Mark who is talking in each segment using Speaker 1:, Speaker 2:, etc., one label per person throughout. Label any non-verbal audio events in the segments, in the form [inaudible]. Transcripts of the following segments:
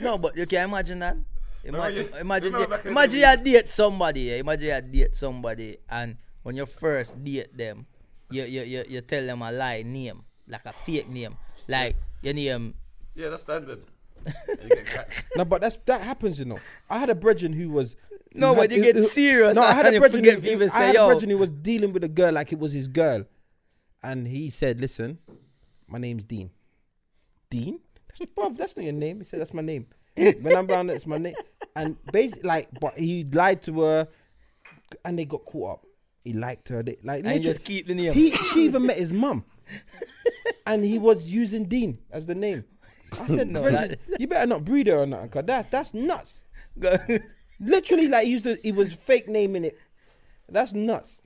Speaker 1: No, but you can imagine that. Imagine,
Speaker 2: Remember you-
Speaker 1: imagine,
Speaker 2: remember back
Speaker 1: you,
Speaker 2: in the
Speaker 1: imagine
Speaker 2: day?
Speaker 1: you date somebody. Yeah? Imagine you date somebody, and when you first date them, you you, you, you tell them a lie name, like a fake name, like your name.
Speaker 2: yeah, that's [laughs] standard. You get cracked.
Speaker 3: No, but that's that happens, you know. I had a brethren who was
Speaker 1: No,
Speaker 3: who
Speaker 1: but you get
Speaker 3: who-
Speaker 1: serious
Speaker 3: No, I had
Speaker 1: and
Speaker 3: a
Speaker 1: you
Speaker 3: brethren.
Speaker 1: forget
Speaker 3: Who,
Speaker 1: even
Speaker 3: I
Speaker 1: say,
Speaker 3: had a
Speaker 1: "Yo."
Speaker 3: brethren who was dealing with a girl like it was his girl, and he said, "Listen, my name's Dean. Dean? That's, bruv, that's not your name." He said, "That's my name. when I'm around, that's my name." And basically, like, but he lied to her, and they got caught up. He liked her. They, like,
Speaker 1: And you
Speaker 3: literally-
Speaker 1: just keep the name.
Speaker 3: He, she even met his mum, and he was using Dean as the name. I said,
Speaker 1: [laughs] No,
Speaker 3: no,
Speaker 1: that-
Speaker 3: you better not breed her or nothing, cause that that's nuts.
Speaker 1: [laughs] that
Speaker 3: Literally, like he used to, he was fake naming it. That's nuts.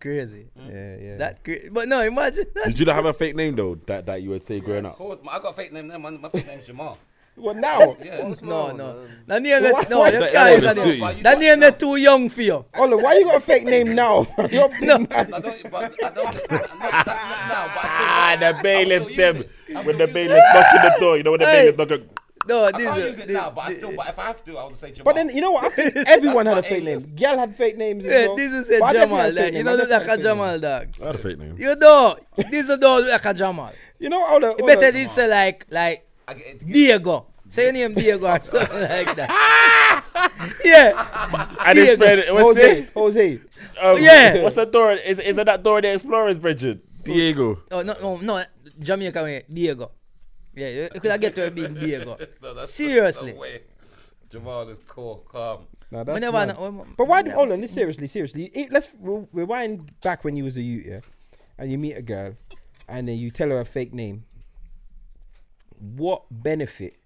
Speaker 1: crazy.
Speaker 3: Yeah, yeah.
Speaker 1: That cra- But no, imagine that.
Speaker 4: Did you not have a fake name though that, that you would say growing up?
Speaker 2: Of course, I got a fake name now. My, my fake name's Jamal.
Speaker 3: well now,
Speaker 2: Yeah.
Speaker 1: [laughs] No, no. That name, that,
Speaker 3: Why-
Speaker 1: no,
Speaker 3: why-
Speaker 1: you
Speaker 3: That-
Speaker 4: that
Speaker 1: can't.
Speaker 4: one
Speaker 1: That
Speaker 4: is
Speaker 1: name,
Speaker 2: silly.
Speaker 1: that name they're too young for you.
Speaker 3: Ola, why you got a fake name now? [laughs] You're big
Speaker 1: No.
Speaker 3: man.
Speaker 2: I don't, but I don't. not, not, not [laughs] now, but
Speaker 4: Ah,
Speaker 2: I still,
Speaker 4: the bailiffs
Speaker 2: use
Speaker 4: them.
Speaker 2: it. I'm
Speaker 4: When
Speaker 2: still
Speaker 4: the
Speaker 2: using it.
Speaker 4: bailiffs knocking the door, you know when the
Speaker 1: Hey.
Speaker 4: bailiffs knocking.
Speaker 1: No,
Speaker 2: I
Speaker 1: this
Speaker 2: can't
Speaker 1: is-
Speaker 2: use it
Speaker 1: this-
Speaker 2: now, but I still. But if I have to, I would say Jamal.
Speaker 3: But then you know what? I
Speaker 1: [laughs]
Speaker 3: think everyone had a
Speaker 2: my
Speaker 3: fake name.
Speaker 2: alias.
Speaker 3: Girl had fake names. as
Speaker 1: Yeah,
Speaker 3: well.
Speaker 1: this is a
Speaker 3: But I definitely
Speaker 1: Jamal.
Speaker 3: had fake
Speaker 1: Like, you
Speaker 3: name.
Speaker 1: know,
Speaker 3: I
Speaker 1: look like
Speaker 3: definitely
Speaker 1: a
Speaker 3: had fake name.
Speaker 1: Jamal, dog.
Speaker 4: I had a fake name.
Speaker 1: You know, this is dog like a Jamal.
Speaker 3: You know, Ola, Ola,
Speaker 1: Better this uh, like like
Speaker 2: I get, it-
Speaker 1: Diego. Say your name Diego or something like that. yeah.
Speaker 4: And his
Speaker 1: Diego,
Speaker 4: friend, what's
Speaker 3: Jose,
Speaker 4: it?
Speaker 3: Jose.
Speaker 4: Um,
Speaker 1: Yeah.
Speaker 4: What's that door? Is is it that door the explorers, Bridget? Diego.
Speaker 1: Oh no no no Jamaica way, Diego. Yeah, you you could have get to a big Diego.
Speaker 2: no, that's
Speaker 1: Seriously.
Speaker 2: No way. Jamal is cool, calm.
Speaker 3: Nah, that's
Speaker 1: We never
Speaker 3: mad.
Speaker 1: know-
Speaker 3: But why? do- Hold on, this seriously, seriously. It- let's re- rewind back when you was a youth, yeah, and you meet a girl, and then you tell her a fake name. What benefit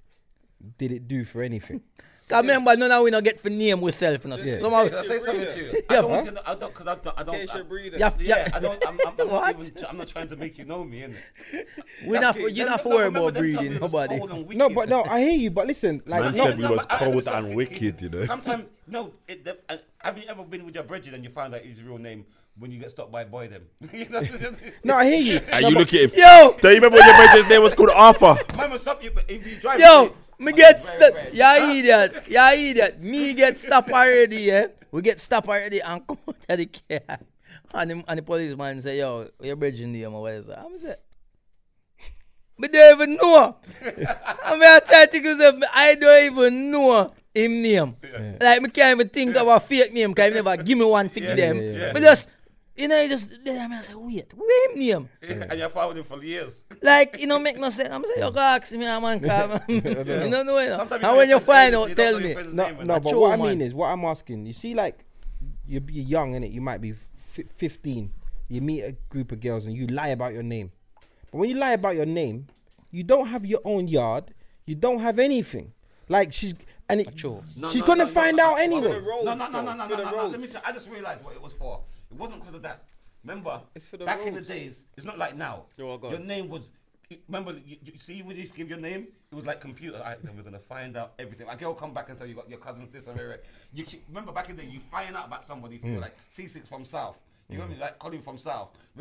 Speaker 3: did it do for anything?
Speaker 1: Cause remember none of we not get for name we self you know.
Speaker 2: Yeah.
Speaker 1: Somehow-
Speaker 2: I say something to you? I
Speaker 1: Yeah,
Speaker 2: don't
Speaker 1: huh?
Speaker 2: want you to know. I don't, cause I don't. I don't.
Speaker 5: Case
Speaker 2: I-
Speaker 5: your breeder.
Speaker 1: yeah,
Speaker 2: yeah,
Speaker 1: yeah.
Speaker 2: I don't. I'm,
Speaker 1: [laughs]
Speaker 2: I'm, I'm, not
Speaker 1: What?
Speaker 2: even, tr- I'm not trying to make you know me, innit?
Speaker 1: we not you not for worry about breeding, nobody.
Speaker 3: No, but no, I hear you. But listen, like,
Speaker 4: Man
Speaker 3: no,
Speaker 4: said we was cold and wicked, you know.
Speaker 2: Sometimes, no. It, the, uh, have you ever been with your brethren and you find out his real name when you get stopped by a boy? Them. [laughs] You know?
Speaker 3: no, I hear you.
Speaker 4: And
Speaker 3: No,
Speaker 4: you
Speaker 3: but-
Speaker 4: look at him.
Speaker 1: Yo!
Speaker 4: Do you remember when your Bridget's name was called Arthur?
Speaker 2: [laughs] Man will stop you, but if you drive.
Speaker 1: Yo,
Speaker 2: straight-
Speaker 1: me
Speaker 2: Oh,
Speaker 1: get
Speaker 2: right,
Speaker 1: stuck.
Speaker 2: right.
Speaker 1: Yeah, idiot. Yeah, idiot. Me get stopped already, yeah. We get stopped already and come out of the car. And the, and the policeman say, yo, you're bridging the or what is that? eh? I'm say, me don't even
Speaker 2: [laughs]
Speaker 1: know. I mean, I try to give them, I don't even know him name. Like, me can't even think of a fake name because never give me one fake them.
Speaker 3: yeah,
Speaker 2: yeah.
Speaker 1: But just, you know, you just, then I mean, I say, wait, where him name?
Speaker 2: [laughs] and you're following him for years.
Speaker 1: Like, you know, make no sense. I'm saying, you go ask me, I'm on
Speaker 5: [laughs]
Speaker 1: cam. You [laughs] don't know, you know.
Speaker 2: Sometimes
Speaker 1: And
Speaker 2: know
Speaker 1: when
Speaker 2: your
Speaker 1: you find
Speaker 2: friend's name,
Speaker 1: out,
Speaker 2: you don't
Speaker 1: tell
Speaker 2: know your
Speaker 1: me.
Speaker 2: friend's
Speaker 3: No,
Speaker 2: name,
Speaker 3: no,
Speaker 2: man.
Speaker 3: but
Speaker 1: Mature
Speaker 3: what I
Speaker 1: man.
Speaker 3: mean is, what I'm asking, you see, like, you're, you're young, innit? You might be fi 15. You meet a group of girls and you lie about your name. But when you lie about your name, you don't have your own yard. You don't have anything. Like, she's. And it,
Speaker 1: Mature.
Speaker 2: No,
Speaker 3: she's
Speaker 2: no,
Speaker 3: gonna
Speaker 2: no, no,
Speaker 3: find
Speaker 2: no,
Speaker 3: out
Speaker 2: no,
Speaker 3: anyway.
Speaker 5: roads,
Speaker 2: No, no, no,
Speaker 5: though.
Speaker 2: no,
Speaker 5: It's
Speaker 2: no,
Speaker 5: for
Speaker 2: no,
Speaker 5: the
Speaker 2: no, Let me
Speaker 5: roads.
Speaker 2: tell I just realized what it was for. It wasn't because of that. Remember,
Speaker 5: It's for the
Speaker 2: back in the
Speaker 5: roads.
Speaker 2: days, it's not like now.
Speaker 5: Yo, I got
Speaker 2: Your
Speaker 5: it.
Speaker 2: name was. Remember, you, you see when you give your name, it was like computer. All right, then we're gonna find out everything. A girl come back and tell you got your cousins this and that. You keep- remember back in the day, you find out about somebody
Speaker 5: Hmm.
Speaker 2: from like C6 from South. You know what I mean? Like Colin from
Speaker 5: [laughs]
Speaker 2: South. [laughs]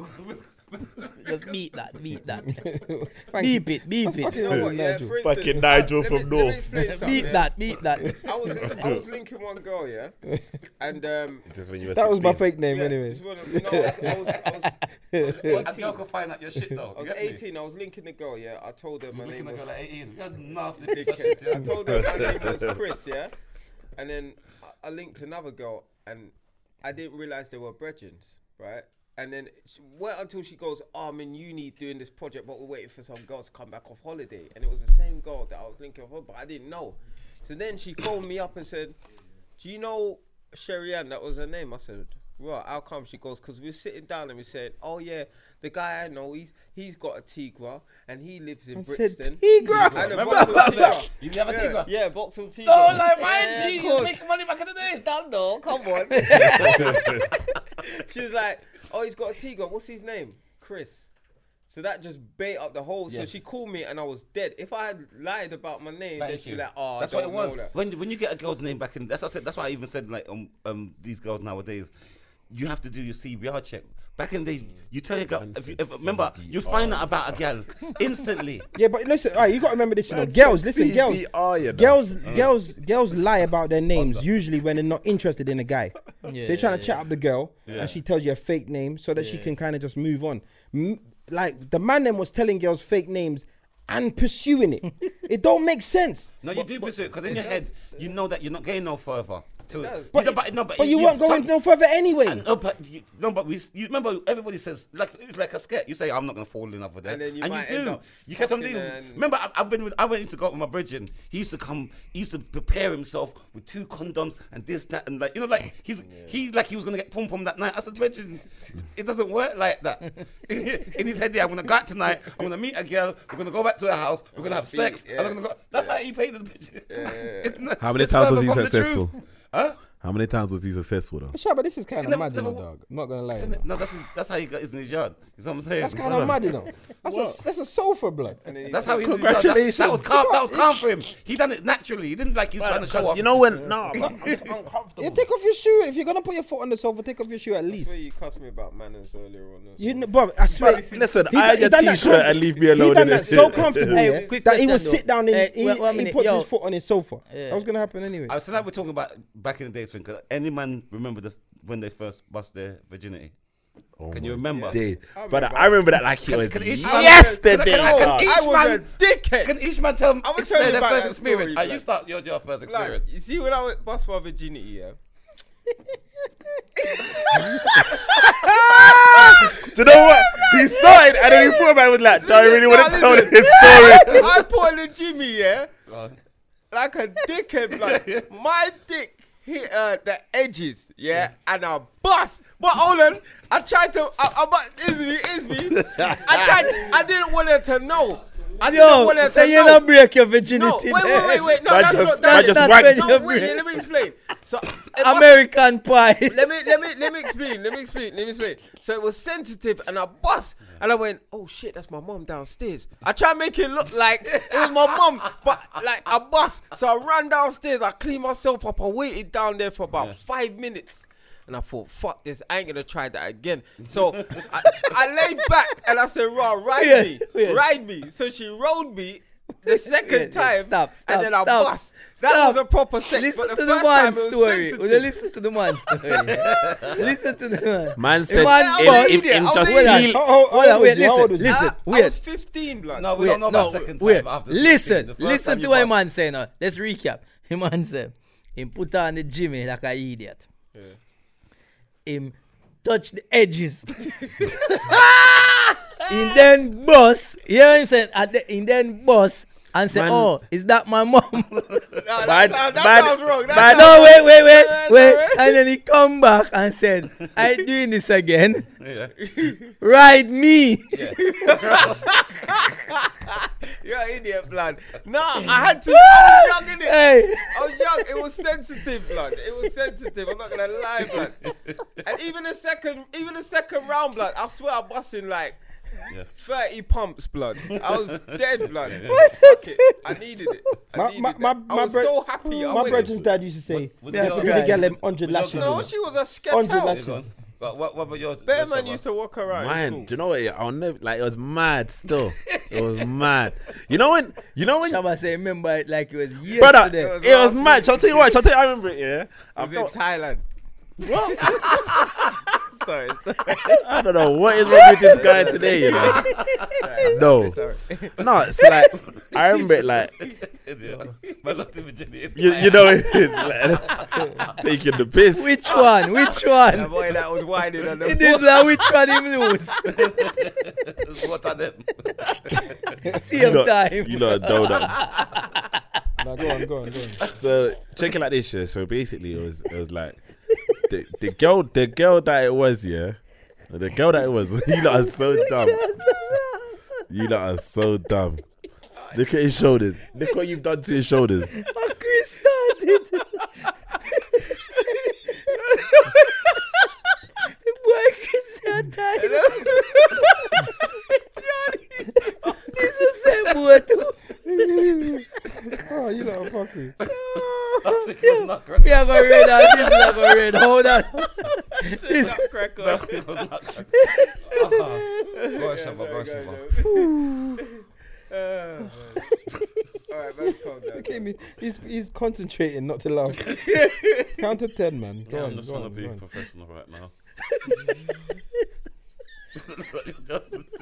Speaker 1: Just beat that, beat that.
Speaker 3: [laughs] Thank
Speaker 1: [laughs]
Speaker 3: you.
Speaker 1: beep it,
Speaker 5: [laughs]
Speaker 1: beep
Speaker 3: fucking
Speaker 1: it.
Speaker 5: You know what, yeah,
Speaker 3: Nigel.
Speaker 5: for instance,
Speaker 4: Fucking
Speaker 5: uh,
Speaker 4: Nigel
Speaker 5: let
Speaker 4: from
Speaker 5: me- let me
Speaker 4: North.
Speaker 5: explain something,
Speaker 1: Beat
Speaker 5: yeah.
Speaker 1: that, beat
Speaker 5: [laughs]
Speaker 1: that. [laughs]
Speaker 5: I was, I was linking one girl, yeah, and um,
Speaker 4: This is when you were
Speaker 3: That was my
Speaker 4: 16.
Speaker 3: fake name,
Speaker 5: yeah,
Speaker 3: anyway.
Speaker 5: it's one of- no, I was, I was, I was, I was
Speaker 2: A
Speaker 5: 18.
Speaker 2: girl could find out your shit though. [laughs]
Speaker 5: I was
Speaker 2: you get me?
Speaker 5: 18. I was linking the girl, yeah. I told her my
Speaker 2: You're
Speaker 5: name
Speaker 2: looking at a
Speaker 5: was
Speaker 2: girl at 18. You're a nasty. [laughs]
Speaker 5: dickhead.
Speaker 2: bitch.
Speaker 5: I told her my name was Chris, yeah. And then I- I linked another girl, and I didn't realize they were brethren, right? And then she wait until she goes, oh, I'm in uni doing this project, but we're waiting for some girl to come back off holiday. And it was the same girl that I was linking her, but I didn't know. So then she phoned me up and said, Do you know Sherry Ann? That was her name. I said, Right, how come? She goes, Because we're sitting down and we said, Oh, yeah, the guy I know, he's, he's got a Tigra and he lives in Brixton.
Speaker 3: Tigra.
Speaker 5: And a
Speaker 2: Remember
Speaker 5: bottle of
Speaker 2: [laughs]
Speaker 5: Tigra.
Speaker 2: You never think about
Speaker 5: Yeah, box of tea.
Speaker 2: No, like my
Speaker 5: Yeah,
Speaker 2: G, you
Speaker 5: of course.
Speaker 2: was making money back in the day.
Speaker 5: Thunder, come on. [laughs] she was like, oh, he's got a Tigo. What's his name? Chris. So that just bait up the whole. So she called me and I was dead. If I had lied about my name, then
Speaker 2: Thank
Speaker 5: she'd
Speaker 2: you.
Speaker 5: be like, oh,
Speaker 2: that's
Speaker 5: I
Speaker 2: what
Speaker 5: don't
Speaker 2: it was.
Speaker 5: know that.
Speaker 2: When when you get a girl's name back in, that's what I said. That's why I even said like um um these girls nowadays, you have to do your CBR check. Back in the day, you tell your girl. If you, if,
Speaker 4: said
Speaker 2: remember, you find out about a girl instantly.
Speaker 3: Yeah, but listen, all right, you gotta remember this, you know, girls. Listen, girls,
Speaker 4: CBR, you know.
Speaker 3: girls, girls, girls lie about their names usually when they're not interested in a guy. so you're trying to chat up the girl, and she tells you a fake name so that she can kind of just move on. M- like the man then was telling girls fake names and pursuing it. it don't make sense.
Speaker 2: [laughs] No, you do pursue it because in your head you know that you're not getting no further. To it.
Speaker 5: does.
Speaker 2: You
Speaker 3: But
Speaker 2: know, but, no, but,
Speaker 3: But you, weren't going
Speaker 2: some-
Speaker 3: no further anyway.
Speaker 2: No, but you, no, but we. You remember, everybody says like it's like a sketch. You say I'm not gonna fall in love with that,
Speaker 5: And then you might end up
Speaker 2: you kept on
Speaker 5: fucking
Speaker 2: doing.
Speaker 5: and-
Speaker 2: Remember, I, I've been with. I went to go out with my brethren. He used to come. He used to prepare himself with two condoms and this, that, and like you know, like
Speaker 5: [laughs]
Speaker 2: he's he like he was gonna get pom pom that night. I said, brethren, it doesn't work like that. [laughs] in his head, yeah, I'm gonna go out tonight. I'm gonna meet a girl. We're gonna go back to her house. We're gonna have
Speaker 5: Be-
Speaker 2: sex.
Speaker 5: yeah.
Speaker 2: And I'm gonna go. That's how he paid the bitch. [laughs] It's not-
Speaker 4: How many
Speaker 2: it's
Speaker 4: times
Speaker 2: further
Speaker 4: was he
Speaker 2: from the truth.
Speaker 4: successful?
Speaker 2: Huh?
Speaker 4: How many times was he successful though?
Speaker 3: Sure, but this is kind
Speaker 2: Never-
Speaker 3: of mad, you know,
Speaker 2: never-
Speaker 3: dog. I'm not gonna lie. you know.
Speaker 2: No, that's that's how he got his in his yard. You know what I'm saying?
Speaker 3: That's kind of mad, you know. That's a, that's a sofa blood.
Speaker 2: That's how he
Speaker 4: Congratulations.
Speaker 2: That was calm. That was calm for him. He done it naturally. He didn't like he was trying to show off.
Speaker 4: You know when? Nah, but I'm just
Speaker 3: Yeah,
Speaker 4: uncomfortable.
Speaker 3: take off your shoe if you're gonna put your foot on the sofa. Take off your shoe at least.
Speaker 5: Where you cussed me about manners earlier on. as
Speaker 3: You
Speaker 5: well.
Speaker 3: know, bro, I swear.
Speaker 4: Listen,
Speaker 3: He
Speaker 4: I
Speaker 3: done-
Speaker 4: had
Speaker 3: he
Speaker 4: your
Speaker 3: done that
Speaker 4: t-shirt
Speaker 3: com-
Speaker 4: and leave me alone.
Speaker 3: He done
Speaker 4: in
Speaker 3: that
Speaker 4: this
Speaker 3: so
Speaker 4: shit.
Speaker 3: comfortable
Speaker 1: Hey,
Speaker 3: yeah,
Speaker 1: quick
Speaker 3: that he
Speaker 1: question
Speaker 3: would
Speaker 1: though.
Speaker 3: sit down and
Speaker 1: Hey,
Speaker 3: he,
Speaker 1: wait one
Speaker 3: he
Speaker 1: minute,
Speaker 3: puts
Speaker 1: yo.
Speaker 3: his foot on his sofa. That was gonna happen anyway.
Speaker 2: I was like we're talking about back in the days. Think any man remember the, when they first bust their virginity?
Speaker 4: Oh
Speaker 2: Can you
Speaker 4: my
Speaker 2: remember?
Speaker 4: days.
Speaker 5: I
Speaker 4: But
Speaker 5: remember.
Speaker 4: I remember that like it was
Speaker 2: can each-
Speaker 4: yesterday.
Speaker 2: Can I- can
Speaker 4: dog.
Speaker 2: each
Speaker 5: Oh, I was
Speaker 2: man-
Speaker 5: a dickhead.
Speaker 2: Can each man tell,
Speaker 5: tell
Speaker 2: explain
Speaker 5: you
Speaker 2: their
Speaker 5: about
Speaker 2: first
Speaker 5: that
Speaker 2: experience?
Speaker 5: story,
Speaker 2: Ah, you
Speaker 5: like-
Speaker 2: start your, your first
Speaker 5: Like,
Speaker 2: experience.
Speaker 5: you see, when I was bust my virginity, yeah.
Speaker 4: Do you know what? He started and then he put him back and was like, "No, I really want to
Speaker 5: Nah,
Speaker 4: tell
Speaker 5: listen.
Speaker 4: his [laughs] story."
Speaker 5: I put in Jimmy, yeah, like a dickhead. Like my dick hit uh, the edges, yeah, and I bust. But hold on, I tried to. I, I bu- is me, is me. I tried. To, I didn't want her to know. I didn't
Speaker 1: Yo,
Speaker 5: want her
Speaker 1: say
Speaker 5: to
Speaker 1: you
Speaker 5: know.
Speaker 1: don't break your
Speaker 5: no,
Speaker 1: virginity.
Speaker 5: wait, wait, wait, wait. No,
Speaker 4: Man
Speaker 5: that's
Speaker 4: just- man
Speaker 5: not. That's
Speaker 4: just
Speaker 5: not.
Speaker 4: whacked
Speaker 5: No,
Speaker 1: your
Speaker 5: wait,
Speaker 1: brain.
Speaker 5: let me explain. So, it
Speaker 1: [laughs]
Speaker 5: wasn't-
Speaker 1: American pie.
Speaker 5: let me let me let me explain. Let me explain. Let me explain. So it was sensitive, and I bust, and I went, "Oh shit, that's my mom downstairs." I try to make it look like it was my mom, but like I bust. So I ran downstairs. I cleaned myself up. I waited down there for about five minutes. And I thought, fuck this, I ain't gonna try that again. So I,
Speaker 1: [laughs]
Speaker 5: I laid back and I said, Raw, ride
Speaker 1: Yeah,
Speaker 5: me,
Speaker 1: yeah.
Speaker 5: ride me. So she rode me the second
Speaker 1: Yeah, yeah,
Speaker 5: time.
Speaker 1: Stop, stop,
Speaker 5: and then I
Speaker 1: stop,
Speaker 5: bust. That
Speaker 1: stop.
Speaker 5: was a proper
Speaker 1: [laughs]
Speaker 5: sex.
Speaker 1: Listen
Speaker 5: but the
Speaker 1: to the
Speaker 5: first time
Speaker 1: man
Speaker 5: it was
Speaker 1: story.
Speaker 5: sensitive.
Speaker 1: Would you listen to the man story?
Speaker 5: [laughs]
Speaker 1: listen to the man.
Speaker 4: Man
Speaker 1: If
Speaker 4: said,
Speaker 1: I
Speaker 4: "In-
Speaker 1: was
Speaker 4: in-
Speaker 5: there,
Speaker 4: in
Speaker 5: I was
Speaker 4: just
Speaker 5: there.
Speaker 4: feel."
Speaker 3: How- how- how
Speaker 1: Hold on,
Speaker 3: old
Speaker 1: wait,
Speaker 3: was you? How old
Speaker 1: listen,
Speaker 3: was you?
Speaker 1: listen.
Speaker 5: I, I
Speaker 1: Weird.
Speaker 5: was 15, blood.
Speaker 2: No, we
Speaker 1: Wait,
Speaker 2: don't know about
Speaker 1: no,
Speaker 2: second
Speaker 1: wait.
Speaker 2: time. After
Speaker 1: listen,
Speaker 2: 16, the first time
Speaker 1: listen to
Speaker 2: you
Speaker 1: what
Speaker 2: bust.
Speaker 1: a man say now. Let's recap. A man say, him put on the Jimmy like an idiot. Him touch the edges. [laughs] in then boss, you know what I'm saying? At the, in then boss and say,
Speaker 4: Man-
Speaker 1: oh, is that my
Speaker 2: [laughs]
Speaker 1: mom?
Speaker 5: Nah, that,
Speaker 4: Bad-
Speaker 5: sound- that
Speaker 4: bad-
Speaker 5: sounds wrong. That
Speaker 4: bad-
Speaker 5: sounds
Speaker 1: no,
Speaker 5: wrong.
Speaker 1: wait, wait,
Speaker 2: [laughs]
Speaker 1: wait,
Speaker 5: That's
Speaker 1: wait.
Speaker 5: alright.
Speaker 1: And then he come back and said, I ain't doing this again.
Speaker 2: Yeah.
Speaker 1: Ride me. [laughs]
Speaker 5: You're an idiot, blood. No, I had
Speaker 3: [laughs]
Speaker 5: to. I was young, innit?
Speaker 2: [laughs]
Speaker 1: hey.
Speaker 5: I was young. It was sensitive, blood. It was sensitive. I'm not gonna lie, blood. And even the second, even the second round, blood. I swear, I busting like. 30 pumps, blood. I was dead, blood. Fuck it. I needed it. I,
Speaker 3: My-
Speaker 5: needed
Speaker 3: my-
Speaker 5: it.
Speaker 3: my-
Speaker 5: I
Speaker 3: my
Speaker 5: was
Speaker 3: bre-
Speaker 5: so happy. I
Speaker 3: My
Speaker 5: went-
Speaker 3: brother's dad used to say,
Speaker 2: With
Speaker 1: Yeah,
Speaker 2: your-
Speaker 1: I
Speaker 3: "We're
Speaker 1: forgot.
Speaker 3: gonna
Speaker 1: Right.
Speaker 3: get them hundred
Speaker 2: With
Speaker 3: lashes."
Speaker 2: your-
Speaker 5: No,
Speaker 3: you know.
Speaker 5: she was a
Speaker 3: Hundred
Speaker 5: sketel.
Speaker 3: lashes.
Speaker 2: Go on. But what, what about yours?
Speaker 5: Bear
Speaker 2: yours,
Speaker 5: man
Speaker 2: Shabba?
Speaker 5: used to walk around. in school.
Speaker 4: Man, do you know what? I'll never like it was mad. Still, it was mad. You know when? You know when?
Speaker 1: Shaba say, remember it like it was yesterday.
Speaker 4: brother,
Speaker 5: It was
Speaker 4: it was
Speaker 5: last
Speaker 4: mad. Shall I tell you what? Shall I tell you? I remember it. Yeah, I
Speaker 5: was in
Speaker 4: felt
Speaker 5: Thailand. [laughs] sorry, sorry.
Speaker 4: I don't know what is wrong with this guy today, you know. No, no, it's like I remember it like
Speaker 2: [laughs] Yeah. uh, My love to Virginia.
Speaker 4: you, you know [laughs] like, [laughs] taking the piss.
Speaker 1: Which one?
Speaker 2: [laughs]
Speaker 1: Which
Speaker 5: That
Speaker 1: one?
Speaker 5: boy that was whining on [laughs]
Speaker 1: It
Speaker 5: the
Speaker 1: is like which one him lose.
Speaker 2: [laughs] What are them?
Speaker 4: [laughs] you
Speaker 1: Same
Speaker 4: know,
Speaker 1: time. [laughs]
Speaker 4: you know, donuts.
Speaker 3: No, go on, go on, go on.
Speaker 4: So check it like this, yeah. So basically, it was it was like the, the girl, the girl that it was, yeah, the girl that it was. [laughs] You lot are so dumb. You lot are so dumb. Look at his shoulders. Look what you've done to his shoulders.
Speaker 1: Oh, Chris started. [laughs] Boy, Chris
Speaker 4: [laughs]
Speaker 1: started. this is same boy too.
Speaker 3: Oh, you lot are fucking.
Speaker 2: That's a good knocker.
Speaker 1: We are gonna read out. This is gonna read. Hold on.
Speaker 5: Crack
Speaker 2: No,
Speaker 5: on.
Speaker 2: it was not. Uh-huh. Go on, Shabba, go on, Shabba.
Speaker 5: [laughs] Uh, All right, man, calm down.
Speaker 3: Look at me. He's, he's concentrating not to laugh. Count to ten, man. Go
Speaker 4: Yeah,
Speaker 3: on,
Speaker 4: I'm just
Speaker 3: go
Speaker 4: trying
Speaker 3: on,
Speaker 4: to be
Speaker 3: go on.
Speaker 4: professional right now.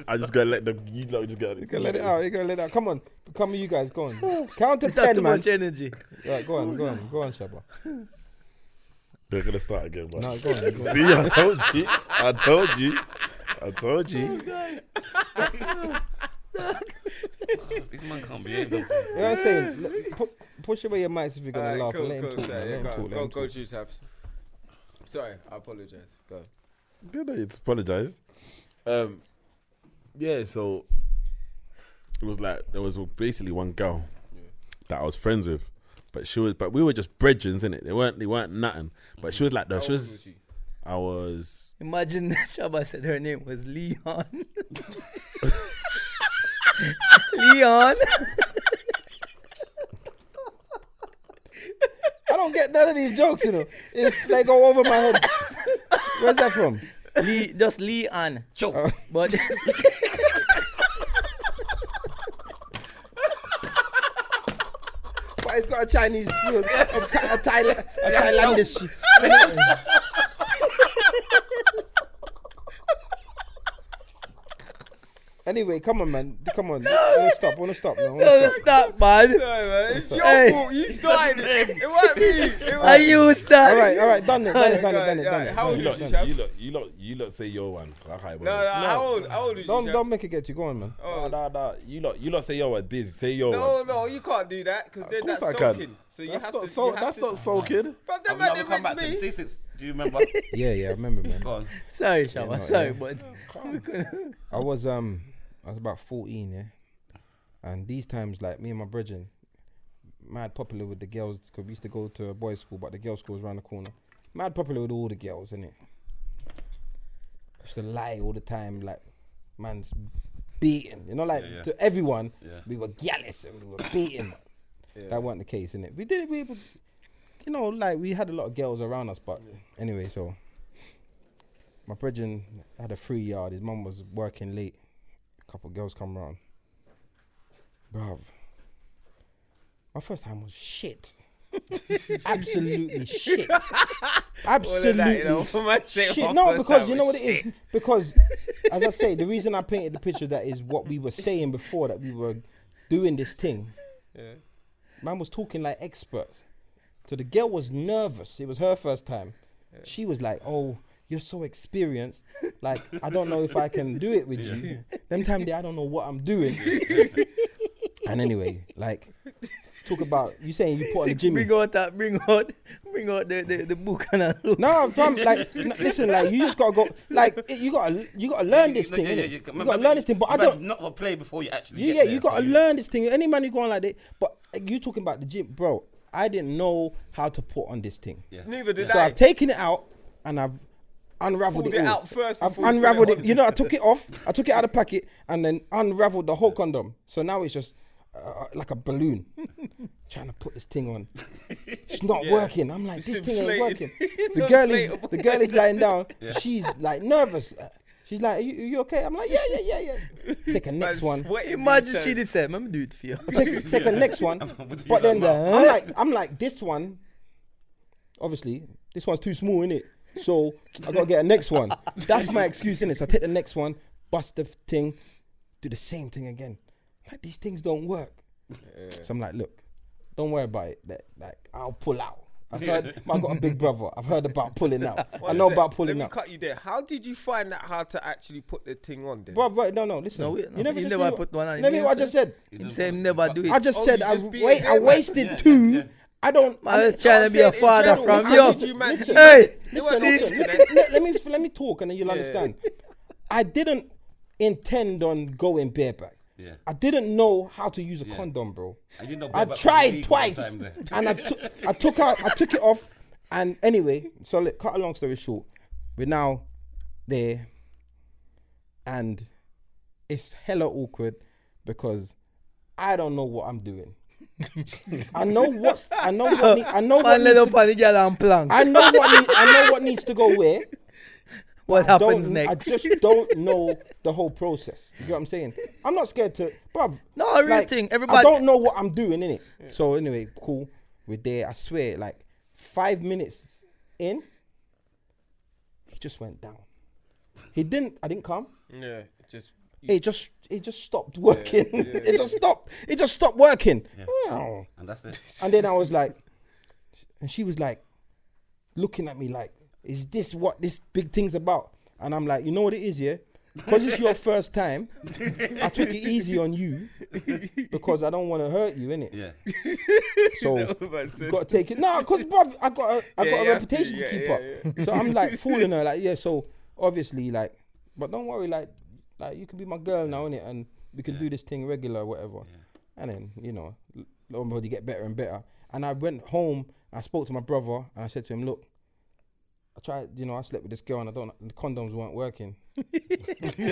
Speaker 4: I just gotta let the you lot just gotta,
Speaker 3: You gotta let it out. You gotta let it out. Come on, come you guys. Go on. Count to
Speaker 1: It's not
Speaker 3: ten,
Speaker 1: too
Speaker 3: man.
Speaker 1: much energy.
Speaker 3: Right, go on, go on, go on, Shabba.
Speaker 4: They're gonna start again, man.
Speaker 3: No, go on. Go on.
Speaker 4: See, I told you. I told you. I told you.
Speaker 2: These man can't behave themselves.
Speaker 3: You know what I'm saying? [laughs] Let- pu- push away your mics if you're
Speaker 5: All
Speaker 3: gonna
Speaker 5: right,
Speaker 3: laugh.
Speaker 5: cool,
Speaker 3: let him
Speaker 5: cool,
Speaker 3: talk,
Speaker 5: sorry,
Speaker 3: man. Let
Speaker 5: yeah,
Speaker 3: him
Speaker 5: go
Speaker 3: talk.
Speaker 5: on,
Speaker 3: let
Speaker 5: Go,
Speaker 3: him
Speaker 5: go,
Speaker 3: talk.
Speaker 5: choose tabs. Sorry, I apologize. Go.
Speaker 4: Good night. It's apologize. Um, yeah. So it was like there was basically one girl that I was friends with, but she was, but we were just bridges, in it. They weren't, they weren't nothing. But she was like, no, she was. I was.
Speaker 1: Imagine that Shabba said her name was
Speaker 4: [laughs]
Speaker 1: Leon. Leon.
Speaker 3: I don't get none of these jokes, you know. If they go over my [laughs] head. Where's that from?
Speaker 1: Lee, just Leon.
Speaker 2: Choke.
Speaker 1: But [laughs]
Speaker 3: But it's got a Chinese feel, a, Tha- a, Thailand, a Thailandish. [laughs] anyway, come on, man. Come on. I want to stop. I want to stop. No, I want
Speaker 1: no,
Speaker 3: to stop.
Speaker 1: stop, man.
Speaker 5: Sorry, man. It's your
Speaker 1: Hey.
Speaker 5: fault. You started it. It wasn't [laughs] me. It
Speaker 1: I
Speaker 5: wasn't
Speaker 1: used that.
Speaker 3: All right, [laughs] all right. Done it. Done it. Done it.
Speaker 5: Alright,
Speaker 3: Done it. Done
Speaker 5: alright,
Speaker 3: it.
Speaker 5: how
Speaker 3: Done
Speaker 4: Oh,
Speaker 5: old
Speaker 4: You
Speaker 3: it.
Speaker 5: you
Speaker 4: lot,
Speaker 5: Did
Speaker 4: you
Speaker 5: Shab?
Speaker 4: lot, you lot, you lot say your one. I can't remember.
Speaker 5: No, no, how old? How old is
Speaker 3: Don't
Speaker 5: you?
Speaker 3: don't make it get you. Oh. Go on, man.
Speaker 4: Nah, nah, nah. You lot, you lot say your one. This say your
Speaker 5: No,
Speaker 4: one.
Speaker 5: no, you can't do that because then
Speaker 4: course
Speaker 5: that's
Speaker 4: I
Speaker 5: soaking.
Speaker 4: can.
Speaker 5: So you
Speaker 4: that's
Speaker 5: have
Speaker 4: not
Speaker 5: to.
Speaker 4: so.
Speaker 5: you have
Speaker 4: That's
Speaker 5: to,
Speaker 4: not so, kid.
Speaker 5: But
Speaker 2: I've
Speaker 5: then
Speaker 2: never
Speaker 5: they
Speaker 2: come back to
Speaker 5: me.
Speaker 2: the C6. Do you remember?
Speaker 3: Yeah, yeah. I remember, man.
Speaker 2: Go on.
Speaker 1: Sorry, Shabba.
Speaker 3: no,
Speaker 1: sorry,
Speaker 3: yeah.
Speaker 1: but
Speaker 3: I was um I was about fourteen, yeah. And these times like me and my brethren, mad popular with the girls 'cause we used to go to a boys' school, but the girls' school was around the corner. Mad popular with all the girls, innit? Used to lie all the time, like man's beaten. You know, like
Speaker 2: Yeah, yeah.
Speaker 3: to everyone,
Speaker 2: Yeah.
Speaker 3: we were jealous and we were beaten.
Speaker 2: [coughs]
Speaker 3: That wasn't the case, innit? We did we were, you know, like we had a lot of girls around us, but anyway, so my brethren had a free yard. His mum was working late. A couple of girls come round. Bruv. My first time was shit.
Speaker 5: [laughs]
Speaker 3: Absolutely shit. Absolutely
Speaker 5: you know, for my sake,
Speaker 3: shit.
Speaker 5: my
Speaker 3: No,
Speaker 5: first
Speaker 3: because
Speaker 5: time
Speaker 3: you know
Speaker 5: was
Speaker 3: what it is. Because, as I say, the reason I painted the picture of that is what we were saying before that we were doing this thing.
Speaker 5: Yeah.
Speaker 3: Man was talking like experts. So the girl was nervous. It was her first time. She was like, "Oh, you're so experienced. Like I don't know if I can do it with you. Them time there, I don't know what I'm
Speaker 2: [laughs]
Speaker 3: doing." and anyway, like talk about you saying you put on the
Speaker 1: six,
Speaker 3: Jimmy.
Speaker 1: bring out that, bring out, bring out the, the, the book and a look.
Speaker 3: No, I'm trying, like n- listen, like you just gotta go, like it- you gotta you gotta learn this
Speaker 2: Yeah,
Speaker 3: thing.
Speaker 2: yeah,
Speaker 3: innit?
Speaker 2: yeah, yeah.
Speaker 3: You
Speaker 2: Remember,
Speaker 3: gotta learn this thing, but I
Speaker 2: you've had
Speaker 3: don't.
Speaker 2: Not to play before you actually.
Speaker 3: You,
Speaker 2: get
Speaker 3: yeah,
Speaker 2: there,
Speaker 3: you gotta
Speaker 2: so
Speaker 3: learn this thing. Any man who go on like that, but uh, you talking about the gym, bro? I didn't know how to put on this thing.
Speaker 2: Yeah.
Speaker 5: Neither did
Speaker 3: So
Speaker 5: I.
Speaker 3: I've taken it out and I've unraveled
Speaker 5: Pulled
Speaker 3: it,
Speaker 5: it
Speaker 3: all.
Speaker 5: out first
Speaker 3: I've
Speaker 5: before you put it
Speaker 3: unraveled
Speaker 5: on.
Speaker 3: it. You know, I took it off. I took it out of the packet and then unraveled the whole condom. So now it's just uh, like a balloon. [laughs] Trying to put this thing on, it's not working. I'm like,
Speaker 5: It's
Speaker 3: this thing ain't working.
Speaker 5: inflated. [laughs] It's
Speaker 3: The girl is
Speaker 5: inflatable.
Speaker 3: the girl is lying
Speaker 5: [laughs]
Speaker 3: down. She's like nervous. She's like, are you, are you okay? I'm like, yeah, yeah, yeah, yeah. Take a next one.
Speaker 1: [laughs] Imagine she did say, "Let me do it for you." [laughs]
Speaker 3: Take, take a next one.
Speaker 2: What do you
Speaker 3: But then
Speaker 2: got,
Speaker 3: the, I'm like, I'm like this one. Obviously, this one's too small, innit? So I gotta get a next one. That's my excuse, innit? So I take the next one, bust the f- thing, do the same thing again. Like these things don't work. So I'm like, look, don't worry about it. Like, like, I'll pull out. I've heard. I've got a big brother. I've heard about pulling out. I know about pulling
Speaker 5: Let
Speaker 3: out.
Speaker 5: me cut you there. How did you find out how to actually put the thing on there?
Speaker 3: Bro, bro, no, no, listen.
Speaker 1: No, we- no,
Speaker 3: you never,
Speaker 1: you
Speaker 3: just
Speaker 1: never
Speaker 3: hear what-
Speaker 1: put one on
Speaker 3: you never hear what I
Speaker 1: your
Speaker 3: just said.
Speaker 1: Him say him never do it.
Speaker 3: I just
Speaker 5: Oh,
Speaker 3: said
Speaker 5: you
Speaker 3: I
Speaker 5: just being
Speaker 3: wait. I
Speaker 5: there, man.
Speaker 3: wasted
Speaker 2: Yeah,
Speaker 3: two.
Speaker 2: yeah.
Speaker 3: I don't.
Speaker 1: Man,
Speaker 3: I-
Speaker 1: it's trying to be a
Speaker 5: That's it, in
Speaker 1: father
Speaker 5: general.
Speaker 1: from
Speaker 5: How
Speaker 1: you.
Speaker 5: did you manage it?
Speaker 1: Hey,
Speaker 5: They weren't
Speaker 1: sis,
Speaker 5: looking.
Speaker 3: Listen, let, let me let me talk and then you'll understand. I didn't intend on going bareback.
Speaker 2: Yeah.
Speaker 3: I didn't know how to use a condom, bro.
Speaker 2: And you know
Speaker 3: I
Speaker 2: bareback was
Speaker 3: tried
Speaker 2: illegal at
Speaker 3: twice,
Speaker 2: the time there.
Speaker 3: [laughs] and I took I took out I took it off, and anyway, so let cut a long story short, we're now there, and it's hella awkward because I don't know what I'm doing. I know what's I know what need, I know what
Speaker 1: man, let
Speaker 3: needs
Speaker 1: up
Speaker 3: to
Speaker 1: on the girl and plank.
Speaker 3: I know what need, I know what needs to go where,
Speaker 1: what
Speaker 3: I don't-
Speaker 1: happens next. [laughs]
Speaker 3: I just don't know the whole process. You get what I'm saying? I'm not scared to, bruv.
Speaker 1: No, real thing, everybody-
Speaker 3: I don't know what I'm doing in it. So anyway, cool. We're there. I swear, like five minutes in, he just went down. He didn't. I didn't come.
Speaker 5: Yeah, just
Speaker 3: It just. It just stopped working. [laughs] it just stopped. It just stopped working. Wow.
Speaker 2: And that's it.
Speaker 3: And then I was like, and she was like, looking at me like, is this what this big thing's about? And I'm like, you know what it is, yeah? Because it's your first time, I took it easy on you because I don't want to hurt you,
Speaker 5: [laughs]
Speaker 3: innit?
Speaker 2: Yeah.
Speaker 3: So you got to take it. No, because I got a, I got
Speaker 5: Yeah, you
Speaker 3: a
Speaker 5: have to,
Speaker 3: reputation to,
Speaker 5: yeah,
Speaker 3: keep
Speaker 5: yeah,
Speaker 3: up. So I'm like fooling her, like yeah. So obviously, like, but don't worry, like, like you can be my girl now, innit? And we can do this thing regular, whatever. And then you know, l- lo and behold, you get better and better. And I went home. I spoke to my brother, and I said to him, look. I tried, you know, I slept with this girl and I don't, the condoms weren't working. And he-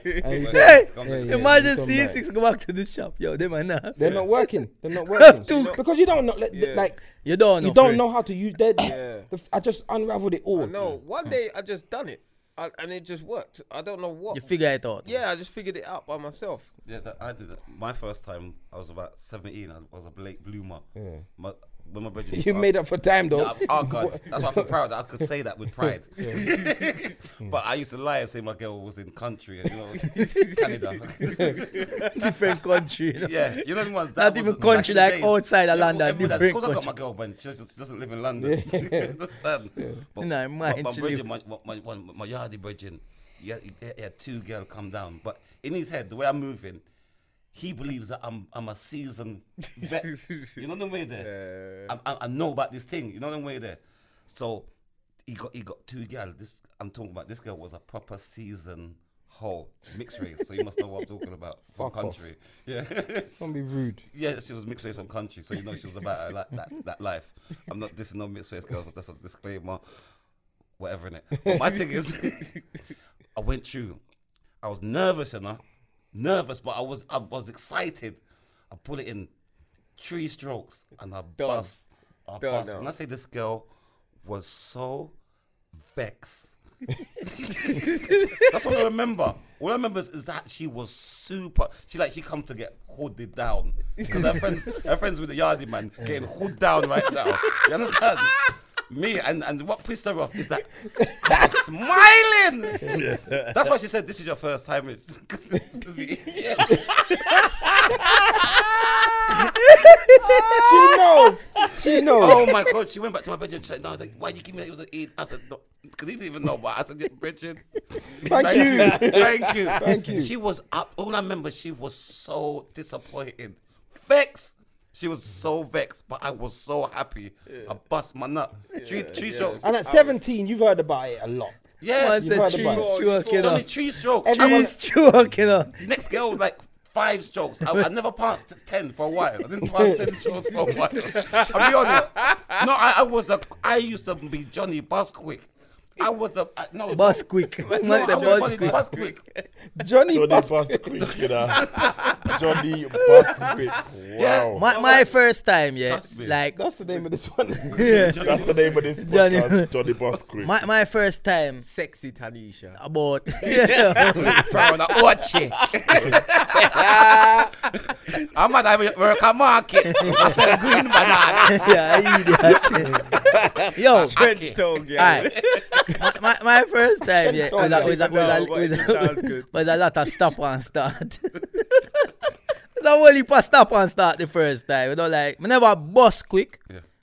Speaker 2: Hey,
Speaker 3: yeah,
Speaker 1: Imagine
Speaker 3: you come
Speaker 1: C
Speaker 3: back.
Speaker 1: six go back to the shop, yo. They might not.
Speaker 3: They're not working. They're not working.
Speaker 1: Took.
Speaker 3: because you don't know, like,
Speaker 5: Yeah.
Speaker 3: like
Speaker 1: You don't know.
Speaker 3: you don't
Speaker 1: Fred.
Speaker 3: know how to use that.
Speaker 5: Yeah.
Speaker 3: the f- I just unraveled it all.
Speaker 5: no. One day I just done it, I, and it just worked. I don't know what.
Speaker 1: You figure it out.
Speaker 5: yeah, I just figured it out by myself.
Speaker 2: Yeah, that, I did that. My first time, I was about 17. I was a late bloomer. Yeah. My, when my brother used
Speaker 3: [laughs] [laughs] You
Speaker 2: to-
Speaker 3: made up for time though.
Speaker 2: Yeah, oh God, that's why I feel proud that I could say that
Speaker 1: [laughs]
Speaker 2: with pride. [laughs] but I used to lie and say my girl was in country and
Speaker 1: [laughs]
Speaker 2: you know Canada.
Speaker 1: [laughs]
Speaker 2: [laughs]
Speaker 1: Different country. You know?
Speaker 2: yeah, you know the ones that
Speaker 1: Not even
Speaker 2: was- back
Speaker 1: country,
Speaker 2: in the
Speaker 1: like
Speaker 2: days.
Speaker 1: outside of
Speaker 2: Yeah,
Speaker 1: London,
Speaker 2: everyone that-
Speaker 1: different
Speaker 2: Because I got my
Speaker 1: country.
Speaker 2: girl, but she just doesn't live in London. [laughs] You
Speaker 3: [laughs]
Speaker 2: understand? But,
Speaker 1: Nah,
Speaker 2: but
Speaker 1: mine,
Speaker 2: my
Speaker 1: she
Speaker 2: bridging,
Speaker 1: live-
Speaker 2: my my my, one- my yardie bridging, he had, he had two girl come down, but in his head, the way I'm moving. He believes that I'm I'm a seasoned
Speaker 3: [laughs]
Speaker 2: vet. You know the way there. I, I, I know about this thing. You know the way there. So he got he got two girls. This I'm talking about. This girl was a proper seasoned whole mixed race. so you must know what I'm talking about from
Speaker 3: Fuck off.
Speaker 2: country. Yeah. [laughs]
Speaker 3: Don't be rude.
Speaker 2: Yeah, she was mixed race and country, so you know she was about her, like that that life. I'm not dissing no mixed race girls. That's a disclaimer. Whatever in it. But my thing is,
Speaker 5: [laughs]
Speaker 2: I went through. I was nervous, you know, nervous, but I was I was excited. I put it in three strokes and I bust. I
Speaker 5: Done
Speaker 2: bust.
Speaker 5: now.
Speaker 2: When I say this girl was so vexed. That's what I remember. All I remember is, is that she was super. She like she come to get hooded down because her friends, her friends with the yardie man getting hooded down right now. You understand? Me and and what pissed her off is that I was smiling. That's why she said this is your first time. It's [laughs] yeah.
Speaker 3: She knows.
Speaker 1: [laughs]
Speaker 3: She knows. [laughs]
Speaker 2: Oh my god, she went back to my bedroom. She said, No, like, why you give me that? It was an eight. I said, No, because he didn't even know. But I said, yeah, Richard,
Speaker 3: Thank you.
Speaker 2: Thank you. Thank
Speaker 3: you.
Speaker 2: She was up. All I remember, she was so disappointed. Vexed. She was so vexed, but I was so happy. I bust my nut. Tree, tree strokes.
Speaker 3: And at 17, you've heard about it a lot.
Speaker 1: Man
Speaker 2: Yes.
Speaker 1: said
Speaker 3: heard
Speaker 1: tree
Speaker 3: about it.
Speaker 1: stroke, you
Speaker 2: It's
Speaker 1: know.
Speaker 2: only tree strokes. I
Speaker 1: Tree
Speaker 2: was-
Speaker 1: stroke, you know.
Speaker 2: Next girl was like five strokes. I, I never passed ten for a while. I didn't pass ten strokes for a while. I'll be honest. No, I, I was the. I used to be Johnny Busquick. I was the. I, no,
Speaker 1: Bus
Speaker 2: [laughs]
Speaker 1: quick.
Speaker 2: No,
Speaker 1: Man
Speaker 2: I
Speaker 1: said bus
Speaker 2: was Johnny
Speaker 1: quick.
Speaker 2: Busquick.
Speaker 3: Johnny,
Speaker 4: Johnny
Speaker 3: Bus-
Speaker 4: Bus Quick, you [laughs] know. Johnny Bus Quick. Wow.
Speaker 1: My, my first time, yeah.
Speaker 2: Trust me.
Speaker 1: Like,
Speaker 3: That's the name of this one.
Speaker 1: yeah.
Speaker 4: That's the name of
Speaker 1: [laughs]
Speaker 4: this
Speaker 1: Johnny-
Speaker 4: podcast, Johnny Bus Quick.
Speaker 1: My, my first time
Speaker 5: Sexy Tanisha.
Speaker 1: about. [laughs] Yeah.
Speaker 2: [laughs] From the Ochi. [laughs] I'm at the American market. I said green banana.
Speaker 1: yeah,
Speaker 2: [laughs]
Speaker 1: idiot. Yo,
Speaker 5: French tongue, [laughs] yeah.
Speaker 1: Alright. my, my, my
Speaker 5: [laughs]
Speaker 1: first time, yeah, was a, was a, was a,
Speaker 5: No, but
Speaker 1: was
Speaker 5: it sounds
Speaker 1: a, [laughs]
Speaker 5: good.
Speaker 1: was a lot of stop and start. [laughs] It's a whole heap of stop and start the first time. You know, like, me never bust quick,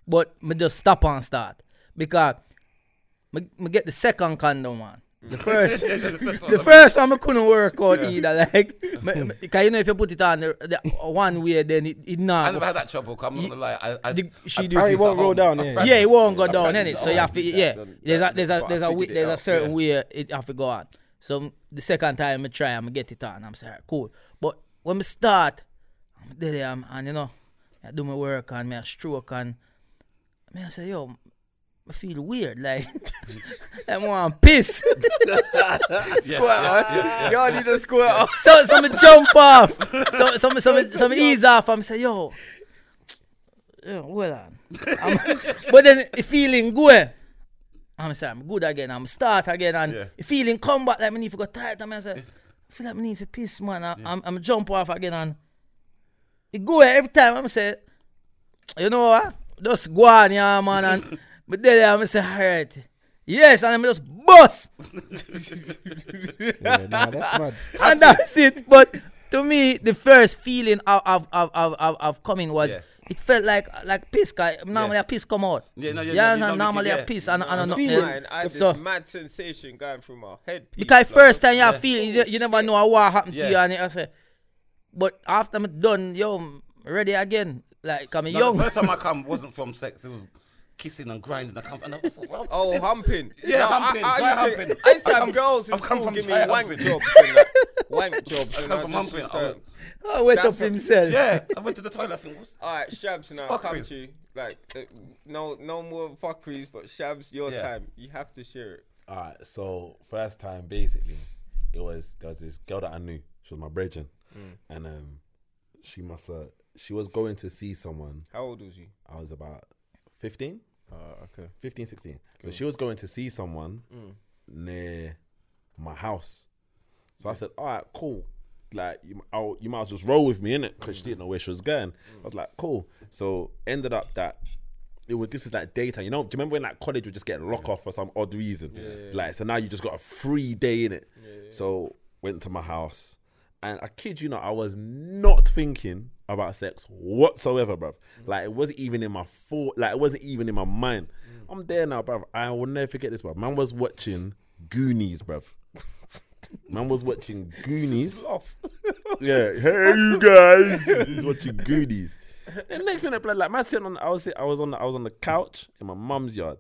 Speaker 1: but me just stop and start. Because me, me get the second condom one. The first, [laughs] the first one I couldn't work out either. Like, me, me, cause you know if you put it on the, the one way, then it it
Speaker 2: I
Speaker 1: not. go
Speaker 2: never had that trouble. 'cause I'm not gonna lie. I, I,
Speaker 1: The- she
Speaker 2: I
Speaker 1: do-
Speaker 2: practice
Speaker 3: It won't
Speaker 2: at
Speaker 3: roll
Speaker 2: home.
Speaker 3: down,
Speaker 2: I
Speaker 3: yeah.
Speaker 2: practice.
Speaker 1: yeah, it won't go
Speaker 2: I
Speaker 1: down,
Speaker 2: practice
Speaker 1: innit?
Speaker 2: at
Speaker 1: So you
Speaker 2: home.
Speaker 1: have to, yeah.
Speaker 5: done-
Speaker 1: There's a
Speaker 5: that-
Speaker 1: there's a
Speaker 5: but I
Speaker 1: there's a way,
Speaker 5: figured it
Speaker 1: there's a
Speaker 5: out,
Speaker 1: certain way it have to go on. So m- the second time I try, I'm get it on. I'm sorry, cool. But when I start, I'm there, I'm, and you know, I do my work and me a stroke and me I say, yo, I feel weird, [laughs] like I'm on piss. [laughs]
Speaker 5: Y'all need a square.
Speaker 1: so so me jump off. So so me, so me, so me ease off. I'm say yo. Yeah, well on. I'm- but then the feeling go. eh. I'm say I'm good again. I'm start again and
Speaker 4: Yeah.
Speaker 1: the feeling come back like me need to go tight and I say, I feel like me need to piss man. I, I'm, I'm jump off again and it go away every time I'm say, you know what? Just go on, yeah man and but then I'm say, alright. Yes, and I'm just bust.
Speaker 3: [laughs] Yeah, nah,
Speaker 1: [laughs]
Speaker 3: that's mad.
Speaker 1: and that's it. But to me, the first feeling of of of of, of, of coming was
Speaker 2: Yeah.
Speaker 1: it felt like like piss. 'cause Normally
Speaker 2: Yeah.
Speaker 1: a piss come out.
Speaker 2: Yeah, no, yeah,
Speaker 1: yeah.
Speaker 2: no, you
Speaker 1: normally
Speaker 2: know,
Speaker 1: a piss and and
Speaker 3: I
Speaker 1: nothing
Speaker 3: feel
Speaker 1: else.
Speaker 5: Mine, I had
Speaker 1: So-
Speaker 5: this mad sensation going through my head.
Speaker 1: Because first time you feel you, you never know how what happened to
Speaker 2: Yeah.
Speaker 1: you and I say. But after I'm done, yo, I'm ready again. Like I'm
Speaker 2: No,
Speaker 1: young.
Speaker 2: The first time I come wasn't from sex. It was kissing and grinding. I come and I thought, well,
Speaker 5: Oh,
Speaker 2: this-
Speaker 5: humping.
Speaker 2: Yeah,
Speaker 5: No,
Speaker 2: humping,
Speaker 5: I,
Speaker 2: dry
Speaker 5: I, used to-
Speaker 2: humping.
Speaker 5: I used to
Speaker 2: I
Speaker 5: have
Speaker 2: come-
Speaker 5: girls in
Speaker 2: I've come
Speaker 5: school
Speaker 2: from
Speaker 5: give me
Speaker 2: dry
Speaker 5: wank
Speaker 2: humping.
Speaker 5: jobs. And that.
Speaker 2: [laughs]
Speaker 5: Wank jobs.
Speaker 2: I
Speaker 5: and
Speaker 2: come
Speaker 5: I
Speaker 2: from
Speaker 5: just
Speaker 2: humping.
Speaker 5: used to-
Speaker 1: [laughs] I went
Speaker 5: That's
Speaker 1: up
Speaker 5: what-
Speaker 1: himself.
Speaker 2: yeah, I went to the toilet. I think what's
Speaker 5: All right, Shabs, now
Speaker 2: Fuck
Speaker 5: come
Speaker 2: with.
Speaker 5: to you. Like, uh, no, no more fuckeries, but Shabs, your
Speaker 2: Yeah.
Speaker 5: time. You have to share it.
Speaker 4: Alright, so first time basically, it was there was this girl that I knew. She was my brethren,
Speaker 5: Mm.
Speaker 4: and um, she must uh, she was going to see someone.
Speaker 5: How old was you?
Speaker 4: I was about 15,
Speaker 5: Uh, okay. Mm.
Speaker 4: 15, 16. So she was going to see someone near my house. So I said, all right, cool. Like, you, I'll, you might as well just roll with me, innit? Because she
Speaker 5: Mm.
Speaker 4: didn't know where she was going. I was like, cool. So ended up that it was, this is like daytime. You know, do you remember when like college would just get locked off for some odd reason? Like, so now you just got a free day in it. So went to my house. And I kid you not, I was not thinking about sex whatsoever, bruv. Like it wasn't even in my thought, like it wasn't even in my mind. I'm there now, bruv. I will never forget this, bruv. Man was watching Goonies, bruv. Man was watching Goonies. [laughs] yeah, hey you guys, He was watching Goonies. The next minute, blood, like man sitting on, I was sit- I was on, the, I was on the couch in my mum's yard,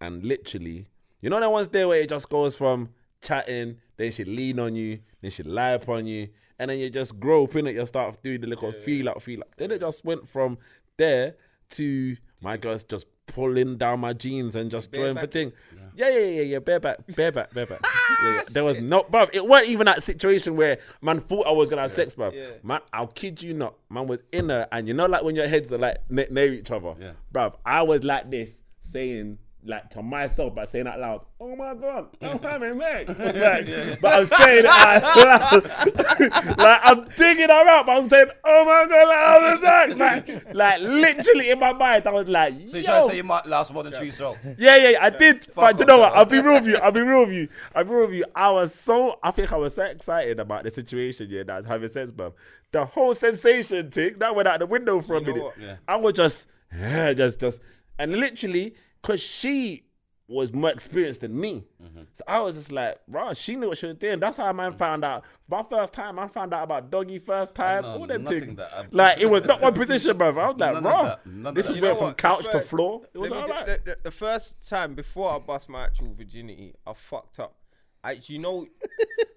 Speaker 4: and literally, you know that one's there where it just goes from chatting, then she lean on you, then she lie upon you, and then you just grow up in it. You start doing the little feel up, feel up. Then it just went from there to my girl's just pulling down my jeans and just drawing for thing. Yeah, yeah, yeah, yeah. Bareback, bareback, bareback. yeah, yeah. There was no, bruv. It weren't even that situation where man thought I was gonna have sex, bruv.
Speaker 5: Yeah.
Speaker 4: Man, I'll kid you not. Man was in her, and you know, like when your heads are like ne- near each other,
Speaker 2: Yeah.
Speaker 4: bruv. I was like this, saying like to myself by saying out loud, "Oh my god,
Speaker 2: [laughs]
Speaker 4: I'm having mate." Like, but I'm saying it out [laughs] loud. like I'm digging her up. I'm saying, "Oh my god, like, I'm having Like, like literally in my mind, I was like,
Speaker 2: So you
Speaker 4: "Yo."
Speaker 2: trying to say you might last more than three strokes?
Speaker 4: Yeah, yeah, yeah, I did. but you
Speaker 2: off,
Speaker 4: know what?
Speaker 2: Charles.
Speaker 4: I'll be real with you. I'll be real with you. I'll be real with you. I was so, I think I was so excited about the situation, yeah, that I was having sex, bruv. The whole sensation thing, that went out the window for a minute.
Speaker 5: what?
Speaker 2: Yeah.
Speaker 4: I was just, just, just, and literally, because she was more experienced than me.
Speaker 2: Mm-hmm.
Speaker 4: So I was just like, bro, she knew what she was doing. That's how man found out. My first time, I found out about doggy first time,
Speaker 2: know
Speaker 4: all them
Speaker 2: nothing
Speaker 4: things.
Speaker 2: that I've-
Speaker 4: Like,
Speaker 2: [laughs]
Speaker 4: it was not one position, bruv. I was like,
Speaker 2: None of
Speaker 4: bro,
Speaker 2: that, none of
Speaker 4: this
Speaker 2: that.
Speaker 4: is
Speaker 2: You
Speaker 4: went
Speaker 5: know
Speaker 4: from
Speaker 5: what? The
Speaker 4: couch to
Speaker 5: first-
Speaker 4: floor. It was
Speaker 5: Let me
Speaker 4: all
Speaker 5: just-
Speaker 4: right.
Speaker 5: the, the, the first time before I bust my actual virginity, I fucked up. I, do you know?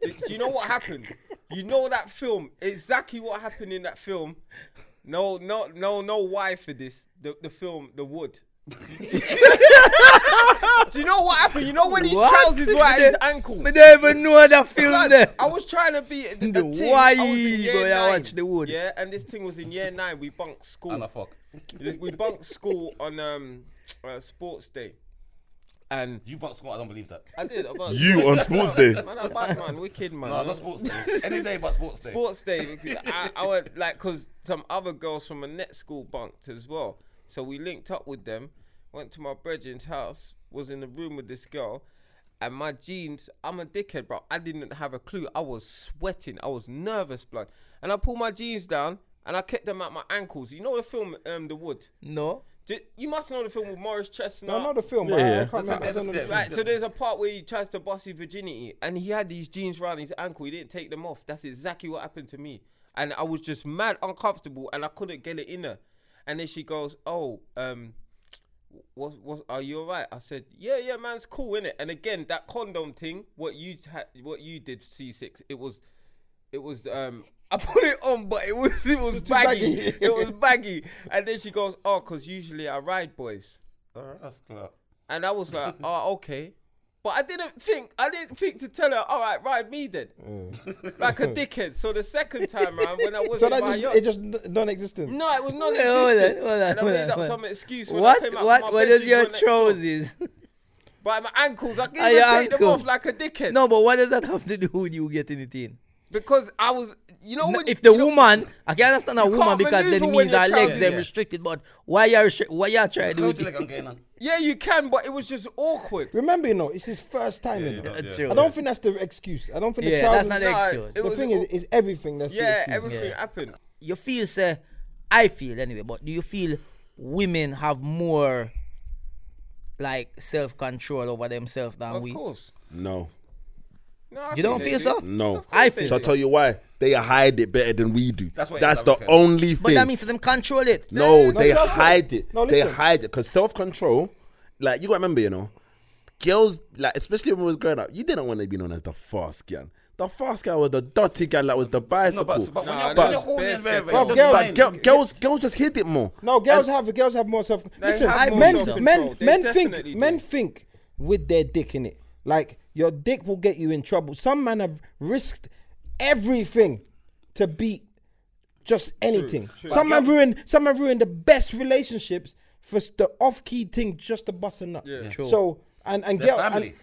Speaker 5: do you know what happened? You know that film exactly what happened in that film. No, no, no, no. Why for this? The the film, the wood. [laughs] do you know what happened? You know when his
Speaker 1: What?
Speaker 5: trousers were at his
Speaker 1: But they-
Speaker 5: ankle.
Speaker 1: But don't even know that film
Speaker 5: Blood,
Speaker 1: there.
Speaker 5: I was trying to be the,
Speaker 1: The
Speaker 5: thing.
Speaker 1: why
Speaker 5: I was in year
Speaker 1: boy, I
Speaker 5: nine,
Speaker 1: watch the wood.
Speaker 5: Yeah, and this thing was in year nine. We bunked school.
Speaker 2: And I fuck.
Speaker 5: we bunked school on um uh, sports day, and
Speaker 2: You butt squat. I don't believe that.
Speaker 5: I did. I bunked-
Speaker 4: You on sports day.
Speaker 5: man, I bad man, wicked man.
Speaker 2: No, not sports day. Any day but sports day.
Speaker 5: sports day. because I, I went like because some other girls from a net school bunked as well, so we linked up with them. Went to my brethren's house. Was in the room with this girl. And my jeans, I'm a dickhead, bro. I didn't have a clue. I was sweating. I was nervous, blood. And I pulled my jeans down and I kept them at my ankles. You know the film, um, The Wood?
Speaker 1: No.
Speaker 5: Ju- You must know the film with Morris Chestnut.
Speaker 3: No, not the film.
Speaker 4: Yeah,
Speaker 3: I,
Speaker 4: yeah.
Speaker 3: I can't remember. I don't know the
Speaker 2: That's a-
Speaker 3: film.
Speaker 5: Right, so there's a part where he tries to bust his virginity, and he had these jeans round his ankle. He didn't take them off. That's exactly what happened to me, and I was just mad uncomfortable, and I couldn't get it in her. And then she goes, "Oh, um, what, what, are you alright?" I said, "Yeah, yeah, man's cool, innit?" And again, that condom thing, what you had, what you did, C6, it was, it was, um. [laughs] I put it on, but it was it was baggy.
Speaker 3: baggy.
Speaker 5: it was baggy, and then she goes, "Oh, cause usually I ride boys."
Speaker 2: Alright, that's clear.
Speaker 5: And I
Speaker 1: [laughs]
Speaker 5: was like, oh, okay. But I didn't think, I didn't think to tell her, all right, ride me then.
Speaker 1: Mm.
Speaker 5: like
Speaker 1: [laughs]
Speaker 5: a dickhead. So the second time around, when I was
Speaker 3: So
Speaker 5: in
Speaker 3: that
Speaker 5: my
Speaker 3: just,
Speaker 5: yacht,
Speaker 3: it just non-existent.
Speaker 5: no, it was not
Speaker 1: Wait, hold on, hold on,
Speaker 5: And I
Speaker 1: hold
Speaker 5: made
Speaker 1: on,
Speaker 5: up
Speaker 1: hold on.
Speaker 5: some excuse when I
Speaker 1: What?
Speaker 5: came out
Speaker 1: What?
Speaker 5: my
Speaker 1: What is
Speaker 5: bedroom
Speaker 1: your
Speaker 5: door next door.
Speaker 1: trousers?
Speaker 5: But my ankles, I
Speaker 1: Ah,
Speaker 5: can't
Speaker 1: your
Speaker 5: even take them
Speaker 1: ankle.
Speaker 5: off like a
Speaker 1: [laughs]
Speaker 5: dickhead.
Speaker 1: No, but what does that have to do with you getting it in?
Speaker 5: Because I was, you know,
Speaker 1: No,
Speaker 5: when
Speaker 1: if the
Speaker 5: you know-
Speaker 1: woman, I can understand a woman
Speaker 5: can't
Speaker 1: because then
Speaker 5: maneuver
Speaker 1: it
Speaker 5: when
Speaker 1: means
Speaker 5: you're
Speaker 1: her legs
Speaker 5: traveling,
Speaker 1: then
Speaker 5: yeah.
Speaker 1: restricted. But why you restri- why you trying to do
Speaker 2: Coach
Speaker 1: it?
Speaker 2: like I'm getting on.
Speaker 5: yeah, you can, but it was just awkward.
Speaker 3: Remember, you know, it's his first time. you know.
Speaker 1: That's
Speaker 3: I don't think that's the excuse. I don't think the
Speaker 1: Yeah,
Speaker 3: trousers.
Speaker 1: that's not the
Speaker 5: No,
Speaker 1: excuse.
Speaker 5: it
Speaker 3: the
Speaker 5: was-
Speaker 3: thing is, is everything that's
Speaker 5: Yeah,
Speaker 3: the excuse.
Speaker 5: everything
Speaker 1: Yeah.
Speaker 5: happened.
Speaker 1: you feel say I feel anyway, but do you feel women have more like self control over themselves than
Speaker 5: Of
Speaker 1: we?
Speaker 5: course.
Speaker 4: No,
Speaker 5: No, I
Speaker 1: You
Speaker 5: think
Speaker 1: don't
Speaker 5: they
Speaker 1: feel
Speaker 5: do.
Speaker 1: so?
Speaker 4: no.
Speaker 1: I feel
Speaker 4: Shall I
Speaker 1: so.
Speaker 4: tell you why? They hide it better than we do.
Speaker 2: That's what
Speaker 4: That's
Speaker 2: it is,
Speaker 4: the
Speaker 2: I'm okay.
Speaker 4: only
Speaker 1: But
Speaker 4: thing.
Speaker 1: that means them control it.
Speaker 4: No, they
Speaker 3: self-
Speaker 4: hide it.
Speaker 3: No,
Speaker 4: they
Speaker 3: listen.
Speaker 4: hide it because self control. Like you gotta remember, you know, girls like especially when we was growing up, you didn't want to be known as the fast girl. The fast girl was the dirty girl that was the
Speaker 2: No,
Speaker 4: bicycle.
Speaker 2: but, but when
Speaker 5: Nah,
Speaker 2: you're,
Speaker 5: but-
Speaker 2: when you're horny and very, very,
Speaker 5: Well,
Speaker 2: it doesn't
Speaker 3: girls-
Speaker 4: But
Speaker 2: mind.
Speaker 4: girl, girls, girls just hid it more.
Speaker 3: No, girls have girls have more self. Listen,
Speaker 5: have
Speaker 1: more
Speaker 3: men,
Speaker 1: self-control.
Speaker 3: men,
Speaker 5: They
Speaker 3: men think
Speaker 5: definitely do.
Speaker 3: men think with their dick in it. Like your dick will get you in trouble. Some men have risked everything to beat just anything. Some men ruin some men ruin the best relationships for s- the off key thing just to bust a nut.
Speaker 1: True.
Speaker 3: So and and
Speaker 2: Their
Speaker 3: girl and,
Speaker 2: family.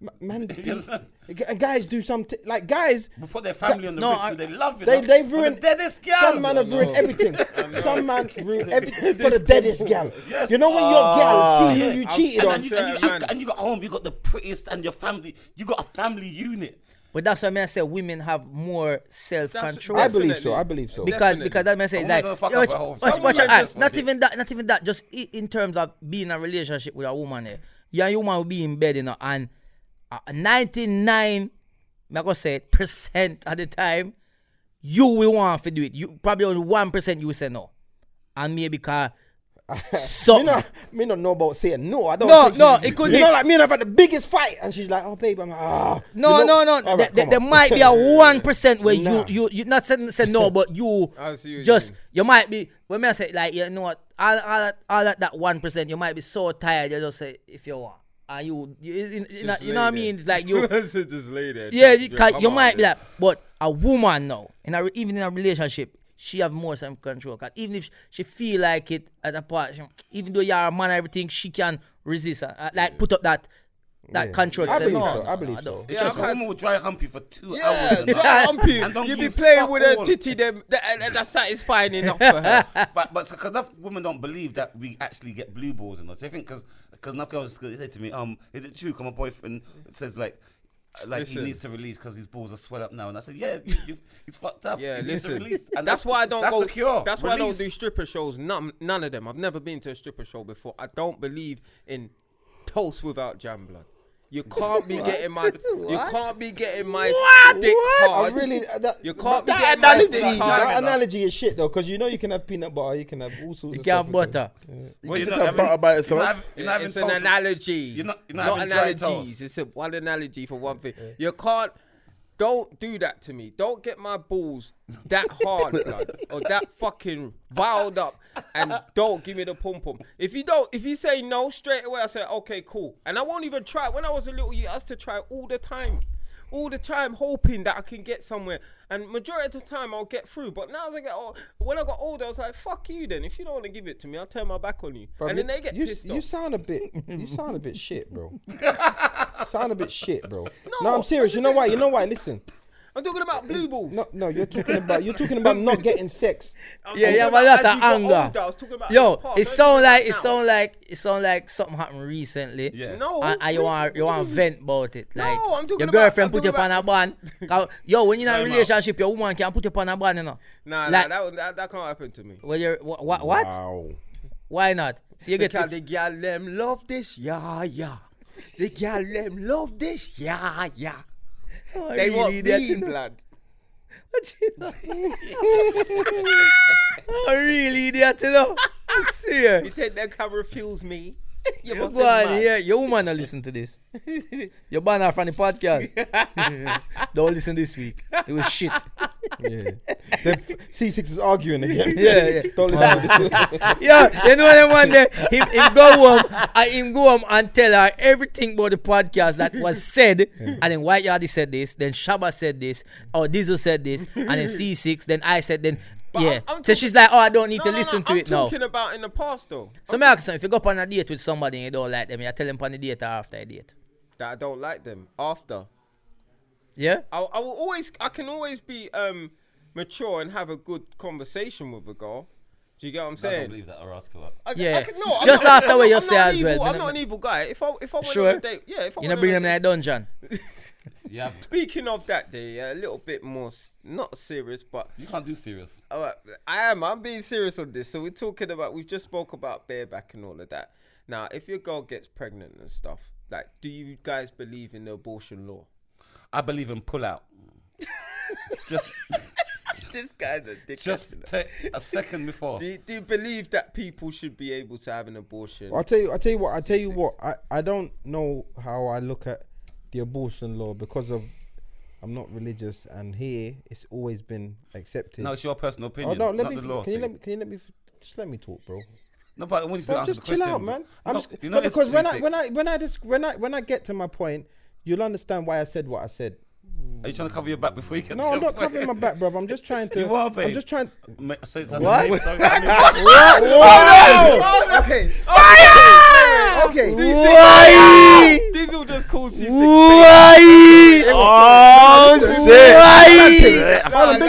Speaker 3: ma-
Speaker 2: [coughs]
Speaker 3: man,
Speaker 2: You understand?
Speaker 3: gu- guys do something like guys.
Speaker 2: We put their family on the
Speaker 1: No,
Speaker 2: wrist,
Speaker 1: I-
Speaker 2: so they love it.
Speaker 3: They
Speaker 2: no?
Speaker 3: they
Speaker 2: For
Speaker 3: ruined
Speaker 2: the deadest girl.
Speaker 3: Some man have ruined everything.
Speaker 1: [laughs]
Speaker 3: Some man ruined everything for the deadest gal. You know when
Speaker 1: Ah.
Speaker 3: your gal see you, you cheated
Speaker 2: and,
Speaker 3: on.
Speaker 2: and, you, and, you,
Speaker 5: man.
Speaker 2: and you got home, you got the prettiest and your family. You got a family unit.
Speaker 1: But that's what I mean. I say women have more self control.
Speaker 3: I
Speaker 5: that's-
Speaker 3: believe
Speaker 5: Definitely.
Speaker 3: so. I believe so.
Speaker 1: because
Speaker 5: Definitely.
Speaker 1: because that man say
Speaker 2: I'm
Speaker 1: like
Speaker 2: gonna fuck
Speaker 1: yo,
Speaker 2: up
Speaker 1: watch,
Speaker 2: a whole
Speaker 1: watch,
Speaker 2: family.
Speaker 1: watch your
Speaker 2: Someone
Speaker 1: ass.
Speaker 2: just
Speaker 1: Not
Speaker 2: fuck
Speaker 1: even that. Not even that. Just i- in terms of being in a relationship with a woman, eh, you and your woman will be in bed, you know, and ninety nine, I gonna say percent of the time, you will want to do it. You probably only one percent you will say no, and me because
Speaker 3: me
Speaker 1: so
Speaker 3: not, [laughs] me not know about saying no. I don't.
Speaker 1: No,
Speaker 3: think
Speaker 1: no,
Speaker 3: she-
Speaker 1: it could
Speaker 3: you
Speaker 1: be-
Speaker 3: know, like me and I've had the biggest fight, and she's like, "Oh, babe, I'm like, ah."
Speaker 1: No,
Speaker 3: you know?
Speaker 1: no, no.
Speaker 3: All
Speaker 1: there,
Speaker 3: right,
Speaker 1: there-
Speaker 3: come
Speaker 1: there
Speaker 3: on.
Speaker 1: might be a one percent where
Speaker 3: Nah.
Speaker 1: you, you, you not say, say no,
Speaker 3: [laughs]
Speaker 1: but you
Speaker 5: I see what you
Speaker 1: just
Speaker 5: mean.
Speaker 1: you might be. When I say like you know what, all all that- all that that one percent, you might be so tired. You just say if you want, and you you, you, you, know, you know what I mean? It's like
Speaker 3: [laughs]
Speaker 1: you,
Speaker 5: [laughs] just lay there.
Speaker 1: yeah,
Speaker 5: Just-
Speaker 1: you,
Speaker 5: just
Speaker 1: ca-
Speaker 5: come
Speaker 1: you
Speaker 5: out
Speaker 1: might be
Speaker 5: there.
Speaker 1: like, but a woman now, in a, re- even in a relationship, she have more self control. Cause even if sh- she feel like it at a part, she- even though you're a man, and everything she can resist, uh, uh, like put up that. That control.
Speaker 3: I
Speaker 1: say,
Speaker 3: believe
Speaker 1: no,
Speaker 3: so, I
Speaker 1: no,
Speaker 3: believe
Speaker 1: don't."
Speaker 3: so.
Speaker 2: It's
Speaker 5: Yeah,
Speaker 2: just
Speaker 5: I've
Speaker 2: a
Speaker 5: had-
Speaker 2: woman will dry humpy for two
Speaker 5: Yeah,
Speaker 2: hours. and-
Speaker 5: dry humping.
Speaker 2: and don't
Speaker 5: You be
Speaker 2: give
Speaker 5: playing
Speaker 2: fuck
Speaker 5: with her
Speaker 2: all.
Speaker 5: titty, them, that, and- and that's satisfying enough
Speaker 2: [laughs]
Speaker 5: for her.
Speaker 2: But but because enough women don't believe that we actually get blue balls and all. They think because because enough girls say to me, um, is it true? Because my boyfriend says like. uh, Like
Speaker 5: Listen.
Speaker 2: he needs to release because his balls are swelled up now, and I said, "Yeah, you, you, he's fucked up.
Speaker 5: Yeah,
Speaker 2: he needs to
Speaker 5: listen.
Speaker 2: release."
Speaker 5: That's,
Speaker 2: And
Speaker 5: why I don't
Speaker 2: that's
Speaker 5: go.
Speaker 2: The cure.
Speaker 5: That's why I don't do
Speaker 2: Release.
Speaker 5: stripper shows. None, none of them. I've never been to a stripper show before. I don't believe in toast without jam blood. You
Speaker 2: [laughs]
Speaker 5: can't be getting my. You can't be getting my dick
Speaker 3: I
Speaker 5: hard.
Speaker 3: really uh, that,
Speaker 5: You can't be
Speaker 3: that
Speaker 5: getting my
Speaker 3: analogy.
Speaker 5: dick
Speaker 3: That
Speaker 5: hard.
Speaker 3: analogy is shit though, because you know you can have peanut butter, you can have all sorts.
Speaker 1: You can
Speaker 3: of stuff
Speaker 1: have
Speaker 3: with
Speaker 1: butter.
Speaker 2: Well, you're
Speaker 4: It's
Speaker 2: not
Speaker 4: a
Speaker 2: having-
Speaker 4: bar by
Speaker 2: you're not
Speaker 4: itself.
Speaker 2: having- You're not
Speaker 5: it's
Speaker 2: having
Speaker 5: an
Speaker 2: toast.
Speaker 5: analogy.
Speaker 2: You're not- you're not having dry
Speaker 5: analogies.
Speaker 2: toast.
Speaker 5: It's a, one analogy for one thing. You can't. Don't do that to me. Don't get my balls
Speaker 2: [laughs]
Speaker 5: that hard, blood, or that fucking riled up, and don't give me the pom pom. If you don't, if you say no straight away, I say okay, cool, and I won't even try. When I was a little, you used to try all the time, all the time, hoping that I can get somewhere, and majority of the time I'll get through. But now as I get old, when I got older, I was like, fuck you. Then if you don't want to give it to me, I'll turn my back on you,
Speaker 3: Bruv,
Speaker 5: and
Speaker 3: you-
Speaker 5: then they get
Speaker 3: you,
Speaker 5: pissed
Speaker 3: you
Speaker 5: off.
Speaker 3: sound a bit. You sound a [laughs] bit shit, bro. sound a bit shit, bro. No,
Speaker 5: No,
Speaker 3: I'm serious. You know why? You know why? Listen.
Speaker 5: I'm talking about blue balls.
Speaker 3: No, no. You're talking about. You're talking about not getting [laughs] sex.
Speaker 5: I'm
Speaker 1: Yeah,
Speaker 5: talking
Speaker 1: yeah,
Speaker 5: about
Speaker 1: but that's
Speaker 5: as
Speaker 1: the
Speaker 5: you got
Speaker 1: anger.
Speaker 5: older, I was talking about as
Speaker 1: Yo,
Speaker 5: a pop,
Speaker 1: it
Speaker 5: don't
Speaker 1: sound
Speaker 5: do that
Speaker 1: like it
Speaker 5: now.
Speaker 1: sound like it sound like something happened recently.
Speaker 2: Yeah.
Speaker 5: No,
Speaker 1: And, and you want you want vent about it. Like
Speaker 5: I'm talking
Speaker 1: your
Speaker 5: about-
Speaker 1: girlfriend
Speaker 5: I'm
Speaker 1: put you
Speaker 5: talking
Speaker 1: on a ban.
Speaker 5: [laughs]
Speaker 1: 'Cause, Yo, when you're in a
Speaker 5: Time out.
Speaker 1: relationship, your woman can put you on a ban, you know.
Speaker 5: Nah,
Speaker 1: like,
Speaker 5: nah, that, was- that that can't happen to me.
Speaker 1: Well, you're what? what, what?
Speaker 4: Wow.
Speaker 1: Why not? So you get [laughs]
Speaker 5: Because
Speaker 1: to,
Speaker 5: the girl them love this, yeah, yeah. The girl them love this, yeah, yeah.
Speaker 1: Oh,
Speaker 5: They
Speaker 1: really,
Speaker 5: want
Speaker 1: that,
Speaker 5: me
Speaker 1: you know?
Speaker 5: blood.
Speaker 1: What you know? [laughs] oh, really, idiot, you know?
Speaker 5: [laughs]
Speaker 1: See,
Speaker 5: You take that camera, refuse me. [laughs] You
Speaker 1: Your
Speaker 5: must
Speaker 1: go on,
Speaker 5: mad.
Speaker 1: yeah. Your woman will listen to
Speaker 5: [laughs]
Speaker 1: this. Your ban her from the podcast. Don't listen this week. It was shit.
Speaker 3: Yeah. C6 is arguing [laughs] again.
Speaker 1: Yeah, yeah.
Speaker 3: Don't listen to this.
Speaker 1: Yo, you know what I want there? Him, him go home and him go home and tell her everything about the podcast that was
Speaker 5: [laughs]
Speaker 1: said. And then White Yardy said this, then Shaba said this, or Diesel said this, and then C6, then I said then
Speaker 5: But
Speaker 1: yeah.
Speaker 5: I'm- I'm
Speaker 1: so
Speaker 5: talking-
Speaker 1: she's like, oh, I don't need to listen to
Speaker 5: I'm
Speaker 1: it now.
Speaker 5: talking about in the past though
Speaker 1: So me ask you, if you go up on a date with somebody and you don't like them, you tell them on the date or after the date.
Speaker 5: that I don't like them after.
Speaker 1: Yeah?
Speaker 5: I, I will always, I can always be um mature and have a good conversation with a girl. Do you get what I'm
Speaker 2: I don't
Speaker 5: saying?
Speaker 2: believe that or ask her.
Speaker 5: I,
Speaker 1: Yeah.
Speaker 5: I can, no, I'm
Speaker 1: Just
Speaker 5: not-
Speaker 1: after
Speaker 5: I'm
Speaker 1: what
Speaker 5: not-
Speaker 1: you
Speaker 5: I'm
Speaker 1: say
Speaker 5: not an
Speaker 1: as
Speaker 5: evil-
Speaker 1: well,
Speaker 5: I'm
Speaker 1: you know.
Speaker 5: not an evil guy. If I if I went on
Speaker 1: Sure?
Speaker 5: a date, yeah. If I
Speaker 1: You know,
Speaker 5: went on
Speaker 1: bring
Speaker 5: a
Speaker 1: them in
Speaker 5: date-
Speaker 1: a dungeon.
Speaker 2: Yeah,
Speaker 5: Speaking of that day, yeah, a little bit more, s- not serious, but
Speaker 2: you can't do serious.
Speaker 5: uh, I am. I'm being serious on this. So we're talking about. We've just spoke about bareback and all of that. Now, if your girl gets pregnant and stuff, like, do you guys believe in the abortion law? [laughs]
Speaker 2: I believe in pull out. just,
Speaker 5: This guy's a dickhead.
Speaker 2: just
Speaker 5: you know.
Speaker 2: take a second
Speaker 3: [laughs]
Speaker 2: before.
Speaker 5: Do you, do you believe that people should be able to have an abortion?
Speaker 3: [laughs] I'll tell you. I'll tell you what. I'll tell you what. I, I don't know how I look at the abortion law because of I'm not religious, and here it's always been accepted.
Speaker 2: No, it's your personal
Speaker 3: oh
Speaker 2: opinion,
Speaker 3: no, let
Speaker 2: not
Speaker 3: me.
Speaker 2: the law.
Speaker 3: Can you
Speaker 2: thing.
Speaker 3: let me? Can you let me? f- Just let me talk, bro.
Speaker 2: No, but I want you to
Speaker 3: Bro,
Speaker 2: answer
Speaker 3: just
Speaker 2: the
Speaker 3: chill
Speaker 2: question.
Speaker 3: out, man. I'm
Speaker 2: No,
Speaker 3: just,
Speaker 2: you
Speaker 3: no,
Speaker 2: know it's
Speaker 3: because when I
Speaker 2: 26.
Speaker 3: when I when I just when I when I get to my point, you'll understand why I said what
Speaker 2: [laughs]
Speaker 3: I said.
Speaker 2: Are you trying to cover your back before you get
Speaker 3: No,
Speaker 2: to
Speaker 3: I'm
Speaker 2: your
Speaker 3: not covering my back, brother. I'm just trying to.
Speaker 2: [laughs] You are,
Speaker 3: I'm
Speaker 2: babe. [laughs]
Speaker 3: just trying.
Speaker 2: Ma- say it as a
Speaker 1: What?
Speaker 2: name,
Speaker 3: [laughs]
Speaker 2: sorry. I mean-
Speaker 5: Oh, okay.
Speaker 2: Ah.
Speaker 3: Okay.
Speaker 1: Why?
Speaker 5: Diesel Oh, just calls you. six-
Speaker 1: Why?
Speaker 4: Oh shit!
Speaker 1: Why?
Speaker 5: Nah, nah,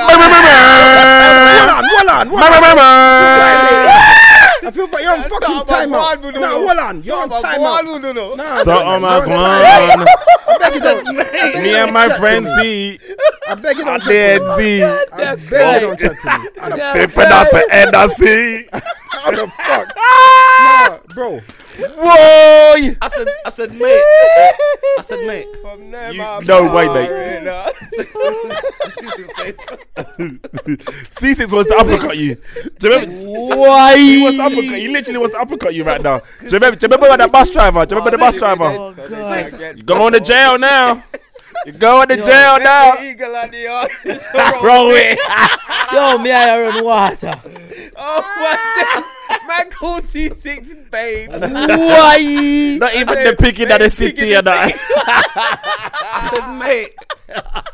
Speaker 3: Hold on, hold on.
Speaker 2: [laughs]
Speaker 3: I feel like you're on
Speaker 5: That's
Speaker 3: fucking
Speaker 5: not
Speaker 3: time
Speaker 5: about
Speaker 3: out.
Speaker 5: Wildwood,
Speaker 3: No,
Speaker 5: no.
Speaker 3: hold on. You're on
Speaker 5: Talk about
Speaker 3: time out.
Speaker 5: Wildwood, you know.
Speaker 3: Nah,
Speaker 4: So
Speaker 3: bro,
Speaker 4: on
Speaker 3: you're
Speaker 4: my
Speaker 3: on time out.
Speaker 4: ground,
Speaker 3: I beg you don't-
Speaker 4: me and my friend Z,
Speaker 3: I beg you
Speaker 4: I
Speaker 3: don't chat to
Speaker 4: did
Speaker 3: me.
Speaker 4: Z,
Speaker 3: I beg you don't chat to me.
Speaker 4: sipping up an end of C. [laughs]
Speaker 3: How the fuck? Nah, bro.
Speaker 4: [laughs] Boy,
Speaker 2: I said, I said, mate. I said, mate.
Speaker 5: From there,
Speaker 4: You-
Speaker 5: my
Speaker 4: no,
Speaker 5: boy,
Speaker 4: wait, mate.
Speaker 5: you know.
Speaker 4: C6 wants to uppercut you. Do you remember? He wants to uppercut. He literally wants to uppercut you right now. Do you remember? Do you remember that bus driver? Do you remember the bus driver?
Speaker 5: So they
Speaker 1: God.
Speaker 3: Oh,
Speaker 5: can get-
Speaker 4: You going to jail now. You going to jail now.
Speaker 5: The eagle at
Speaker 4: [laughs]
Speaker 5: the eye. It's a roll.
Speaker 4: Bro, wait.
Speaker 1: Yo, me I run water.
Speaker 5: Oh my God. Man called C6 babe.
Speaker 1: Why?
Speaker 4: [laughs] Not even the pig in the city and that.
Speaker 2: I said, mate.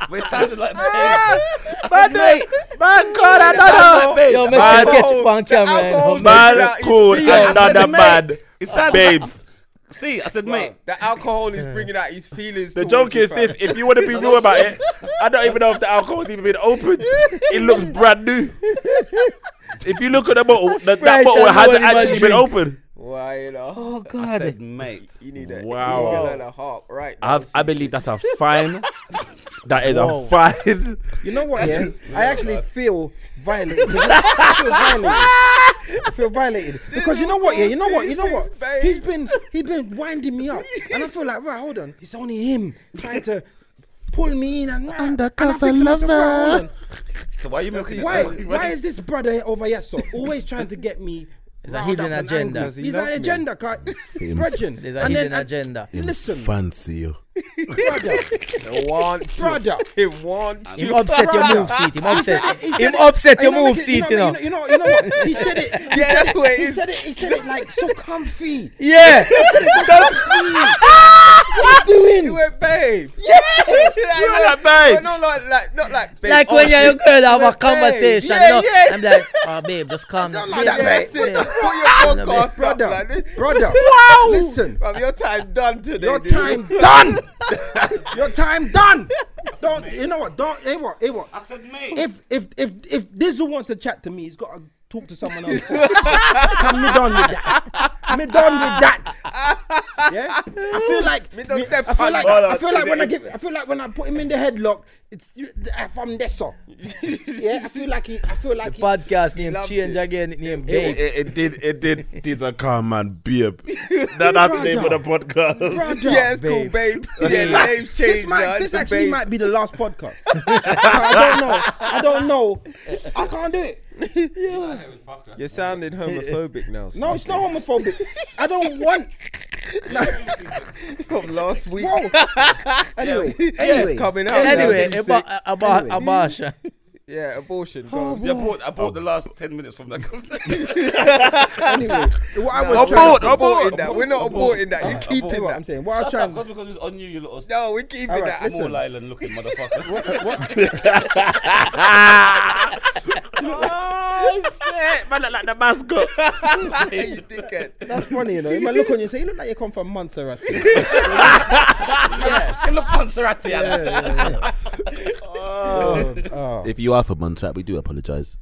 Speaker 2: We sounded like
Speaker 3: [laughs]
Speaker 2: babes. I said, mate.
Speaker 4: [laughs] My God, I
Speaker 2: Sounded like babes.
Speaker 1: Yo, make sure
Speaker 4: Man,
Speaker 1: you get
Speaker 5: oh,
Speaker 1: you on camera. Oh, and
Speaker 5: alcohol
Speaker 1: humble.
Speaker 5: man.
Speaker 4: Man, cool,
Speaker 5: I
Speaker 4: and
Speaker 2: said,
Speaker 4: another
Speaker 2: mate.
Speaker 4: man.
Speaker 2: It sounded
Speaker 4: Babes.
Speaker 2: See, I said,
Speaker 5: Bro,
Speaker 2: mate.
Speaker 5: the alcohol is bringing out his feelings.
Speaker 4: The
Speaker 5: towards
Speaker 4: joke
Speaker 5: you,
Speaker 4: is
Speaker 5: fam.
Speaker 4: this: if you [laughs] want to be real about it, I don't even know if the alcohol's even been opened. It looks brand new. If you look at the bottle, the, that
Speaker 1: Sprite
Speaker 4: bottle
Speaker 1: and
Speaker 4: hasn't
Speaker 1: nobody
Speaker 4: actually been
Speaker 1: drink.
Speaker 4: opened.
Speaker 5: Why, you know?
Speaker 1: Oh,
Speaker 2: I said,
Speaker 1: God.
Speaker 2: mate.
Speaker 5: You need an
Speaker 4: Wow.
Speaker 5: eagle and a hawk, right? now,
Speaker 4: I've, I believe that's a fine. That is
Speaker 1: Whoa.
Speaker 4: a fine.
Speaker 3: You know what? Yeah, I actually feel violated. I feel violated. I feel violated because you know what? Yeah, you know what? You know what?
Speaker 5: Babe.
Speaker 3: He's been he's been winding me up, and I feel like right. Hold on, it's only him trying to pull me in and and I
Speaker 4: Undercover
Speaker 3: think to myself, right, hold
Speaker 4: lover.
Speaker 3: on.
Speaker 2: So [laughs] why are you making
Speaker 3: Why why is this brother here over here so always trying to get me? It's
Speaker 1: a hidden agenda.
Speaker 5: He
Speaker 3: He's
Speaker 5: loves
Speaker 3: an
Speaker 5: me.
Speaker 3: agenda, cut. Brethren.
Speaker 1: There's a
Speaker 3: And then-
Speaker 1: hidden
Speaker 3: and-
Speaker 1: agenda.
Speaker 3: Listen,
Speaker 4: Fancy you.
Speaker 3: brother,
Speaker 5: It [laughs] wants you.
Speaker 3: brother.
Speaker 5: It
Speaker 4: [laughs]
Speaker 5: wants you.
Speaker 1: Him upset your move seat. Him upset. Him upset your move seat, you know.
Speaker 3: You know, you know what? He said it. He
Speaker 5: Yeah, that's what it
Speaker 3: He
Speaker 5: is.
Speaker 3: said it. He said it like so comfy.
Speaker 1: Yeah.
Speaker 3: What you
Speaker 5: You
Speaker 3: doing? [laughs]
Speaker 5: went, babe. Yeah. [laughs] you
Speaker 4: were like, babe.
Speaker 5: But not like, like, not like, babe.
Speaker 1: Like when you and your girl have a
Speaker 5: Babe,
Speaker 1: conversation.
Speaker 5: yeah,
Speaker 1: you know,
Speaker 5: yeah.
Speaker 1: I'm like, oh, babe, just calm down.
Speaker 5: [laughs] Yeah, that's it. Put your podcast brother. Like
Speaker 3: Brother,
Speaker 5: this.
Speaker 3: brother. Wow. Listen,
Speaker 5: Bruv, your time done today.
Speaker 3: your
Speaker 5: dude.
Speaker 3: time done. Your time
Speaker 5: [laughs]
Speaker 3: done. Don't. You know what? Don't. Hey, what? Hey, what?
Speaker 2: I said, mate.
Speaker 3: If if if if Dizzle wants to chat to me, he's got to talk to someone
Speaker 5: [laughs]
Speaker 3: else. first. Come me done with that. Me done with that. Yeah, I feel like me,
Speaker 5: Me done
Speaker 3: I feel like
Speaker 4: Hold on,
Speaker 3: I feel like when I
Speaker 4: it
Speaker 3: give I feel like when I put him in the headlock, it's if I'm there,
Speaker 5: [laughs]
Speaker 3: so. Yeah, I feel like he, I feel like he,
Speaker 1: Podcast name
Speaker 5: loved
Speaker 1: change
Speaker 5: it.
Speaker 1: again. Name
Speaker 4: It,
Speaker 1: babe.
Speaker 4: it, it did. It did. This a calm man, [laughs] babe. That, that's the name of the podcast.
Speaker 3: brother.
Speaker 5: Yeah, it's
Speaker 3: [laughs]
Speaker 5: cool, babe. Yeah, the name's changed.
Speaker 3: This
Speaker 5: yeah,
Speaker 3: might,
Speaker 5: it's
Speaker 3: this
Speaker 5: the
Speaker 3: actually
Speaker 5: babe.
Speaker 3: might be the last podcast. [laughs] I don't know. I don't know. I can't do it. [laughs]
Speaker 5: You're sounding homophobic now.
Speaker 3: No, it's not homophobic. I
Speaker 2: [laughs]
Speaker 3: don't want.
Speaker 5: Come last week.
Speaker 3: Bro. Anyway, anyway,
Speaker 5: It's coming out.
Speaker 1: Anyway,
Speaker 5: now,
Speaker 1: about
Speaker 5: 66.
Speaker 1: about
Speaker 3: Anyway.
Speaker 1: abortion.
Speaker 5: yeah, abortion.
Speaker 3: Oh,
Speaker 5: Go on.
Speaker 2: Yeah, I bought, I bought the last 10 minutes from
Speaker 3: [laughs]
Speaker 2: that conversation.
Speaker 3: anyway. What I was
Speaker 5: We're
Speaker 3: trying
Speaker 5: not
Speaker 3: to say-
Speaker 5: aborting that. We're not aborting that. You're
Speaker 3: Hear
Speaker 5: keeping
Speaker 3: what I'm
Speaker 5: that.
Speaker 3: saying. What I was
Speaker 2: Shut up, because,
Speaker 3: trying.
Speaker 2: because it's on you, you little
Speaker 5: No, we're keeping
Speaker 3: Alright,
Speaker 5: that.
Speaker 2: [laughs]
Speaker 3: listen.
Speaker 2: small island looking motherfucker.
Speaker 3: What, what,
Speaker 4: oh shit! Man, look like the mascot.
Speaker 5: you dickhead.
Speaker 1: [laughs]
Speaker 3: That's funny, you know. You might look on you and say, you look like you come from
Speaker 2: [laughs]
Speaker 3: Montserrat. yeah,
Speaker 2: Look, Montserrat,
Speaker 3: yeah,
Speaker 2: yeah.
Speaker 3: yeah. Oh, oh.
Speaker 6: If you are for Montserrat, we do apologise.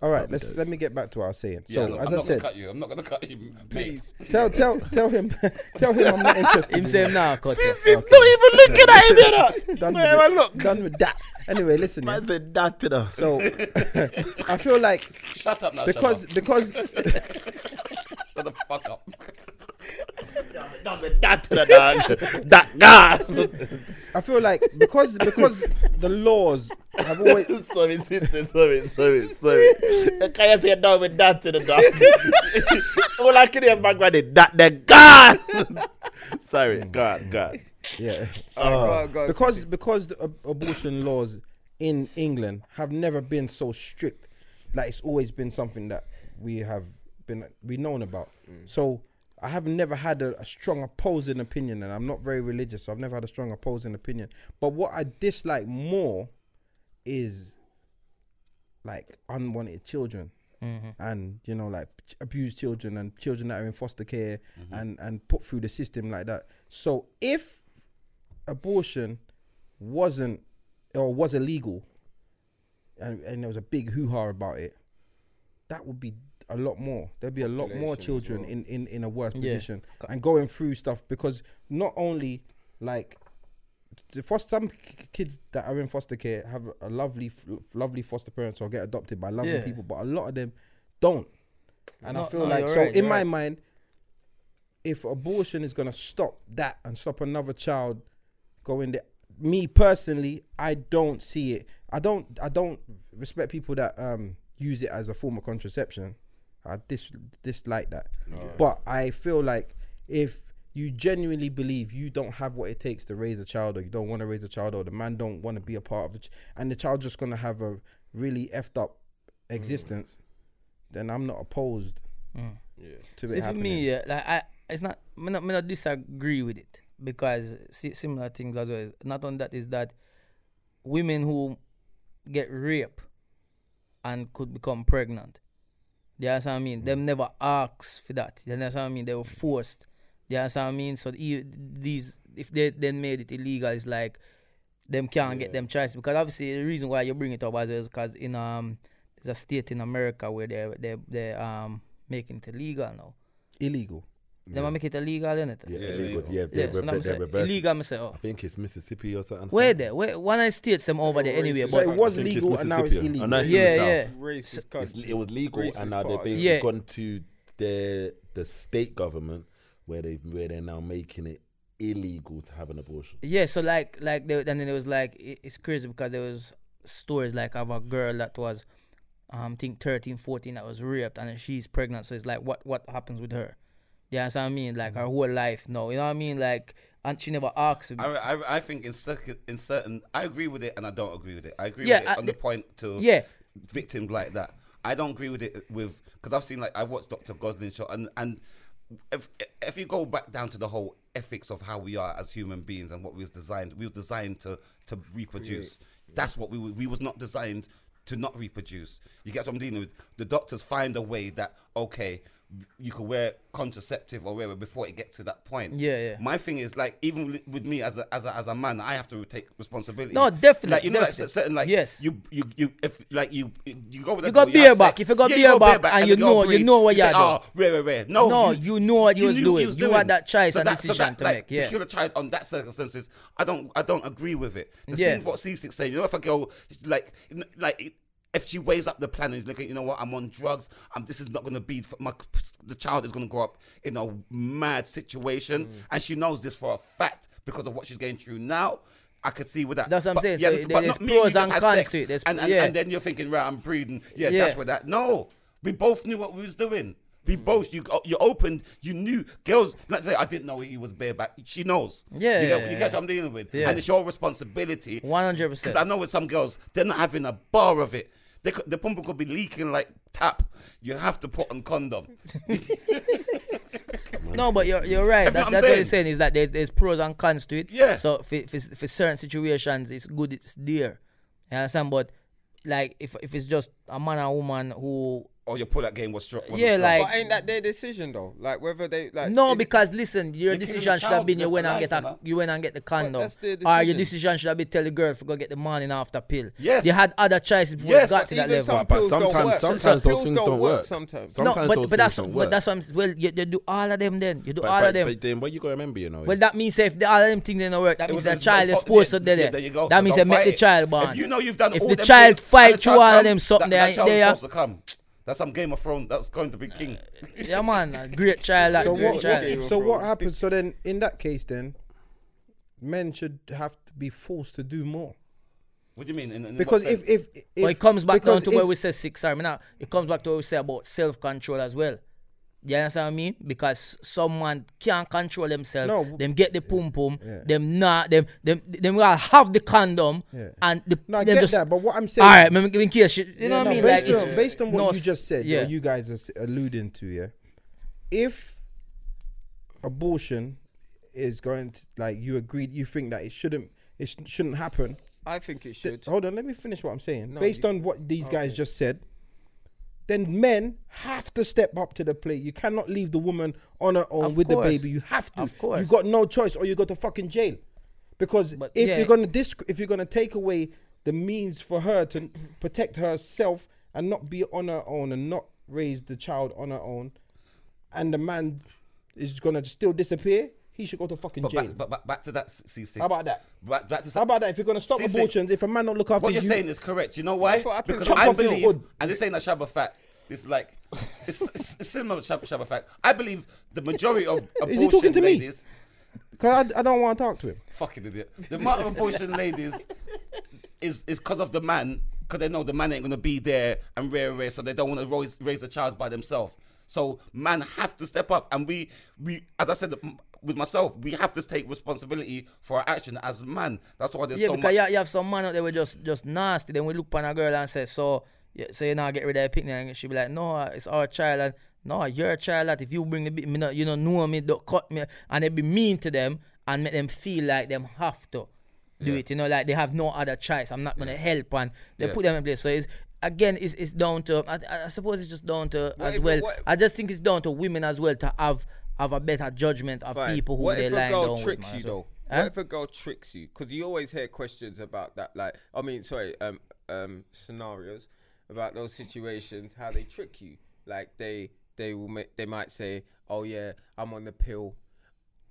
Speaker 3: All right, let's let me get back to what I was saying.
Speaker 2: Yeah,
Speaker 3: so
Speaker 2: look, I'm
Speaker 3: as
Speaker 2: not
Speaker 3: I
Speaker 2: gonna
Speaker 3: said,
Speaker 2: cut you. I'm not gonna cut you. Please.
Speaker 3: tell tell tell him [laughs] tell him I'm not interested.
Speaker 1: Him say him now, cut it.
Speaker 4: He's not even looking at him, you know.
Speaker 3: done with
Speaker 4: Where
Speaker 3: it.
Speaker 4: am I look?
Speaker 3: Done with that. Anyway, listen. yeah.
Speaker 6: said that to us.
Speaker 4: [laughs]
Speaker 3: So [laughs] I feel like
Speaker 2: Shut up now.
Speaker 3: because
Speaker 2: Shabba.
Speaker 3: because [laughs]
Speaker 2: shut the fuck up.
Speaker 4: That to the dog. That guy.
Speaker 3: I feel like because because the laws have always
Speaker 4: sorry, sister. Sorry, sorry, sorry. Can you say no with that to the [laughs] dog? All I can hear is my granny. That the God. [laughs] sorry,
Speaker 6: Hmm.
Speaker 4: God, God.
Speaker 5: [laughs]
Speaker 3: yeah Uh,
Speaker 5: Go on, go on,
Speaker 3: because because the ab- abortion laws in England have never been so strict. Like it's always been something that we have been we known about.
Speaker 5: Mm.
Speaker 3: So I have never had a, a strong opposing opinion, and I'm not very religious, so I've never had a strong opposing opinion. But what I dislike more is like unwanted children and you know like ch- abused children and children that are in foster care
Speaker 5: Mm-hmm.
Speaker 3: and and put through the system like that so if abortion wasn't or was illegal and, and there was a big hoo-ha about it that would be a lot more there'd be a lot more
Speaker 5: Population as
Speaker 3: children
Speaker 5: well.
Speaker 3: in in in a worse
Speaker 1: Yeah.
Speaker 3: position and going through stuff because not only like the foster, some k- k- kids that are in foster care have a lovely, f- lovely foster parents or get adopted by lovely
Speaker 1: Yeah.
Speaker 3: people, but a lot of them don't. And I
Speaker 1: No,
Speaker 3: feel
Speaker 1: no,
Speaker 3: like
Speaker 1: you're
Speaker 3: so
Speaker 1: right,
Speaker 3: in
Speaker 1: you're
Speaker 3: my
Speaker 1: right.
Speaker 3: mind, if abortion is gonna stop that and stop another child going there, me personally, I don't see it. I don't. I don't respect people that um use it as a form of contraception. I dis- dislike that. But I feel like if you genuinely believe you don't have what it takes to raise a child, or you don't want to raise a child, or the man don't want to be a part of it, ch- and the child's just gonna have a really effed up existence, then I'm not opposed
Speaker 1: Mm.
Speaker 3: to it
Speaker 1: See, for
Speaker 3: happening.
Speaker 1: me, yeah, like I, it's not. Me not, me not disagree with it because see, similar things as well. Not on that is that women who get raped and could become pregnant. You understand what I mean?
Speaker 3: Mm.
Speaker 1: Them never asked for that. You understand what I mean? They were forced. You understand what I mean? So e- these, if they then made it illegal, it's like them can't get them choice because obviously the reason why you bring it up as well is because in um there's a state in America where they they they um making it illegal now.
Speaker 3: Illegal.
Speaker 1: They might make it illegal, innit?
Speaker 6: Yeah, illegal. Yeah,
Speaker 1: Yeah,
Speaker 6: they
Speaker 1: so
Speaker 6: rever-
Speaker 1: now I'm
Speaker 6: they
Speaker 1: saying
Speaker 6: reverse. it.
Speaker 1: illegal, I'm saying, oh.
Speaker 6: I think it's Mississippi or something.
Speaker 1: Where there? Where, one I states them over there anyway,
Speaker 5: racist.
Speaker 3: So
Speaker 1: but
Speaker 3: it was
Speaker 6: I think it's
Speaker 3: legal and now it's
Speaker 6: Mississippi, yeah.
Speaker 3: illegal.
Speaker 6: And now it's in
Speaker 1: yeah,
Speaker 6: the
Speaker 1: yeah.
Speaker 6: South.
Speaker 5: Racist
Speaker 6: It's,
Speaker 5: country.
Speaker 6: it was legal, and
Speaker 5: Racist
Speaker 6: now they've
Speaker 5: part of it.
Speaker 6: basically
Speaker 1: Yeah.
Speaker 6: gone to the the state government where they where they're now making it illegal to have an abortion.
Speaker 1: Yeah, so like, like, they, and then it was like, it, it's crazy because there was stories like of a girl that was, um, think 13, 14 that was raped and then she's pregnant. So it's like, what, what happens with her? You understand what I mean? Like her
Speaker 6: Mm-hmm.
Speaker 1: whole life, no, you know what I mean? Like, and she never asked.
Speaker 2: I, I, I think in certain, in certain, I agree with it and I don't agree with it. I agree
Speaker 1: Yeah,
Speaker 2: with it
Speaker 1: I-
Speaker 2: on the point to
Speaker 1: Yeah.
Speaker 2: victims like that. I don't agree with it with because I've seen like I watched Dr. Gosling show and and if if you go back down to the whole ethics of how we are as human beings and what we was designed, we were designed to to reproduce. That's what we were, we was not designed to not reproduce. You get what I'm dealing with? The doctors find a way that okay. You could wear contraceptive or whatever before it gets to that point.
Speaker 1: Yeah, yeah.
Speaker 2: My thing is like even with me as a as a, as a man, I have to take responsibility.
Speaker 1: No, definitely,
Speaker 2: Like you know,
Speaker 1: definitely.
Speaker 2: like certain like
Speaker 1: Yes.
Speaker 2: you you you if like you you go with
Speaker 1: You
Speaker 2: that
Speaker 1: got
Speaker 2: girl, have
Speaker 1: bareback.
Speaker 2: sex.
Speaker 1: If you got bareback and you
Speaker 2: the girl
Speaker 1: know- you
Speaker 2: breathe,
Speaker 1: know what you're
Speaker 2: say,
Speaker 1: doing.
Speaker 2: Oh, rare, rare, rare. No,
Speaker 1: No, you know what you was
Speaker 2: knew
Speaker 1: doing.
Speaker 2: was
Speaker 1: You
Speaker 2: doing.
Speaker 1: had that choice
Speaker 2: so
Speaker 1: and
Speaker 2: that, so
Speaker 1: decision
Speaker 2: that,
Speaker 1: to
Speaker 2: like,
Speaker 1: make, yeah.
Speaker 2: to kill a child on that circumstances, I don't I don't agree with it. The
Speaker 1: Yeah.
Speaker 2: same what C6 saying. You know, if a girl like like. If she weighs up the plan and is looking, you know what, I'm on drugs. I'm, this is not going to be for my. The child is going to grow up in a mad situation,
Speaker 1: Mm.
Speaker 2: and she knows this for a fact because of what she's going through now. I could see with that.
Speaker 1: That's what I'm
Speaker 2: But-
Speaker 1: saying.
Speaker 2: Yeah,
Speaker 1: So
Speaker 2: but
Speaker 1: there's
Speaker 2: not me you
Speaker 1: pros
Speaker 2: just
Speaker 1: and
Speaker 2: had
Speaker 1: cons
Speaker 2: sex.
Speaker 1: to it. There's-
Speaker 2: and, and,
Speaker 1: yeah.
Speaker 2: and then you're thinking, right, I'm breeding.
Speaker 1: Yeah.
Speaker 2: Yeah,
Speaker 1: Hmm.
Speaker 2: that's where that. No, we both knew what we was doing. We both you uh, you opened. You knew girls. Let's say I didn't know he was bareback. She knows.
Speaker 1: Yeah,
Speaker 2: you
Speaker 1: yeah,
Speaker 2: get, you
Speaker 1: yeah.
Speaker 2: get what I'm dealing with.
Speaker 1: Yeah.
Speaker 2: And it's your responsibility.
Speaker 1: 100%.
Speaker 2: Because I know with some girls, they're not having a bar of it. They could, the pump could be leaking like tap. You have to put on condom.
Speaker 1: No, but you're, you're right.
Speaker 2: That's
Speaker 1: That,
Speaker 2: what I'm
Speaker 1: that's what you're
Speaker 2: saying.
Speaker 1: saying is that there, there's pros and cons to it.
Speaker 2: Yeah.
Speaker 1: So for, for, for certain situations, it's good it's there. You understand? But like if if it's just a man and woman who
Speaker 2: Or your pull-out game was strong.
Speaker 1: Yeah, like-
Speaker 5: But ain't that their decision though? Like whether they like
Speaker 1: no,
Speaker 5: it-
Speaker 1: because listen, your
Speaker 2: killing
Speaker 1: decision
Speaker 2: the
Speaker 1: should have
Speaker 2: child
Speaker 1: been you went
Speaker 2: with the
Speaker 1: and get
Speaker 2: life,
Speaker 1: a
Speaker 2: man.
Speaker 1: you went and get the condom,
Speaker 5: that's their
Speaker 1: or your
Speaker 5: decision.
Speaker 1: decision should have been tell the girl to go get the morning after pill.
Speaker 2: Yes.
Speaker 1: you had other choices before
Speaker 2: Yes,
Speaker 1: you got to that
Speaker 5: even
Speaker 1: level.
Speaker 5: some
Speaker 4: But
Speaker 5: pills don't
Speaker 4: sometimes-
Speaker 5: work.
Speaker 4: sometimes
Speaker 5: Some
Speaker 4: those
Speaker 5: pills
Speaker 4: things don't work.
Speaker 5: Sometimes
Speaker 4: Some- sometimes
Speaker 1: no, but,
Speaker 4: those
Speaker 1: but that's
Speaker 4: things don't
Speaker 1: but
Speaker 4: work.
Speaker 1: that's what I'm s- well you, you do all of them then you do
Speaker 4: But,
Speaker 1: all
Speaker 4: but,
Speaker 1: of them.
Speaker 4: but then what you gotta remember, you know,
Speaker 1: well,
Speaker 4: is
Speaker 1: that means if the all of them things didn't work, that
Speaker 2: It
Speaker 1: means
Speaker 2: was-
Speaker 1: the
Speaker 2: it's-
Speaker 1: child
Speaker 2: it's
Speaker 1: is
Speaker 2: up-
Speaker 1: supposed
Speaker 2: yeah,
Speaker 1: to do
Speaker 2: yeah,
Speaker 1: that.
Speaker 2: there you go.
Speaker 1: That
Speaker 2: So
Speaker 1: means they
Speaker 2: don't
Speaker 1: make the
Speaker 2: fight it.
Speaker 1: child born.
Speaker 2: If you know you've done
Speaker 1: If
Speaker 2: all
Speaker 1: the
Speaker 2: them
Speaker 1: child
Speaker 2: things,
Speaker 1: fight
Speaker 2: and the
Speaker 1: through
Speaker 2: child
Speaker 1: all of
Speaker 2: come,
Speaker 1: them something,
Speaker 2: that- that
Speaker 1: they-
Speaker 2: child
Speaker 1: they
Speaker 2: was
Speaker 1: are- Uh,
Speaker 2: supposed to come. That's some Game of Thrones. That's going to be king.
Speaker 1: yeah, man, a great child, that
Speaker 3: So
Speaker 1: great
Speaker 3: what?
Speaker 1: child.
Speaker 5: child.
Speaker 3: so what happens? So then, in that case, then men should have to be forced to do more
Speaker 2: What do you mean? In, in what
Speaker 3: because if
Speaker 2: sense?
Speaker 3: if, if
Speaker 1: but it comes back down
Speaker 3: because
Speaker 1: to where
Speaker 3: if-
Speaker 1: we say six. I mean, now it comes back to what we say about self control as well. You understand what I mean? Because someone can't control themselves.
Speaker 3: No.
Speaker 1: Them get the pum pum.
Speaker 3: Yeah.
Speaker 1: Them not. Them them them will have the condom.
Speaker 3: Yeah.
Speaker 1: And the,
Speaker 3: No, I
Speaker 1: them
Speaker 3: get
Speaker 1: just,
Speaker 3: that, but what I'm saying.
Speaker 1: all right, remember in case you, you know
Speaker 3: Yeah,
Speaker 1: what
Speaker 3: no,
Speaker 1: I mean?
Speaker 3: Based,
Speaker 1: Like,
Speaker 3: on,
Speaker 1: it's-
Speaker 3: based on what
Speaker 1: no,
Speaker 3: you just said, yeah,
Speaker 1: yeah.
Speaker 3: you guys are s- alluding to, yeah. If abortion is going to like you agreed, you think that it shouldn't, it sh- shouldn't happen.
Speaker 5: I think it
Speaker 3: th-
Speaker 5: should.
Speaker 3: hold on, let me finish what I'm saying.
Speaker 5: No,
Speaker 3: based
Speaker 5: you-
Speaker 3: on what these guys just said, then men have to step up to the plate. You cannot leave the woman on her own
Speaker 1: Of
Speaker 3: with
Speaker 1: course.
Speaker 3: the baby. You have to.
Speaker 1: Of course.
Speaker 3: You got no choice, or you go to fucking jail. Because
Speaker 1: But
Speaker 3: if
Speaker 1: yeah.
Speaker 3: you're gonna disc- if you're gonna take away the means for her to [clears throat] protect herself and not be on her own and not raise the child on her own, and the man is gonna still disappear, he should go to fucking
Speaker 2: but
Speaker 3: jail.
Speaker 2: back, but back, back to that C six.
Speaker 3: How about that?
Speaker 2: Back, back to
Speaker 3: How about that? If you're gonna stop
Speaker 2: See, see,
Speaker 3: abortions, if a man don't look after
Speaker 2: What you're
Speaker 3: you,
Speaker 2: saying is correct. You know why?
Speaker 5: That's what happened.
Speaker 2: Because
Speaker 3: Chop
Speaker 2: I
Speaker 3: off your
Speaker 2: believe,
Speaker 3: wood.
Speaker 2: and this ain't a Shabba fact. It's like it's, it's, it's similar to Shabba, Shabba fact. I believe the majority of abortion
Speaker 3: Is he talking to me?
Speaker 2: ladies.
Speaker 3: because I, I don't want to talk to him.
Speaker 2: Fucking idiot. The amount
Speaker 1: [laughs]
Speaker 2: of abortion ladies is is because of the man, because they know the man ain't gonna be there and rare, rare, so they don't want to raise, raise a child by themselves. So man have to step up, and we we as I said m- with myself, we have to take responsibility for our action as man. That's why there's
Speaker 1: yeah,
Speaker 2: so
Speaker 1: because
Speaker 2: much.
Speaker 1: you, you have some man out there were just just nasty. Then we look upon a girl and say, so yeah, so you now get rid of the picnic, and she be like, no, uh, it's our child, and no, your child. That if you bring the bit, me not, you don't know me, don't cut me, and they be mean to them and make them feel like them have to do it. You know, like they have no other choice. I'm not gonna help, and they
Speaker 2: Yeah.
Speaker 1: put them in place. So it's again, it's it's down to I, I- I suppose it's just down to
Speaker 5: What
Speaker 1: as
Speaker 5: if-
Speaker 1: well.
Speaker 5: what-
Speaker 1: I just think it's down to women as well to have have a better judgment of
Speaker 5: Fine.
Speaker 1: people who
Speaker 5: what
Speaker 1: they
Speaker 5: if a
Speaker 1: lying
Speaker 5: girl
Speaker 1: down
Speaker 5: tricks
Speaker 1: with. man,
Speaker 5: you
Speaker 1: so-
Speaker 5: though?
Speaker 1: Huh?
Speaker 5: What if a girl tricks you? Because you always hear questions about that. Like, I mean, sorry, um, um, scenarios about those situations, how they trick you. Like they, they will make, they might say, "Oh yeah, I'm on the pill."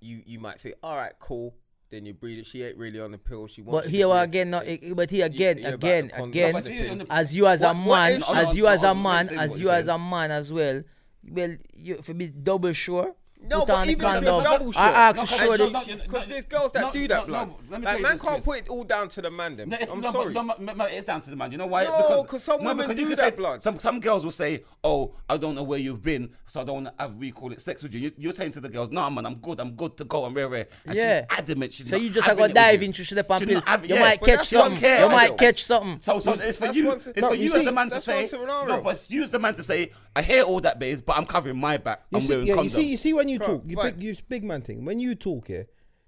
Speaker 5: You, you might think, "All right, cool." Then you breed it. She ain't really on the pill. She wants.
Speaker 1: But
Speaker 5: you to
Speaker 1: here
Speaker 5: be a-
Speaker 1: again, no, eh, eh, but here again,
Speaker 5: hear about the
Speaker 1: again,
Speaker 5: con-
Speaker 1: again,
Speaker 5: No, but see, on the-
Speaker 1: as you as a
Speaker 5: What- what
Speaker 1: man,
Speaker 5: if she-
Speaker 1: as you as a
Speaker 2: I'm not
Speaker 1: man,
Speaker 2: saying
Speaker 1: as
Speaker 2: what
Speaker 1: you
Speaker 2: you're
Speaker 1: as a man as well, well, you if you be double sure,
Speaker 5: No,
Speaker 1: put
Speaker 5: but
Speaker 1: on the
Speaker 5: even if you're
Speaker 1: condom.
Speaker 5: double
Speaker 1: I
Speaker 5: sure-
Speaker 1: ask
Speaker 2: No,
Speaker 1: sure
Speaker 2: no,
Speaker 1: that-
Speaker 2: no,
Speaker 5: Because there's girls that
Speaker 2: No,
Speaker 5: do that,
Speaker 2: no, no,
Speaker 5: blood.
Speaker 2: let me tell
Speaker 5: like,
Speaker 2: you
Speaker 5: man
Speaker 2: this,
Speaker 5: can't
Speaker 2: Chris.
Speaker 5: put it all down to the man. Then
Speaker 2: No, it's,
Speaker 5: I'm
Speaker 2: no,
Speaker 5: sorry.
Speaker 2: But, no, no, no, it's down to the man. You know why?
Speaker 5: No, 'cause some women
Speaker 2: because
Speaker 5: do
Speaker 2: you can
Speaker 5: that,
Speaker 2: say-
Speaker 5: blood.
Speaker 2: Some some girls will say, "Oh, I don't know where you've been, so I don't want to have we call it sex with you." you you're saying to the girls, "No, man, I'm good. I'm good to go. I'm rare, rare." And
Speaker 1: Yeah.
Speaker 2: she's adamant. She's
Speaker 1: So
Speaker 2: not
Speaker 1: you just
Speaker 2: having
Speaker 1: gotta
Speaker 2: it
Speaker 1: dive
Speaker 2: with you.
Speaker 1: into shit up and
Speaker 2: She's
Speaker 1: pill.
Speaker 2: not having-
Speaker 1: You
Speaker 2: yeah.
Speaker 1: might
Speaker 5: But
Speaker 1: catch
Speaker 5: that's what I'm
Speaker 1: something.
Speaker 5: saying,
Speaker 1: You might
Speaker 5: though.
Speaker 1: catch something.
Speaker 2: So, so it's for
Speaker 5: That's
Speaker 2: you.
Speaker 5: one-
Speaker 2: It's
Speaker 5: no,
Speaker 2: for
Speaker 5: you
Speaker 2: you
Speaker 5: see,
Speaker 2: as the man to
Speaker 5: that's one
Speaker 2: say.
Speaker 5: scenario.
Speaker 2: No, but it's you as the man to say. I hear all that, babes, but I'm covering my back.
Speaker 3: You
Speaker 2: I'm
Speaker 3: see,
Speaker 2: wearing
Speaker 3: yeah, you
Speaker 2: condom.
Speaker 3: see, you see when you
Speaker 5: Bro,
Speaker 3: talk, you
Speaker 5: fine.
Speaker 3: big, you big man thing. When you talk here,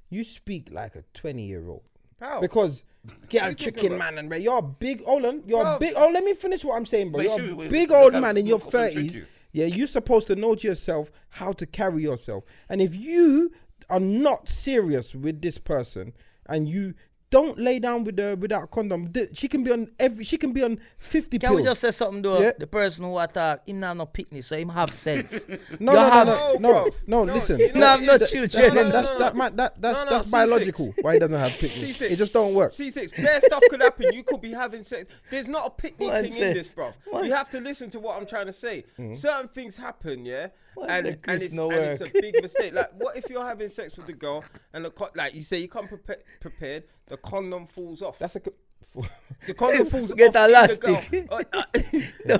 Speaker 3: you speak like a twenty year old.
Speaker 5: How?
Speaker 3: Because get
Speaker 5: you
Speaker 3: out
Speaker 5: talking
Speaker 3: chicken
Speaker 5: about?
Speaker 3: man and re- you're a big Hold on, you're a
Speaker 5: Bro.
Speaker 3: big. Oh, let me finish what I'm saying, bro.
Speaker 2: But
Speaker 3: You're
Speaker 2: shoot,
Speaker 3: a
Speaker 2: wait,
Speaker 3: big
Speaker 2: the
Speaker 3: old
Speaker 2: guys
Speaker 3: man in
Speaker 2: will
Speaker 3: your
Speaker 2: concentrate
Speaker 3: thirties.
Speaker 2: you.
Speaker 3: Yeah, you're supposed to know to yourself how to carry yourself. And if you are not serious with this person and you don't lay down with her without condom, th- she can be on every. She can be on fifty.
Speaker 1: Can we
Speaker 3: pills.
Speaker 1: just say something though?
Speaker 3: Yeah.
Speaker 1: The person who attack him not no picnic, so him have sense.
Speaker 3: No,
Speaker 1: You
Speaker 3: no,
Speaker 1: have-
Speaker 3: no, no,
Speaker 5: No,
Speaker 3: no, no,
Speaker 5: bro.
Speaker 3: listen.
Speaker 5: You know No,
Speaker 1: I'm not
Speaker 3: That-
Speaker 1: children.
Speaker 3: That's,
Speaker 1: No,
Speaker 5: no,
Speaker 3: that's,
Speaker 5: no,
Speaker 3: that,
Speaker 5: no.
Speaker 3: man, that, that's,
Speaker 5: No, no,
Speaker 3: that's
Speaker 5: C6.
Speaker 3: biological. Why he doesn't have picnics?
Speaker 5: C6.
Speaker 3: It just don't work.
Speaker 5: C6, bare stuff could happen. You could be having sex. There's not a picnic
Speaker 1: One
Speaker 5: thing in
Speaker 1: says-
Speaker 5: this, bruv.
Speaker 1: one-
Speaker 5: You have to listen to what I'm trying to say.
Speaker 3: Mm-hmm.
Speaker 5: Certain things happen, yeah,
Speaker 1: One
Speaker 5: and,
Speaker 1: said
Speaker 5: and,
Speaker 1: Chris
Speaker 5: it's,
Speaker 1: no
Speaker 5: and it's a
Speaker 1: work.
Speaker 5: big
Speaker 3: [laughs]
Speaker 5: mistake. Like, what if you're having sex with a girl and the con- like you say you come prepa- prepared, the condom falls off.
Speaker 3: That's a. co-
Speaker 5: [laughs] the
Speaker 3: [laughs]
Speaker 5: condom falls
Speaker 1: Get
Speaker 5: off. in the girl.
Speaker 1: elastic.
Speaker 5: Uh, [laughs] uh,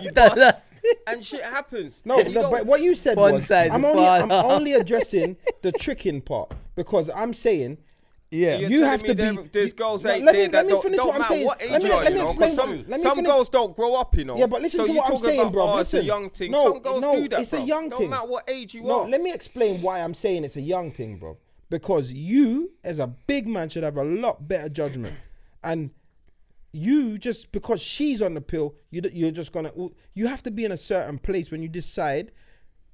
Speaker 5: you
Speaker 1: That
Speaker 5: bust,
Speaker 1: last-
Speaker 5: and shit happens.
Speaker 3: No,
Speaker 5: And you
Speaker 3: no
Speaker 5: don't-
Speaker 3: but what you said
Speaker 1: Fun
Speaker 3: was
Speaker 1: size
Speaker 3: I'm
Speaker 1: of
Speaker 3: only, I'm
Speaker 1: father.
Speaker 3: only
Speaker 1: [laughs]
Speaker 3: addressing the tricking part because I'm saying
Speaker 1: yeah.
Speaker 5: You're
Speaker 3: you
Speaker 5: telling
Speaker 3: have
Speaker 5: me
Speaker 3: to
Speaker 5: there-
Speaker 3: be.
Speaker 5: There's
Speaker 3: you-
Speaker 5: girls
Speaker 3: no,
Speaker 5: out
Speaker 3: let me-
Speaker 5: there
Speaker 3: let
Speaker 5: that
Speaker 3: me
Speaker 5: don't,
Speaker 3: finish what
Speaker 5: don't
Speaker 3: I'm
Speaker 5: matter
Speaker 3: saying.
Speaker 5: what age
Speaker 3: Let me-
Speaker 5: you are,
Speaker 3: let
Speaker 5: you
Speaker 3: me
Speaker 5: know.
Speaker 3: explain
Speaker 5: Because
Speaker 3: what-
Speaker 5: some,
Speaker 3: let me
Speaker 5: some
Speaker 3: finish-
Speaker 5: girls don't grow up, you know.
Speaker 3: Yeah, but listen
Speaker 5: so
Speaker 3: to
Speaker 5: you
Speaker 3: what I'm
Speaker 5: talking
Speaker 3: saying,
Speaker 5: about,
Speaker 3: bro.
Speaker 5: Oh,
Speaker 3: Listen.
Speaker 5: it's a young thing.
Speaker 3: No,
Speaker 5: some girls
Speaker 3: no,
Speaker 5: do that,
Speaker 3: it's a
Speaker 5: bruv.
Speaker 3: young
Speaker 5: Don't
Speaker 3: thing.
Speaker 5: matter what age you
Speaker 3: No,
Speaker 5: are.
Speaker 3: let me explain why I'm saying it's a young thing, bro. Because you, as a big man, should have a lot better judgment. And you just because she's on the pill, you d- you're just gonna you have to be in a certain place when you decide.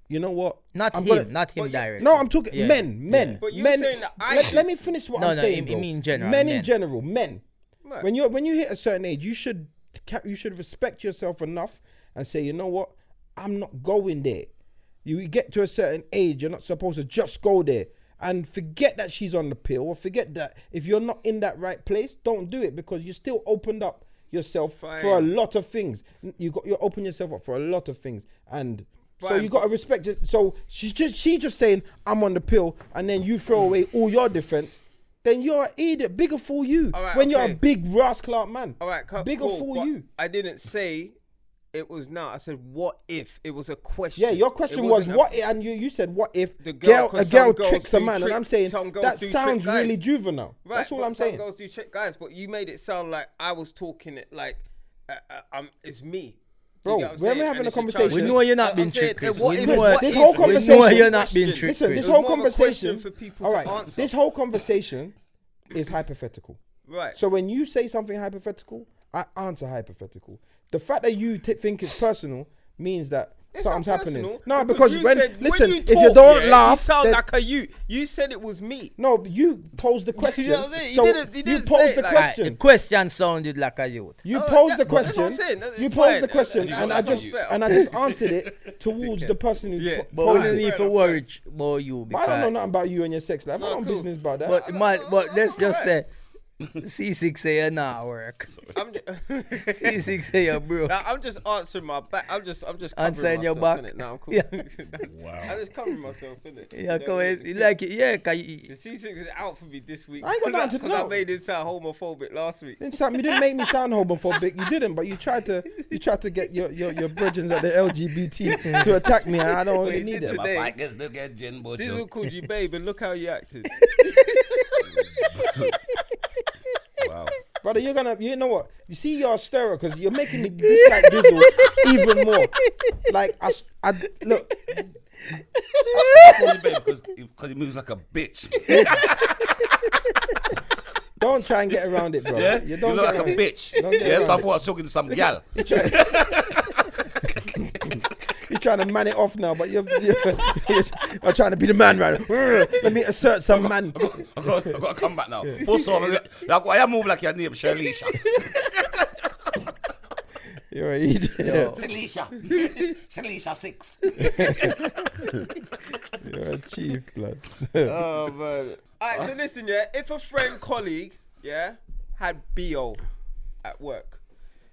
Speaker 3: You know what?
Speaker 1: Not
Speaker 3: I'm
Speaker 1: him,
Speaker 3: gonna-
Speaker 1: not him directly.
Speaker 3: No, I'm talking
Speaker 1: Yeah.
Speaker 3: men, men,
Speaker 5: But you're
Speaker 3: men.
Speaker 5: saying that I
Speaker 3: let,
Speaker 5: should-
Speaker 3: let me finish what
Speaker 1: No,
Speaker 3: I'm
Speaker 1: no,
Speaker 3: saying.
Speaker 1: I mean- I
Speaker 3: bro.
Speaker 1: mean in general,
Speaker 3: Men, in
Speaker 1: men.
Speaker 3: general, men.
Speaker 5: Right.
Speaker 3: When you're when you hit a certain age, you should ca- you should respect yourself enough and say, you know what, I'm not going there. You get to a certain age, you're not supposed to just go there and forget that she's on the pill or forget that if you're not in that right place, don't do it because you still opened up yourself for a
Speaker 5: Fine.
Speaker 3: lot of things. N- You got you open yourself up for a lot of things, and so
Speaker 5: Fine,
Speaker 3: you got to respect it. So she's just she just saying I'm on the pill, and then you throw away all your defense. Then you're an idiot, bigger fool you.
Speaker 5: Alright,
Speaker 3: when you're
Speaker 5: okay.
Speaker 3: a big rascal out man,
Speaker 5: All right, co-
Speaker 3: bigger
Speaker 5: cool,
Speaker 3: fool
Speaker 5: but
Speaker 3: you.
Speaker 5: I didn't say it was now. I said, what if? It was a question.
Speaker 3: Yeah, your
Speaker 5: It
Speaker 3: question was
Speaker 5: wasn't a-
Speaker 3: what, i- and you you said what if
Speaker 5: The
Speaker 3: the girl,
Speaker 5: girl- 'cause
Speaker 3: a girl
Speaker 5: some girls
Speaker 3: tricks a
Speaker 5: do
Speaker 3: man, and
Speaker 5: trick-
Speaker 3: I'm saying
Speaker 5: some girls
Speaker 3: that
Speaker 5: do trick
Speaker 3: sounds
Speaker 5: guys.
Speaker 3: really juvenile.
Speaker 5: Right,
Speaker 3: That's all
Speaker 5: but
Speaker 3: I'm
Speaker 5: some
Speaker 3: saying.
Speaker 5: Girls do trick guys, but you made it sound like I was talking it like uh, uh, um, it's me. Do
Speaker 3: Bro,
Speaker 5: you get what I'm
Speaker 3: we're having
Speaker 5: saying? And
Speaker 3: a
Speaker 5: it's your
Speaker 3: conversation.
Speaker 5: childhood.
Speaker 1: We know you're not
Speaker 5: I'm
Speaker 1: being
Speaker 5: saying,
Speaker 1: tricked, Chris.
Speaker 5: what
Speaker 1: We
Speaker 5: if-
Speaker 1: know
Speaker 3: it.
Speaker 5: what
Speaker 3: This
Speaker 5: if-
Speaker 3: whole
Speaker 5: it's a
Speaker 3: conversation- We know you're
Speaker 1: not being
Speaker 5: question.
Speaker 1: tricked,
Speaker 3: Listen,
Speaker 1: Chris.
Speaker 3: this
Speaker 5: It's
Speaker 3: whole
Speaker 5: more of a
Speaker 3: conversation.
Speaker 5: question for people
Speaker 3: All
Speaker 5: to
Speaker 3: right,
Speaker 5: answer.
Speaker 3: this whole conversation is hypothetical.
Speaker 5: Right.
Speaker 3: So when you say something hypothetical, I answer hypothetical. The fact that you t- think it's personal means that
Speaker 5: It's not
Speaker 3: something's happening.
Speaker 5: personal,
Speaker 3: No, because,
Speaker 5: you
Speaker 3: when
Speaker 5: said- when
Speaker 3: listen,
Speaker 5: you
Speaker 3: if you
Speaker 5: talk,
Speaker 3: don't
Speaker 5: yeah, you
Speaker 3: laugh,
Speaker 5: sound
Speaker 3: then-
Speaker 5: like a you. You said it was
Speaker 3: [laughs]
Speaker 5: me.
Speaker 3: no, but you
Speaker 5: [laughs]
Speaker 3: posed the question.
Speaker 5: know what I'm saying? He
Speaker 3: so
Speaker 5: didn't- he
Speaker 3: you
Speaker 5: didn't say
Speaker 3: posed
Speaker 5: it
Speaker 3: the
Speaker 5: like-
Speaker 1: Alright,
Speaker 3: question.
Speaker 1: the question sounded like a youth.
Speaker 3: You
Speaker 5: Alright,
Speaker 3: posed
Speaker 5: that-
Speaker 3: the
Speaker 5: but that's what I'm
Speaker 3: question.
Speaker 5: saying, that's-
Speaker 3: You
Speaker 5: fine,
Speaker 3: posed the
Speaker 5: that's-
Speaker 3: question,
Speaker 5: that's
Speaker 3: and I
Speaker 5: not
Speaker 3: just
Speaker 5: fair.
Speaker 3: and I just answered
Speaker 5: [laughs]
Speaker 3: it towards the person who
Speaker 5: Yeah.
Speaker 3: po-
Speaker 1: But
Speaker 3: posed
Speaker 1: we don't
Speaker 3: it.
Speaker 1: need to worry ch- about you
Speaker 3: But I don't know
Speaker 1: because.
Speaker 3: nothing about you and your sex life. I don't
Speaker 5: cool.
Speaker 3: business about that.
Speaker 1: But man, but
Speaker 5: I'm
Speaker 1: let's just say,
Speaker 5: alright.
Speaker 1: C6 say you're not work.
Speaker 5: I'm just,
Speaker 1: C6 say you're broke.
Speaker 5: [laughs] Nah, I'm just answering my back. I'm just, I'm just covering
Speaker 1: Answering your
Speaker 5: myself, innit?
Speaker 1: back.
Speaker 5: Nah,
Speaker 1: [laughs]
Speaker 5: I'm cool.
Speaker 1: Yeah.
Speaker 5: [laughs] I'm just covering myself, innit? You know
Speaker 1: Yeah,
Speaker 5: what I
Speaker 1: come
Speaker 5: mean?
Speaker 1: on, you like it, yeah, 'cause you-
Speaker 5: The C6 is out for me this week.
Speaker 3: I ain't got nothing to-
Speaker 5: Because I
Speaker 3: no.
Speaker 5: made it sound homophobic last week.
Speaker 3: Didn't sound- you didn't make me sound homophobic. You didn't, but you tried to you tried to get your your, your brethren at the LGBT to attack me, and I don't really
Speaker 5: Wait,
Speaker 3: need
Speaker 5: did
Speaker 3: them.
Speaker 5: you- Today.
Speaker 2: Like this look at Jin
Speaker 5: Dizzle called you babe, and look how
Speaker 3: [laughs]
Speaker 5: you acted.
Speaker 6: Wow.
Speaker 3: Brother, you're gonna you know what? You see, you're a stirrer because you're making me dislike Dizzle even more. Like I, s- I- look,
Speaker 2: [laughs] because he moves like a bitch.
Speaker 3: don't try and get around it, bro.
Speaker 2: Yeah,
Speaker 3: You
Speaker 2: you,
Speaker 3: don't
Speaker 2: look
Speaker 3: get
Speaker 2: like a
Speaker 3: around it.
Speaker 2: bitch.
Speaker 3: Don't get
Speaker 2: Yeah, so I
Speaker 3: around
Speaker 2: thought I was talking to some gal.
Speaker 3: You're trying to man it off now, but you're, you're, you're trying to be the man right. Let me assert some man.
Speaker 2: I got, I got to come back now. First of all, like, why you move like your name, Shalisha?
Speaker 3: You're an idiot.
Speaker 1: Yo.
Speaker 2: Shalisha. Shalisha six.
Speaker 3: You're a chief, blood.
Speaker 2: [laughs]
Speaker 5: oh man. All right, so listen, yeah. If a friend, colleague, yeah, had bo at work,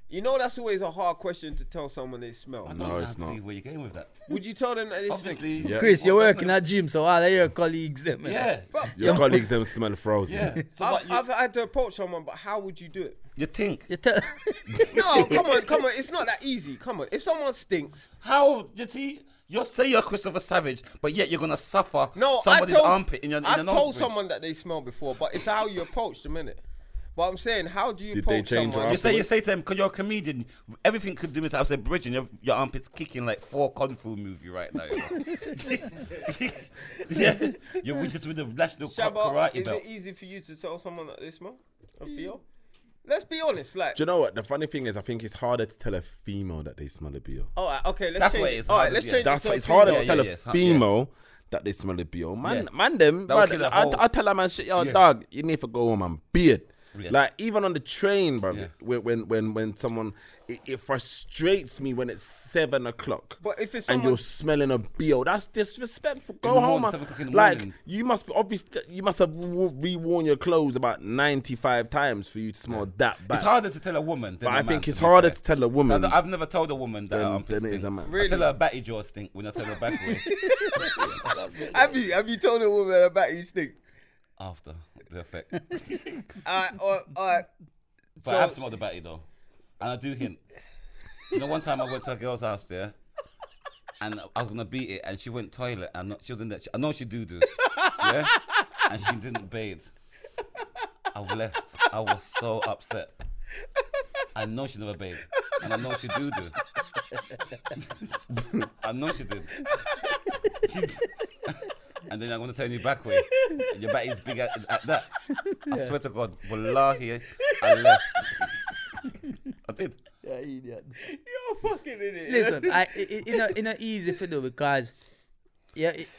Speaker 5: you know that's always a hard question to tell someone they smell.
Speaker 4: No, it's
Speaker 2: See
Speaker 4: not.
Speaker 2: where you came with that.
Speaker 5: Would you tell them that they stink?
Speaker 2: Obviously,
Speaker 4: Yeah.
Speaker 1: Chris, you're
Speaker 2: Well,
Speaker 1: working at gym, so all of your colleagues them.
Speaker 2: that's not- Yeah,
Speaker 4: Your colleagues them smell frozen.
Speaker 2: yeah. So
Speaker 5: I've,
Speaker 2: what, you,
Speaker 5: I've had to approach someone, but how would you
Speaker 2: [laughs]
Speaker 5: do it?
Speaker 2: you think?
Speaker 1: You tell [laughs]
Speaker 5: No, come on, come on. It's not that easy. Come on. If someone stinks,
Speaker 2: How you see? You say you're Christopher Savage, but yet you're gonna suffer
Speaker 5: no,
Speaker 2: somebody's
Speaker 5: I told,
Speaker 2: armpit in your in
Speaker 5: I've
Speaker 2: your
Speaker 5: told
Speaker 2: nostril.
Speaker 5: someone that they smell before, but it's how you approach them, innit? But I'm saying, how do you
Speaker 4: Did they
Speaker 5: approach
Speaker 4: change
Speaker 5: someone?
Speaker 4: your
Speaker 2: You say you say to them because you're a comedian, everything could do with. I said, Bridget, your, your armpit's kicking like four kung fu movie right now. [laughs] you know." yeah, you're with just with the national ka-
Speaker 5: Shabba,
Speaker 2: karate
Speaker 5: is
Speaker 2: belt.
Speaker 5: it easy for you to tell someone that they smell of BO? Let's be honest, like,
Speaker 4: Do you know what? The funny thing is, I think it's harder to tell a female that they smell a beer.
Speaker 5: all right, okay, let's
Speaker 2: That's
Speaker 5: change.
Speaker 2: what it is,
Speaker 5: All right,
Speaker 2: hard-
Speaker 5: let's
Speaker 2: yeah.
Speaker 5: change.
Speaker 4: That's
Speaker 5: it
Speaker 4: why
Speaker 5: to
Speaker 4: it's
Speaker 5: a
Speaker 4: harder
Speaker 2: female.
Speaker 4: to tell
Speaker 2: Yeah, yeah,
Speaker 4: a
Speaker 2: it's hard- yeah.
Speaker 4: female that they smell a beer. Man,
Speaker 2: Yeah.
Speaker 4: man, them.
Speaker 2: That would
Speaker 4: Brother,
Speaker 2: kill a
Speaker 4: I,
Speaker 2: whole-
Speaker 4: I tell a man, shit, yo, dog, you need to go home and beard.
Speaker 2: Yeah.
Speaker 4: Like even on the train, brother,
Speaker 2: Yeah.
Speaker 4: when, when when when someone, it, it frustrates me when it's seven o'clock.
Speaker 5: But if it's
Speaker 4: and
Speaker 5: someone-
Speaker 4: you're smelling a beer, that's disrespectful. Go
Speaker 2: the
Speaker 4: home,
Speaker 2: morning,
Speaker 4: man.
Speaker 2: seven o'clock in the
Speaker 4: like
Speaker 2: morning.
Speaker 4: you must be obvious. You must have re- worn your clothes about ninety-five times for you to smell that bad.
Speaker 2: It's harder to tell a woman. Than a
Speaker 4: but I
Speaker 2: man,
Speaker 4: think
Speaker 2: to
Speaker 4: it's
Speaker 2: be
Speaker 4: harder
Speaker 2: fair.
Speaker 4: to tell a woman.
Speaker 2: I've, I've never told a woman that her
Speaker 4: Then-
Speaker 2: armpit
Speaker 4: then it is
Speaker 2: stink.
Speaker 4: a man.
Speaker 2: I tell her her batty jaw stink when I tell her back
Speaker 5: [laughs]
Speaker 2: way
Speaker 5: Have you, have you told a woman about you stink?
Speaker 2: after the effect.
Speaker 5: All right, all right, all right. [laughs]
Speaker 2: But I have smelled the batty though, and I do hint. You know, one time I went to a girl's house there, and I was gonna beat it, and she went toilet, and not- she was in that. I know she do do, yeah, and she didn't bathe. I left. I was so upset. I know she never bathed, and I know she do [laughs] do. I know she did. She d- and then I'm gonna turn you back way. And your back is big at, at that. I swear to God, wallahi, I left.
Speaker 1: idiot.
Speaker 5: You're fucking in it.
Speaker 1: Listen, I it, it, it, not, it not easy for do because yeah, it,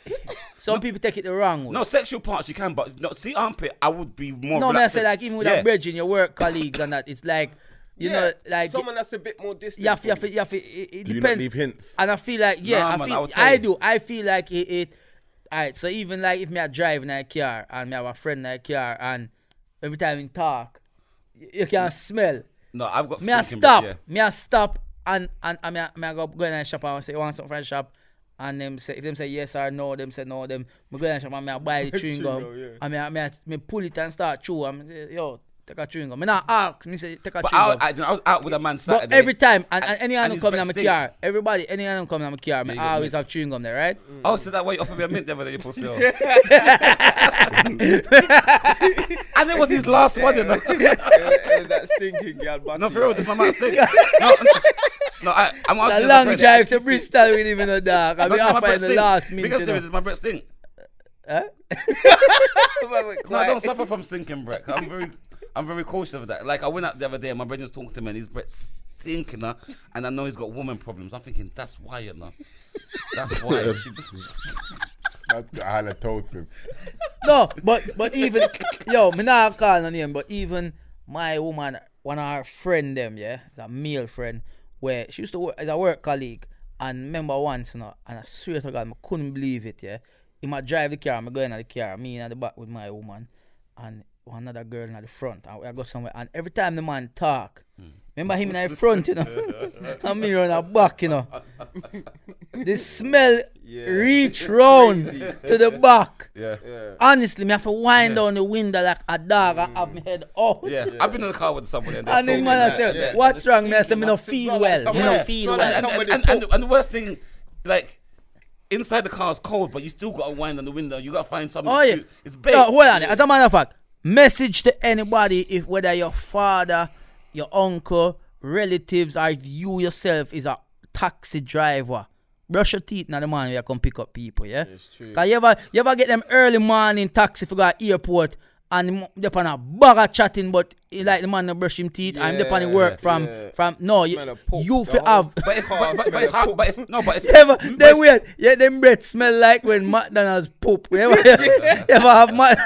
Speaker 1: some people take it the wrong way.
Speaker 2: No sexual parts you can, but no, see armpit. I would be more.
Speaker 1: no, man, I
Speaker 2: relaxed.
Speaker 1: say like even with
Speaker 2: yeah.
Speaker 1: that bridge in your work colleagues and that, it's like you know, like
Speaker 5: someone that's a bit more distant.
Speaker 1: you have, to- you have,
Speaker 5: from [laughs]
Speaker 1: to- you have, to- it, it
Speaker 4: Do you not
Speaker 1: depends.
Speaker 4: leave hints?
Speaker 1: And I feel like yeah,
Speaker 2: Nah,
Speaker 1: I
Speaker 2: man, I
Speaker 1: feel
Speaker 2: would tell
Speaker 1: I,
Speaker 2: you.
Speaker 1: do. I feel like it. it Alright, so even like if me I drive in a car and me have a friend in a car and every time we talk, y- you can smell.
Speaker 2: [laughs] No, I've got.
Speaker 1: Me I
Speaker 2: stinking-
Speaker 1: stop.
Speaker 2: yeah.
Speaker 1: Me I stop and and, and me, I, me I go go in a shop and I say you want something from the shop. And them say if them say yes or no, them say no. Them me go in a shop and me I buy
Speaker 2: [laughs]
Speaker 1: the chewing gum. And me I, me I, me pull it and start chew. And me say yo take a chewing gum. Me not ask. Me say take a
Speaker 2: But
Speaker 1: chewing
Speaker 2: I,
Speaker 1: gum.
Speaker 2: I, I was out with a man Saturday.
Speaker 1: But every time, and, and anyone who
Speaker 2: his
Speaker 1: comes in my
Speaker 2: mistake.
Speaker 1: car, everybody, anyone who comes in my car, me
Speaker 2: you get
Speaker 1: always
Speaker 2: mixed.
Speaker 1: have chewing gum there, right?
Speaker 2: Oh, so that way you offered me a mint the other
Speaker 1: [laughs]
Speaker 2: day, pussy. [laughs] and it was his last
Speaker 1: [laughs]
Speaker 2: one, you know.
Speaker 5: Uh, uh, that stinking gal.
Speaker 2: No,
Speaker 5: [laughs] Batu.
Speaker 2: for real, this is
Speaker 1: [laughs]
Speaker 2: my man's thing. No, no, no I, I'm
Speaker 1: A
Speaker 2: asking
Speaker 1: long drive to Bristol with him in the dark. I
Speaker 2: I'm
Speaker 1: mean, half in the last minute. you
Speaker 2: Because
Speaker 1: know.
Speaker 2: serious, it's my breath stink. No, I
Speaker 5: Like,
Speaker 2: don't suffer from stinking breath. I'm very, I'm very cautious of that. Like I went out the other day, and my brother was talking to me, and his breath stinking, uh, and I know he's got woman problems. I'm thinking that's why, you know. [laughs] That's why. She-
Speaker 4: That's the halitosis.
Speaker 1: No, but but even yo, me not call no name, but even my woman, one of her friend them, yeah, it's a male friend, where she used to work as a work colleague, and remember once, you know, and I swear to God, I couldn't believe it, yeah. In my drive the car, I'm going in the car, me in the back with my woman, and one another girl in the front, and we go somewhere, and every time the man talk, remember him in the front, you know, [laughs] and me around the back, you know. the smell reach round to the back.
Speaker 2: yeah.
Speaker 1: Honestly, me have to wind down the window like a dog and have my head out.
Speaker 2: Yeah. I've been in the car with somebody. And, they're
Speaker 1: [laughs] And the
Speaker 2: talking
Speaker 1: man I
Speaker 2: like-
Speaker 1: said,
Speaker 2: yeah.
Speaker 1: what's wrong? Me I said, me no
Speaker 5: not
Speaker 1: feel
Speaker 5: like
Speaker 1: well. Me
Speaker 5: someone-
Speaker 1: no
Speaker 5: Yeah.
Speaker 1: feel
Speaker 5: Not
Speaker 1: well.
Speaker 2: and,
Speaker 5: like
Speaker 2: and,
Speaker 5: somebody
Speaker 2: and, and, and the worst thing, like, inside the car is cold, but you still got to wind on the window. You got to find something.
Speaker 1: Oh
Speaker 2: to
Speaker 1: yeah.
Speaker 2: do. It's big.
Speaker 1: No, hold on. As a matter of fact, message to anybody if whether your father, your uncle, relatives, or if you yourself is a taxi driver. Brush your teeth now the morning when you come pick up people, yeah? It's true. Cause you ever, you ever get them early morning taxi for go to airport and they're on a bag of chatting, but he like the man to brush him teeth and they're on work from,
Speaker 5: yeah.
Speaker 1: from, no, you,
Speaker 5: Smell of poop,
Speaker 1: you
Speaker 5: the
Speaker 1: fi
Speaker 5: whole-
Speaker 1: have, [laughs]
Speaker 2: But it's, but, but, but it's hard. But it's, no, but it's.
Speaker 1: Ever,
Speaker 2: [laughs]
Speaker 1: [laughs]
Speaker 2: but
Speaker 1: they
Speaker 2: it's-
Speaker 1: weird. Yeah, them breath smell like when [laughs] McDonald's poop. You ever, [laughs] you ever have Mc-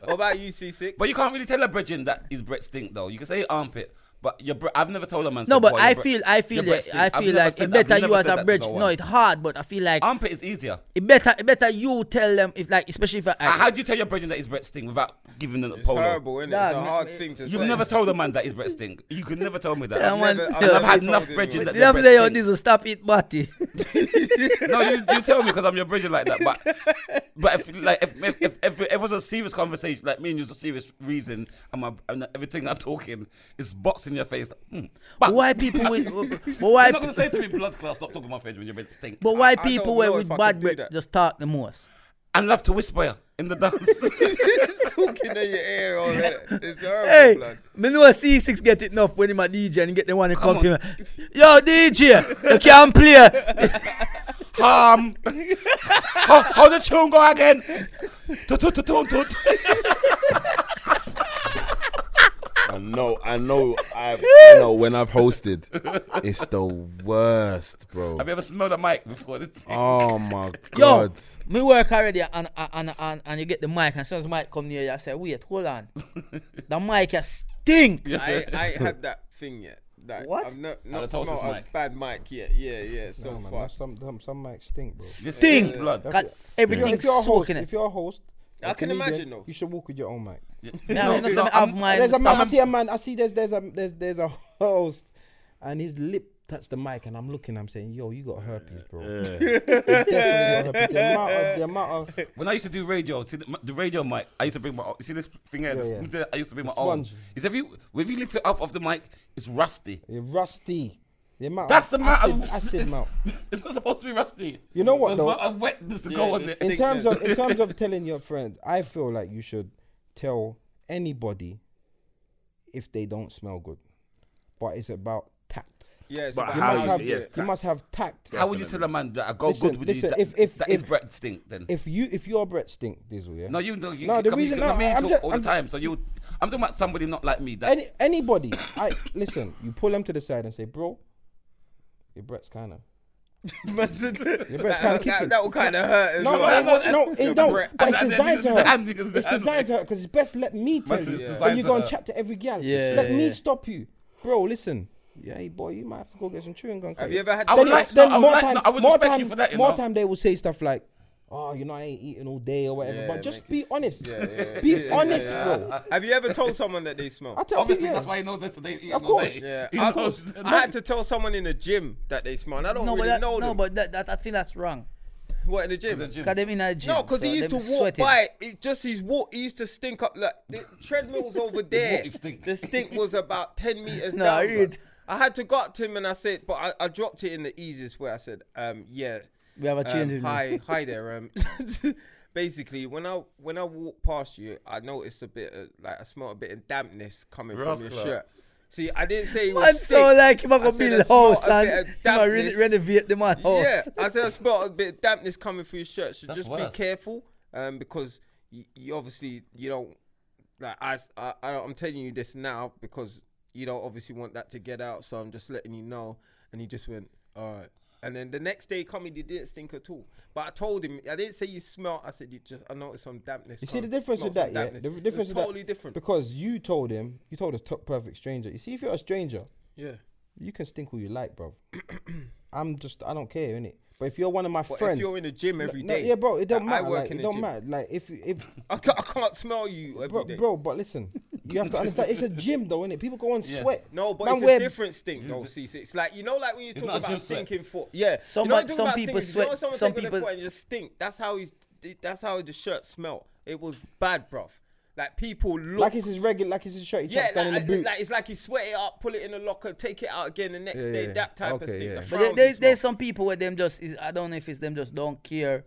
Speaker 5: What about you, C6?
Speaker 2: But you can't really tell a bridging that his breath stink, though. You can say armpit. But your bre- I've never told a man.
Speaker 1: No,
Speaker 2: said,
Speaker 1: but
Speaker 2: "Boy,
Speaker 1: I
Speaker 2: your bre-
Speaker 1: feel, I feel,
Speaker 2: your breath
Speaker 1: that,
Speaker 2: stink."
Speaker 1: I
Speaker 2: I've
Speaker 1: feel
Speaker 2: never
Speaker 1: like
Speaker 2: said
Speaker 1: it
Speaker 2: that. I've
Speaker 1: better
Speaker 2: never
Speaker 1: you as
Speaker 2: said
Speaker 1: a
Speaker 2: that to
Speaker 1: bridge. No,
Speaker 2: one.
Speaker 1: it's hard, but I feel like
Speaker 2: armpit is easier.
Speaker 1: it better, it better you tell them if like, especially if I,
Speaker 2: Uh, How do you tell your bridging that his breath stink without giving them a
Speaker 5: It's
Speaker 2: polo?
Speaker 5: horrible, is
Speaker 1: Dog,
Speaker 5: It's a
Speaker 1: me-
Speaker 5: hard
Speaker 1: me-
Speaker 5: thing to say.
Speaker 2: You've never told a man that his breath stink. You can never tell me that.
Speaker 1: Tell a man-
Speaker 5: Never-
Speaker 1: I've
Speaker 2: And I've had
Speaker 5: told
Speaker 2: enough
Speaker 5: anyone.
Speaker 2: bridging that
Speaker 1: you have
Speaker 2: their
Speaker 1: to say,
Speaker 2: breath
Speaker 1: yo,
Speaker 2: stink.
Speaker 1: this is stop it, Batty.
Speaker 2: no, you, you tell me because I'm your bridging like that. But but if like if if, if, if it was a serious conversation, like me and you's a serious reason, and my and everything I'm talking is boxed in your face. Like, hmm. But
Speaker 1: why
Speaker 2: [laughs]
Speaker 1: people with, but
Speaker 2: You're
Speaker 1: why,
Speaker 2: not gonna say to me blood clot. Stop talking my face when your breath stink.
Speaker 1: [laughs] but why
Speaker 5: don't
Speaker 1: people
Speaker 5: know
Speaker 1: with,
Speaker 5: if
Speaker 1: with
Speaker 5: I could
Speaker 1: bad
Speaker 5: do
Speaker 1: breath
Speaker 5: that.
Speaker 1: just talk the most?
Speaker 2: And love to whisper in the dance. [laughs]
Speaker 5: talking in your ear all that. It's horrible,
Speaker 1: Hey,
Speaker 5: blood.
Speaker 1: me know C6 get it enough when him a DJ and get the one who come to
Speaker 2: Come
Speaker 1: him. Yo, DJ, you can't play.
Speaker 2: Harm. how, how the tune go again? Tu- tu- tu- tu- tu- tu.
Speaker 6: I know, I know,
Speaker 3: [laughs]
Speaker 6: I've, I know. When I've hosted, it's the worst, bro.
Speaker 2: Have you ever smelled a mic before?
Speaker 6: Oh my
Speaker 1: [laughs] Yo,
Speaker 6: god!
Speaker 1: me work already and and, and, and and you get the mic and as soon as the mic come near you, I say, wait, hold
Speaker 2: [laughs]
Speaker 1: on. the mic a stink.
Speaker 5: I, I ain't had that thing yet. That
Speaker 1: What?
Speaker 5: I've not,
Speaker 2: the
Speaker 5: not
Speaker 2: Tulsa's
Speaker 5: smelled a
Speaker 2: mic.
Speaker 5: bad mic yet. Yeah, yeah, so
Speaker 3: Nah, man,
Speaker 5: far.
Speaker 3: that's some, some some mics stink, bro.
Speaker 2: Just
Speaker 1: Stink.
Speaker 2: blood.
Speaker 1: Got everything
Speaker 3: if you're a host,
Speaker 1: soaking
Speaker 3: if
Speaker 1: it.
Speaker 3: you're a host, a
Speaker 5: I can
Speaker 3: comedian,
Speaker 5: imagine, though.
Speaker 3: You should walk with your own mic.
Speaker 1: Yeah, you know, so me have my
Speaker 3: there's a man. I
Speaker 1: stomach-
Speaker 3: see a man. I see there's there's a there's there's a [laughs] host, and his lip touched the mic, and I'm looking. I'm saying, yo, you got herpes, bro. [laughs] Definitely got herpes. The amount of the amount of
Speaker 2: When I used to do radio, see the, the radio mic, I used to bring my. You see this thing here? this-
Speaker 3: yeah.
Speaker 2: I used to bring my
Speaker 3: The
Speaker 2: own.
Speaker 3: sponge.
Speaker 2: Is if you if you lift it up off the mic, it's rusty.
Speaker 3: you're rusty. The amount.
Speaker 2: That's
Speaker 3: of
Speaker 2: the amount
Speaker 3: acid,
Speaker 2: of- [laughs]
Speaker 3: acid amount.
Speaker 2: It's not supposed to be rusty.
Speaker 3: You know what,
Speaker 2: There's a
Speaker 3: though?
Speaker 2: lot of wetness to go on
Speaker 5: this
Speaker 2: it.
Speaker 5: thing-
Speaker 3: in terms of in terms of telling your friends, I feel like you should tell anybody if they don't smell good, but it's about tact.
Speaker 5: Yeah, it's
Speaker 4: it's about
Speaker 5: about
Speaker 3: You must
Speaker 4: how you
Speaker 3: have,
Speaker 4: say
Speaker 5: [laughs]
Speaker 4: yes.
Speaker 3: you must have tact.
Speaker 2: How would you tell a man that I go
Speaker 3: Listen,
Speaker 2: good with
Speaker 3: listen,
Speaker 2: you? That,
Speaker 3: if- if-
Speaker 2: that is
Speaker 3: if-
Speaker 2: Brett stink then.
Speaker 3: If you if your breath stink, Dizzle, yeah.
Speaker 2: no, you don't. You,
Speaker 3: No,
Speaker 2: you
Speaker 3: the
Speaker 2: come- you
Speaker 3: reason-
Speaker 2: come-
Speaker 3: no,
Speaker 2: me
Speaker 3: I'm
Speaker 2: talk
Speaker 3: just-
Speaker 2: all the
Speaker 3: I'm-
Speaker 2: time. So you, I'm talking about somebody not like me. That
Speaker 3: Any, anybody, [coughs] I listen. You pull them to the side and say, "Bro, your breath's kind of."
Speaker 5: your
Speaker 3: breath's kinda kicking.
Speaker 5: That will kind of hurt as
Speaker 3: No, no,
Speaker 5: well.
Speaker 3: it, no,
Speaker 5: Your
Speaker 3: it don't.
Speaker 5: breath.
Speaker 3: But
Speaker 2: And-
Speaker 3: it's
Speaker 2: and then
Speaker 3: designed to
Speaker 2: you- and you-
Speaker 3: hurt. It's designed to hurt because it's best let me tell
Speaker 2: it's
Speaker 3: you.
Speaker 2: designed
Speaker 3: Then you
Speaker 2: to
Speaker 3: go and
Speaker 2: hurt.
Speaker 3: chat to every gal.
Speaker 1: Yeah,
Speaker 3: Let
Speaker 1: yeah,
Speaker 3: me
Speaker 1: yeah.
Speaker 3: stop you, bro. Listen, yeah, hey, boy, you might have to go get some chewing gum.
Speaker 5: Have you ever had?
Speaker 2: I
Speaker 5: to
Speaker 2: would
Speaker 5: touch-
Speaker 2: like- no, I would
Speaker 3: more
Speaker 2: like-
Speaker 3: time,
Speaker 2: no, I would
Speaker 3: more
Speaker 2: respect
Speaker 3: time,
Speaker 2: you for that, you
Speaker 3: more
Speaker 2: know.
Speaker 3: time they will say stuff like, "Oh, you know, I ain't eating all day or whatever."
Speaker 5: Yeah,
Speaker 3: but just be
Speaker 5: make
Speaker 3: honest.
Speaker 5: Yeah, yeah, yeah,
Speaker 3: be
Speaker 5: yeah, yeah,
Speaker 3: honest,
Speaker 5: yeah.
Speaker 3: bro.
Speaker 5: Have you ever told someone that they
Speaker 3: I
Speaker 5: smoke?
Speaker 3: tell
Speaker 2: obviously
Speaker 3: people,
Speaker 2: that's why he knows this. They eat
Speaker 3: Of
Speaker 2: all
Speaker 3: course.
Speaker 2: day.
Speaker 5: [laughs] Yeah,
Speaker 2: [laughs] He
Speaker 5: I,
Speaker 2: knows-
Speaker 5: I had to tell someone in the gym that they smoke. and I don't
Speaker 1: No, but
Speaker 5: really
Speaker 1: that,
Speaker 5: know
Speaker 1: no,
Speaker 5: them.
Speaker 1: but that, that I think that's wrong.
Speaker 5: what in the gym?
Speaker 2: the gym.
Speaker 1: Cause them in a gym.
Speaker 5: No, because
Speaker 1: so
Speaker 5: he used to
Speaker 1: them
Speaker 5: walk
Speaker 1: sweating.
Speaker 5: by. It just his walk. He used to stink up like the treadmills over there.
Speaker 2: walk is stink.
Speaker 5: The stink was about ten
Speaker 1: [laughs]
Speaker 5: meters
Speaker 1: No,
Speaker 5: down.
Speaker 1: I
Speaker 5: bruv.
Speaker 1: read.
Speaker 5: I had to go up to him and I said, but I, I dropped it in the easiest way. I said, um, yeah.
Speaker 1: We have a change
Speaker 5: Um,
Speaker 1: in
Speaker 5: hi, hi there. Um, [laughs] basically, when I when I walk past you, I noticed a bit of, like I smell a bit of dampness coming from
Speaker 2: Rascal.
Speaker 5: your shirt. See, I didn't say it
Speaker 1: [laughs]
Speaker 5: was
Speaker 1: Man, so
Speaker 5: stink.
Speaker 1: like him a
Speaker 5: I
Speaker 1: go
Speaker 5: said
Speaker 1: build
Speaker 5: I smell
Speaker 1: house
Speaker 5: a bit
Speaker 1: and him
Speaker 5: of
Speaker 1: a re-
Speaker 5: dampness.
Speaker 1: renovate the man house. [laughs]
Speaker 5: Yeah, I said I spot a bit of dampness coming through your shirt, so
Speaker 2: That's
Speaker 5: just
Speaker 2: worse.
Speaker 5: be careful, um, because you, you obviously you don't like I, I I I'm telling you this now because you don't obviously want that to get out, so I'm just letting you know. And he just went, all right. And then the next day coming, he didn't stink at all. But I told him, I didn't say you smell. I said you just I noticed some dampness.
Speaker 3: You see the
Speaker 5: coming-
Speaker 3: difference with
Speaker 5: smelled
Speaker 3: that,
Speaker 5: some
Speaker 3: yeah.
Speaker 5: dampness.
Speaker 3: The
Speaker 5: It was
Speaker 3: difference with that-
Speaker 5: totally different.
Speaker 3: because you told him, you told a t- perfect stranger. You see, if you're a stranger,
Speaker 5: yeah.
Speaker 3: you can stink all you like,
Speaker 5: [clears throat]
Speaker 3: bro. I'm just, I don't care, innit? But if you're one of my
Speaker 5: But
Speaker 3: friends,
Speaker 5: if you're in the gym every
Speaker 3: No,
Speaker 5: day,
Speaker 3: yeah, bro, it
Speaker 5: like,
Speaker 3: don't matter.
Speaker 5: I work
Speaker 3: like,
Speaker 5: in
Speaker 3: it
Speaker 5: the
Speaker 3: don't
Speaker 5: gym.
Speaker 3: matter. Like if you-
Speaker 5: [laughs]
Speaker 3: if
Speaker 5: I can't, I can't smell you every
Speaker 3: bro,
Speaker 5: day.
Speaker 3: bro, but listen, you have to understand.
Speaker 5: [laughs]
Speaker 3: It's a gym though, innit? People go and
Speaker 2: Yes.
Speaker 3: sweat.
Speaker 5: No, but
Speaker 3: Man,
Speaker 5: it's
Speaker 3: wear-
Speaker 5: a different stink though, C6. Like, you know, like when you talk
Speaker 2: not
Speaker 5: about
Speaker 2: just sweat.
Speaker 5: stinking foot. Yeah.
Speaker 1: Some
Speaker 5: you know,
Speaker 1: man-
Speaker 5: you talk
Speaker 1: some
Speaker 5: about
Speaker 1: people
Speaker 5: stinking- you know
Speaker 1: sweat-
Speaker 5: someone
Speaker 1: some
Speaker 5: take with their
Speaker 1: people-
Speaker 5: foot and just stink. That's how he's, that's how the shirt smelled. It was bad, bruv. Like, people look.
Speaker 3: Like it's his regular, like it's his shirt. He
Speaker 5: yeah,
Speaker 3: chucks down
Speaker 5: like,
Speaker 3: in the boot.
Speaker 5: like, it's like you sweat it up, pull it in the locker, take it out again the next
Speaker 3: Yeah,
Speaker 5: day.
Speaker 3: yeah.
Speaker 5: That type of
Speaker 3: Okay,
Speaker 5: stink.
Speaker 3: yeah.
Speaker 5: the
Speaker 3: But
Speaker 1: But there,
Speaker 5: frowny
Speaker 1: there's,
Speaker 5: smell.
Speaker 1: there's some people where them just is, I don't know if it's them just don't care.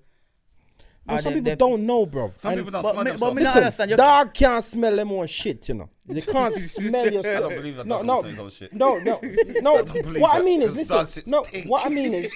Speaker 3: But
Speaker 1: Or
Speaker 3: some
Speaker 1: them-
Speaker 3: people
Speaker 1: them-
Speaker 3: don't know, bro.
Speaker 2: Some people don't
Speaker 1: but
Speaker 2: smell
Speaker 1: me- but
Speaker 2: themselves.
Speaker 1: me not- understand,
Speaker 3: Listen,
Speaker 1: you-
Speaker 3: dog can't smell them own shit, you know.
Speaker 2: [laughs]
Speaker 3: They can't smell yourself.
Speaker 2: I don't believe that
Speaker 3: No,
Speaker 2: dog
Speaker 3: no,
Speaker 2: can smell his own shit. [laughs]
Speaker 3: no, no, no.
Speaker 2: don't believe
Speaker 3: what I
Speaker 2: that,
Speaker 3: mean is,
Speaker 2: 'cause dog
Speaker 3: listen,
Speaker 2: shit
Speaker 3: no.
Speaker 2: stink.
Speaker 3: What I mean
Speaker 2: [laughs]
Speaker 3: is,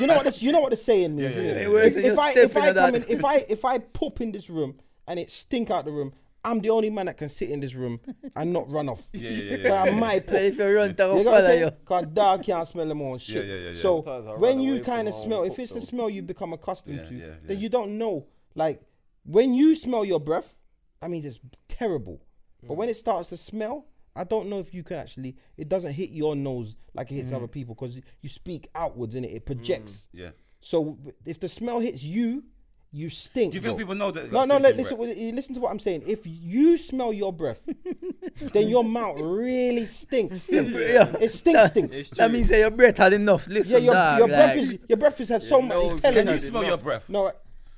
Speaker 3: you know what this, you know what the saying means.
Speaker 2: yeah, yeah,
Speaker 3: innit?
Speaker 1: yeah.
Speaker 3: If,
Speaker 1: You're
Speaker 3: if I
Speaker 1: stepping
Speaker 3: if I
Speaker 1: on
Speaker 3: come in,
Speaker 1: that.
Speaker 3: if I if I poop in this room and it stink out the room, I'm the only man that can sit in this room and not run off.
Speaker 2: Yeah, yeah, yeah,
Speaker 3: So I
Speaker 2: yeah,
Speaker 3: might
Speaker 1: Like,
Speaker 3: poop.
Speaker 1: [laughs] if you run,
Speaker 3: You
Speaker 1: to
Speaker 3: know what I'm
Speaker 1: follow
Speaker 3: saying?
Speaker 1: you.
Speaker 3: [laughs] Cause dog can't smell them own shit.
Speaker 2: yeah, yeah, yeah.
Speaker 3: So
Speaker 5: Sometimes I
Speaker 3: when
Speaker 5: run
Speaker 3: you
Speaker 5: away from
Speaker 3: kind of
Speaker 5: my own
Speaker 3: smell, if
Speaker 5: poop
Speaker 3: it's the
Speaker 5: though.
Speaker 3: smell you become accustomed
Speaker 2: Yeah,
Speaker 3: to,
Speaker 2: yeah,
Speaker 3: then
Speaker 2: yeah.
Speaker 3: you don't know. Like when you smell your breath, I mean it's terrible. But
Speaker 5: Mm.
Speaker 3: when it starts to smell, I don't know if you can actually. It doesn't hit your nose like it hits
Speaker 5: Mm.
Speaker 3: other people because you speak outwards and it, it projects.
Speaker 2: Mm, Yeah.
Speaker 3: So w- if the smell hits you, you stink.
Speaker 2: Do you think
Speaker 3: bro.
Speaker 2: people know that?
Speaker 3: No, no.
Speaker 2: Let
Speaker 3: Let, listen, well, you listen to what I'm saying. If you smell
Speaker 1: [laughs]
Speaker 3: your breath, then your mouth really stinks. stinks.
Speaker 1: Yeah.
Speaker 3: It stinks, stinks.
Speaker 1: That means that your breath had enough.
Speaker 3: Yeah,
Speaker 1: Listen,
Speaker 3: your,
Speaker 1: dog,
Speaker 3: your breath
Speaker 1: like,
Speaker 3: is your breath is has so much.
Speaker 5: nose
Speaker 3: It's
Speaker 5: is
Speaker 3: telling
Speaker 2: Can you
Speaker 5: Did
Speaker 3: you.
Speaker 2: smell
Speaker 5: not.
Speaker 2: your breath?
Speaker 3: No,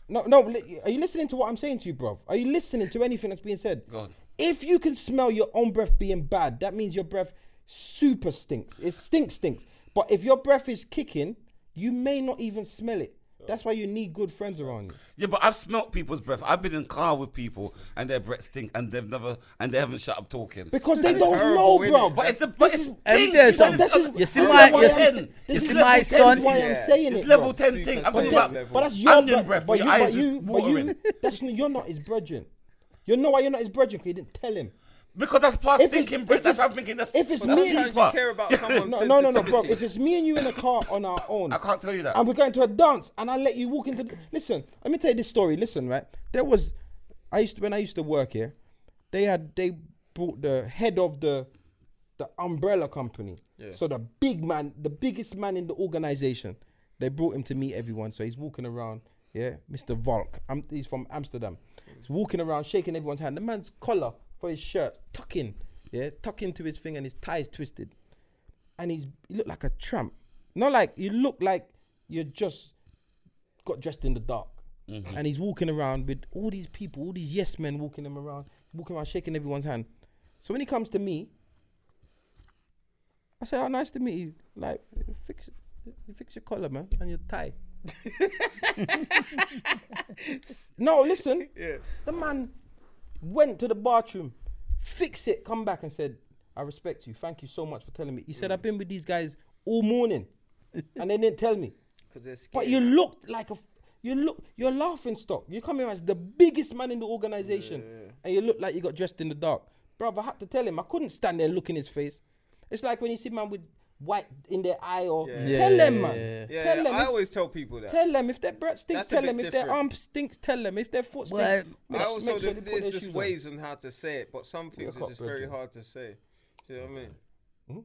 Speaker 3: no, no. li- Are you listening to what I'm saying to you, bro? Are you listening to anything that's being said?
Speaker 2: God.
Speaker 3: If you can smell your own breath being bad, that means your breath super stinks. It stinks, stinks. But if your breath is kicking, you may not even smell it. That's why you need good friends around you.
Speaker 2: Yeah, but I've smelt people's breath. I've been in car with people and their breath stink and they've never and they haven't shut up talking.
Speaker 3: Because they don't know,
Speaker 5: terrible, innit?
Speaker 3: bro.
Speaker 2: but it's the but it's thing.
Speaker 1: And there's
Speaker 3: So
Speaker 1: some-
Speaker 3: this is-
Speaker 1: You see
Speaker 3: this is
Speaker 1: my-
Speaker 3: why
Speaker 1: you
Speaker 3: I'm
Speaker 1: see-
Speaker 3: saying-
Speaker 2: you
Speaker 3: this
Speaker 2: see
Speaker 3: is
Speaker 2: level
Speaker 3: why-
Speaker 2: 10,
Speaker 3: this is why
Speaker 5: yeah.
Speaker 3: I'm saying
Speaker 2: It's
Speaker 3: it.
Speaker 2: level
Speaker 3: bro.
Speaker 2: ten thing. I'm
Speaker 5: But
Speaker 2: talking
Speaker 5: this-
Speaker 2: about.
Speaker 3: But that's
Speaker 5: Level.
Speaker 3: your
Speaker 2: Onion
Speaker 3: breath.
Speaker 2: breath,
Speaker 3: But,
Speaker 2: your
Speaker 3: you,
Speaker 2: eyes
Speaker 3: but, you,
Speaker 2: just
Speaker 3: but you,
Speaker 2: watering.
Speaker 3: [laughs] that's n- you're not his brethren. You know why you're not his brethren? Because you didn't tell him.
Speaker 2: Because that's past
Speaker 3: If it's-
Speaker 2: thinking,
Speaker 3: if
Speaker 2: breath. That's
Speaker 3: it's-
Speaker 2: I'm thinking. That's
Speaker 3: if it's
Speaker 2: that's
Speaker 3: me-
Speaker 2: deeper.
Speaker 5: Sometimes you
Speaker 2: [laughs]
Speaker 5: care about someone's
Speaker 3: No, no, no, no, bro.
Speaker 5: sensitivity.
Speaker 3: If it's me and you in a car on our own,
Speaker 2: I can't tell you that.
Speaker 3: and we're going to a dance, and I let you walk into. The, listen, let me tell you this story. Listen, right? There was, I used to when I used to work here, they had they brought the head of the, the umbrella company. So the big man, the biggest man in the organization, they brought him to meet everyone. So he's walking around. Yeah, Mr. Volk. Um, he's from Amsterdam. He's walking around, shaking everyone's hand. The man's collar for his shirt tucking, yeah, tucking to his thing, and his tie's twisted and he's he looked like a tramp. Not like you look like you just got dressed in the dark. And he's walking around with all these people, all these yes men walking him around, walking around, shaking everyone's hand. So when he comes to me, I say, "Oh, nice to meet you. Like, fix, you fix your collar, man, and your tie." [laughs] no, listen. The man went to the bathroom, fixed it, come back and said, I respect you. Thank you so much for telling me. He said, I've been with these guys all morning, and they didn't tell
Speaker 5: [laughs]
Speaker 3: me.
Speaker 5: Because they're scared.
Speaker 3: But you looked like a, f- you look, you're laughing stock. You come here as the biggest man in the organization, and you look like you got dressed in the dark, bruv. I had to tell him I couldn't stand there and look in his face. It's like when you see man with white in their eye, or
Speaker 5: Yeah.
Speaker 3: tell them, man,
Speaker 1: Yeah.
Speaker 5: yeah,
Speaker 3: tell
Speaker 5: yeah,
Speaker 3: them.
Speaker 5: I
Speaker 3: if-
Speaker 5: always tell people that.
Speaker 3: Tell them if their breath stinks.
Speaker 5: That's a
Speaker 3: tell
Speaker 5: bit
Speaker 3: them if their
Speaker 5: different.
Speaker 3: arm stinks. Tell them if their foot stinks.
Speaker 1: Well,
Speaker 3: make,
Speaker 5: I
Speaker 3: s-
Speaker 5: also
Speaker 3: make sure they
Speaker 5: do-
Speaker 3: put their
Speaker 5: there's just
Speaker 3: shoes on.
Speaker 5: ways on how to say it, but some things are
Speaker 3: cock
Speaker 5: just very
Speaker 3: virgin.
Speaker 5: hard to say. Do you know what I mean?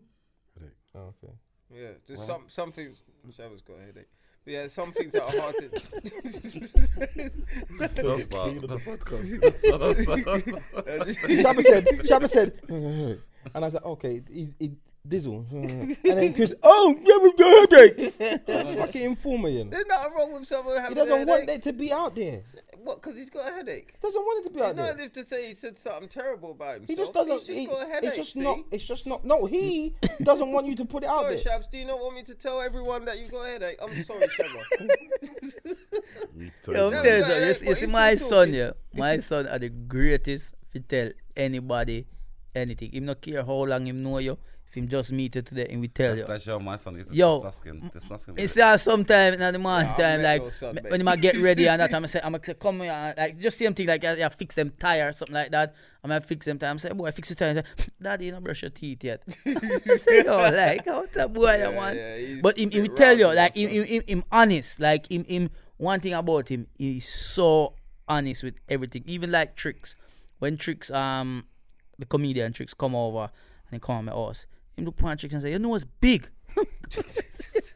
Speaker 3: Oh, okay.
Speaker 5: Yeah, just some some things. Shabba's got a headache. But yeah, some things that are hard
Speaker 3: [laughs]
Speaker 6: Don't start the podcast. Don't start- don't start.
Speaker 5: to. [laughs]
Speaker 3: Shabba said, Shabba said, and I was like, okay, he, he,
Speaker 5: [laughs]
Speaker 3: Dizzle. and then Chris, oh, yeah, we got a
Speaker 5: [laughs]
Speaker 3: headache. Fucking informer, you know.
Speaker 5: There's nothing wrong with someone
Speaker 3: He
Speaker 5: having a
Speaker 3: doesn't
Speaker 5: headache.
Speaker 3: want it to be out there.
Speaker 5: What? Because he's got a headache.
Speaker 3: Doesn't want it to be
Speaker 5: You
Speaker 3: out
Speaker 5: know,
Speaker 3: there.
Speaker 5: if to say he said something terrible about himself.
Speaker 3: He just doesn't.
Speaker 5: He's just
Speaker 3: he-
Speaker 5: got a headache.
Speaker 3: it's just
Speaker 5: see?
Speaker 3: not. It's just not. No,
Speaker 5: [laughs]
Speaker 3: he doesn't want you to put it out
Speaker 5: Sorry,
Speaker 3: there.
Speaker 5: Shabs. Do you not want me to tell everyone that you've got a headache? I'm sorry,
Speaker 3: [laughs]
Speaker 5: Shabba.
Speaker 6: We told
Speaker 1: Yo,
Speaker 6: you.
Speaker 1: I'm telling
Speaker 5: Yeah,
Speaker 1: you,
Speaker 5: but like,
Speaker 1: you see- you
Speaker 5: what
Speaker 1: see
Speaker 5: is
Speaker 1: my
Speaker 5: he
Speaker 1: son,
Speaker 5: talking?
Speaker 1: yeah. My son are the greatest to tell anybody anything. Him not care how long him know you. If him just meet you today and we tell
Speaker 2: That's,
Speaker 1: you.
Speaker 2: that's your my son. It's
Speaker 1: Yo,
Speaker 2: Yo, Snuskin. The Snuskin.
Speaker 1: It's uh, sometime in the morning
Speaker 5: I've
Speaker 1: time,
Speaker 5: met
Speaker 1: like
Speaker 5: your son,
Speaker 1: m-
Speaker 5: mate.
Speaker 1: when him a get ready
Speaker 5: [laughs]
Speaker 1: and that, I'm say, I'm gonna say, come here, and, like just same thing, like I, I fix them tire or something like that. I'm gonna fix them tire. I'm say, boy, fix the tire. He Say, Daddy, you not brush your teeth yet. [laughs] I say,
Speaker 5: [laughs]
Speaker 1: yo, like how that boy, yeah,
Speaker 5: Yeah,
Speaker 1: man.
Speaker 5: yeah, he's
Speaker 1: but him,
Speaker 5: get
Speaker 1: him tell you,
Speaker 5: rowdy,
Speaker 1: like
Speaker 5: my
Speaker 1: him,
Speaker 5: son.
Speaker 1: him, him, him honest, like him, him. One thing about him, he's so honest with everything, even like tricks. When tricks, um, the comedian tricks come over and they come at us. Him look upon tricks and say, you know what's big. [laughs]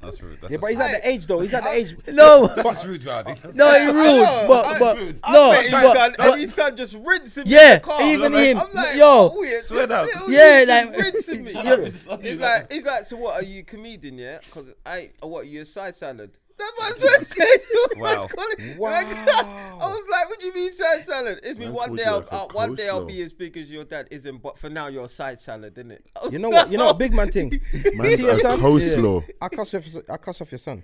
Speaker 2: That's rude. That's
Speaker 3: Yeah, but he's at the age though. He's at the age.
Speaker 5: [laughs]
Speaker 1: No,
Speaker 2: That's rude, Rowdy.
Speaker 3: [laughs]
Speaker 1: no, he rude,
Speaker 5: know,
Speaker 1: but
Speaker 5: I-
Speaker 1: but
Speaker 2: rude.
Speaker 5: I
Speaker 1: no,
Speaker 5: met his
Speaker 1: but,
Speaker 5: son,
Speaker 1: but-
Speaker 5: and his son just rinsing me.
Speaker 1: Yeah,
Speaker 5: in the car.
Speaker 1: even
Speaker 5: I'm
Speaker 1: him.
Speaker 5: Like, I'm like,
Speaker 1: Yo.
Speaker 5: oh, yeah,
Speaker 2: Swear
Speaker 5: this
Speaker 2: down.
Speaker 5: little
Speaker 1: Yeah,
Speaker 5: youth
Speaker 1: like-
Speaker 5: is
Speaker 1: [laughs]
Speaker 5: rinsing me.
Speaker 2: He's
Speaker 5: He's like, he's like, so what? Are you a comedian? Yeah, because I, oh, what? You a side salad? That man's what said. [laughs]
Speaker 2: Wow.
Speaker 5: I was like, what do you mean side salad? It's me.
Speaker 6: Man
Speaker 5: One
Speaker 6: called
Speaker 5: day,
Speaker 6: you
Speaker 5: I'll,
Speaker 6: like a
Speaker 5: I'll- one day I'll
Speaker 6: coleslaw.
Speaker 5: be as big as your dad isn't, but for now you're a side salad, isn't it?
Speaker 3: You know what? You know what? Big man thing.
Speaker 6: Man's
Speaker 3: See your
Speaker 6: a
Speaker 3: son?
Speaker 6: coleslaw.
Speaker 3: I cuss off. I cuss off your son.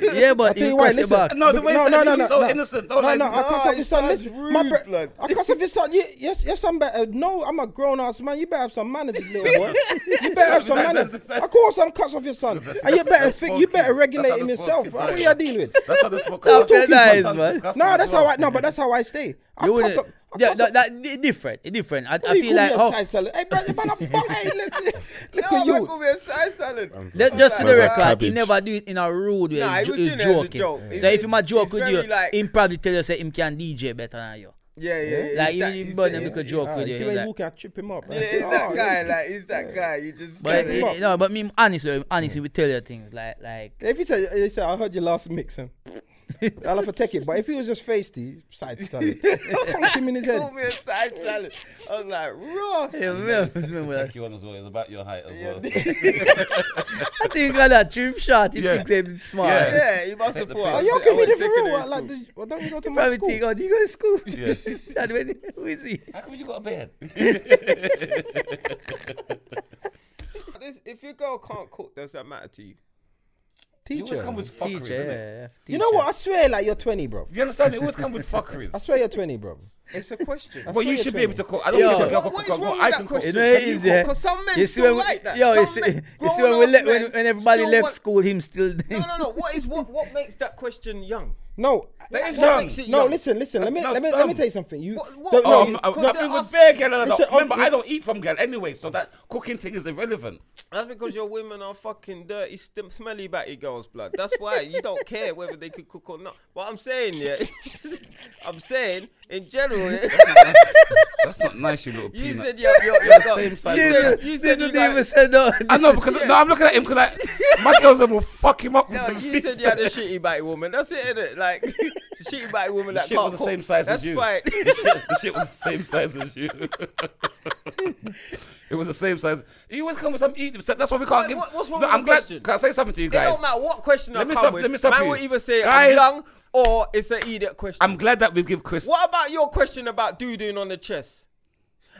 Speaker 1: yeah, but
Speaker 3: I tell
Speaker 1: he
Speaker 3: you why.
Speaker 1: crossed your
Speaker 3: Listen,
Speaker 1: back.
Speaker 2: No, the way
Speaker 3: no,
Speaker 2: he said
Speaker 3: no,
Speaker 2: it,
Speaker 3: no,
Speaker 2: he's
Speaker 3: no,
Speaker 2: so
Speaker 3: no.
Speaker 2: innocent. Don't
Speaker 3: no,
Speaker 2: like
Speaker 3: no,
Speaker 2: it.
Speaker 3: I can't
Speaker 5: No,
Speaker 3: stop
Speaker 5: it
Speaker 3: your son.
Speaker 5: sounds
Speaker 3: Listen, my
Speaker 5: rude,
Speaker 3: bro-
Speaker 5: blood.
Speaker 3: I can't stop your son. You, yes, your son better. No, I'm a grown ass man. You better have some manners,
Speaker 2: [laughs]
Speaker 3: little boy. You better have some manners. I call some cuts off your son, and you better
Speaker 2: that's
Speaker 3: think.
Speaker 2: small
Speaker 3: You better
Speaker 2: kids.
Speaker 3: regulate
Speaker 2: That's how
Speaker 3: him
Speaker 2: the small
Speaker 3: yourself.
Speaker 2: kids
Speaker 3: bro.
Speaker 2: are,
Speaker 3: What are
Speaker 2: yeah.
Speaker 3: you dealing with?
Speaker 2: That's how this podcast.
Speaker 1: No, that's nice,
Speaker 2: Sounds
Speaker 1: man.
Speaker 2: disgusting
Speaker 3: No,
Speaker 2: as
Speaker 3: that's
Speaker 2: well.
Speaker 3: how I. No, but that's how I stay. I
Speaker 1: You
Speaker 3: cuss
Speaker 1: wouldn't.
Speaker 3: up. I
Speaker 1: Yeah,
Speaker 3: cuss
Speaker 1: that,
Speaker 3: up-
Speaker 1: that di- different, it different. I, I
Speaker 3: You
Speaker 1: feel
Speaker 3: call me
Speaker 1: like
Speaker 3: a
Speaker 1: oh,
Speaker 3: side salad. Hey, bro, you better- hey, look- look
Speaker 5: [laughs] No,
Speaker 3: at
Speaker 5: I'm
Speaker 3: you.
Speaker 5: not gonna be a side salad.
Speaker 1: let- just for the
Speaker 5: Man's a
Speaker 1: record, he
Speaker 6: cabbage.
Speaker 1: never do it in a rude way.
Speaker 5: Nah,
Speaker 1: he's
Speaker 5: he
Speaker 1: jo-
Speaker 5: was
Speaker 1: he's
Speaker 5: doing it as a
Speaker 1: joking.
Speaker 5: joke. He
Speaker 1: So
Speaker 5: was-
Speaker 1: if him a joke
Speaker 5: it's
Speaker 1: with
Speaker 5: very
Speaker 1: you,
Speaker 5: like-
Speaker 1: him probably tell you say him can DJ better than you.
Speaker 5: Yeah, yeah, yeah.
Speaker 1: Like
Speaker 5: he's
Speaker 1: you,
Speaker 5: that-
Speaker 1: you
Speaker 5: he's
Speaker 1: burn
Speaker 5: that-
Speaker 1: him like a
Speaker 5: he's-
Speaker 1: joke
Speaker 3: Ah,
Speaker 1: with
Speaker 3: you
Speaker 1: you. he's
Speaker 3: see when he's
Speaker 1: like-
Speaker 3: walking, I trip him up. bro.
Speaker 5: Yeah, he's
Speaker 3: Oh,
Speaker 5: that guy. Like, he's that guy. You just
Speaker 1: But
Speaker 5: get
Speaker 3: him
Speaker 1: he-
Speaker 3: up.
Speaker 1: he- no, but me honestly, honestly, we tell you things like like
Speaker 3: If he said, he said, I heard your last mix, and [laughs] I'll have to take it. But if he was just feisty, side [laughs] salad, Punch him in his head.
Speaker 5: Call me a side salad. I was like, Ross.
Speaker 1: Yeah, remember- remember
Speaker 2: Thank you on as well. It's about your height as well.
Speaker 1: I think got that trim shot. He
Speaker 2: Yeah.
Speaker 1: thinks him smart.
Speaker 2: Yeah.
Speaker 5: Yeah, you must
Speaker 2: Take
Speaker 5: have
Speaker 2: the
Speaker 5: thought. I
Speaker 3: Are
Speaker 5: was
Speaker 3: you
Speaker 5: sick- I
Speaker 3: okay
Speaker 5: was
Speaker 3: with it
Speaker 5: sick
Speaker 3: for real?
Speaker 5: in his
Speaker 3: What, like,
Speaker 5: school.
Speaker 3: did you- well, don't you go to my
Speaker 1: Probably
Speaker 3: school?
Speaker 1: think, oh, do you go to school? [laughs]
Speaker 2: Yeah.
Speaker 1: Dad, when, who is he?
Speaker 2: [laughs] How come you got a beard?
Speaker 5: This- If your girl can't cook, does that matter to you?
Speaker 2: You always come
Speaker 3: Teacher.
Speaker 2: with fuckery.
Speaker 1: Teacher,
Speaker 2: innit?
Speaker 1: yeah,
Speaker 3: You know
Speaker 1: teacher.
Speaker 3: what? I swear, like you're 20, bro.
Speaker 2: You understand? It always come with
Speaker 3: I
Speaker 2: fuckeries.
Speaker 3: swear you're 20, bro.
Speaker 5: It's a
Speaker 3: [laughs]
Speaker 5: question.
Speaker 2: But you should be able to cook. I don't
Speaker 1: Yo.
Speaker 2: think a girl
Speaker 5: What-
Speaker 2: can
Speaker 5: what
Speaker 2: cook.
Speaker 5: is
Speaker 2: I can cook. I
Speaker 5: wrong with that
Speaker 2: can cook.
Speaker 5: question?
Speaker 1: You know it is, yeah.
Speaker 5: Because some men
Speaker 1: You see when,
Speaker 5: still
Speaker 1: we-
Speaker 5: like that.
Speaker 1: Yo,
Speaker 5: Some
Speaker 1: you see,
Speaker 5: men-
Speaker 1: [laughs] you see when, we
Speaker 5: grown-ass
Speaker 1: le- when,
Speaker 5: men
Speaker 1: when everybody
Speaker 5: still
Speaker 1: left
Speaker 5: want-
Speaker 1: school, him still. [laughs]
Speaker 5: No, no, no. What is what? What makes that question young?
Speaker 3: No,
Speaker 2: That is
Speaker 5: What
Speaker 2: young.
Speaker 5: makes it
Speaker 3: no.
Speaker 5: young?
Speaker 3: Listen, listen. Let me,
Speaker 2: That's-
Speaker 3: let
Speaker 2: that's
Speaker 3: me, let me
Speaker 2: dumb.
Speaker 3: tell you something. You
Speaker 5: What- what-
Speaker 3: don't
Speaker 2: Oh,
Speaker 3: know.
Speaker 2: I'm,
Speaker 5: No,
Speaker 2: I'm,
Speaker 5: because
Speaker 2: nothing
Speaker 5: they're
Speaker 2: with
Speaker 5: us-
Speaker 2: bear girl. and I
Speaker 3: Listen,
Speaker 2: don't- Remember,
Speaker 3: um,
Speaker 2: I don't eat from girl anyway, so that cooking thing is irrelevant.
Speaker 5: That's because your women are fucking dirty, stim- smelly batty girls, blood. That's why you don't care whether they could cook or not. But I'm saying, yeah, [laughs] I'm saying in general. yeah,
Speaker 2: That's not nice, you little
Speaker 5: You
Speaker 2: peanut.
Speaker 5: said your your, your
Speaker 2: [laughs]
Speaker 5: girl-
Speaker 2: Same size.
Speaker 5: you
Speaker 2: as
Speaker 5: said-
Speaker 2: that.
Speaker 5: you
Speaker 1: You
Speaker 5: said you
Speaker 1: didn't even
Speaker 5: got-
Speaker 1: say no. [laughs]
Speaker 2: I know because no, I'm looking at him because like, my girls them will fuck him up.
Speaker 5: No,
Speaker 2: with
Speaker 5: you
Speaker 2: this
Speaker 5: said you had a shitty batty woman. That's it, innit? Like [laughs] shitty batty woman that
Speaker 2: shit
Speaker 5: can't
Speaker 2: was the
Speaker 5: cook.
Speaker 2: same size
Speaker 5: That's
Speaker 2: as you.
Speaker 5: Right.
Speaker 2: The shit, the shit was the same size as
Speaker 5: [laughs]
Speaker 2: you. it was the same size. You always come with some eating. That's why we can't
Speaker 5: What-
Speaker 2: give.
Speaker 5: what- what's wrong
Speaker 2: no,
Speaker 5: with
Speaker 2: I'm
Speaker 5: the
Speaker 2: glad.
Speaker 5: question?
Speaker 2: Can I say something to you
Speaker 5: It
Speaker 2: guys?
Speaker 5: don't matter what question I
Speaker 2: Let me
Speaker 5: come
Speaker 2: stop-
Speaker 5: with.
Speaker 2: let me stop
Speaker 5: man
Speaker 2: you.
Speaker 5: will either say I'm
Speaker 2: Guys.
Speaker 5: young or it's an idiot question.
Speaker 2: I'm glad that we've give Chris.
Speaker 5: What about your question about doo dooing on the chest?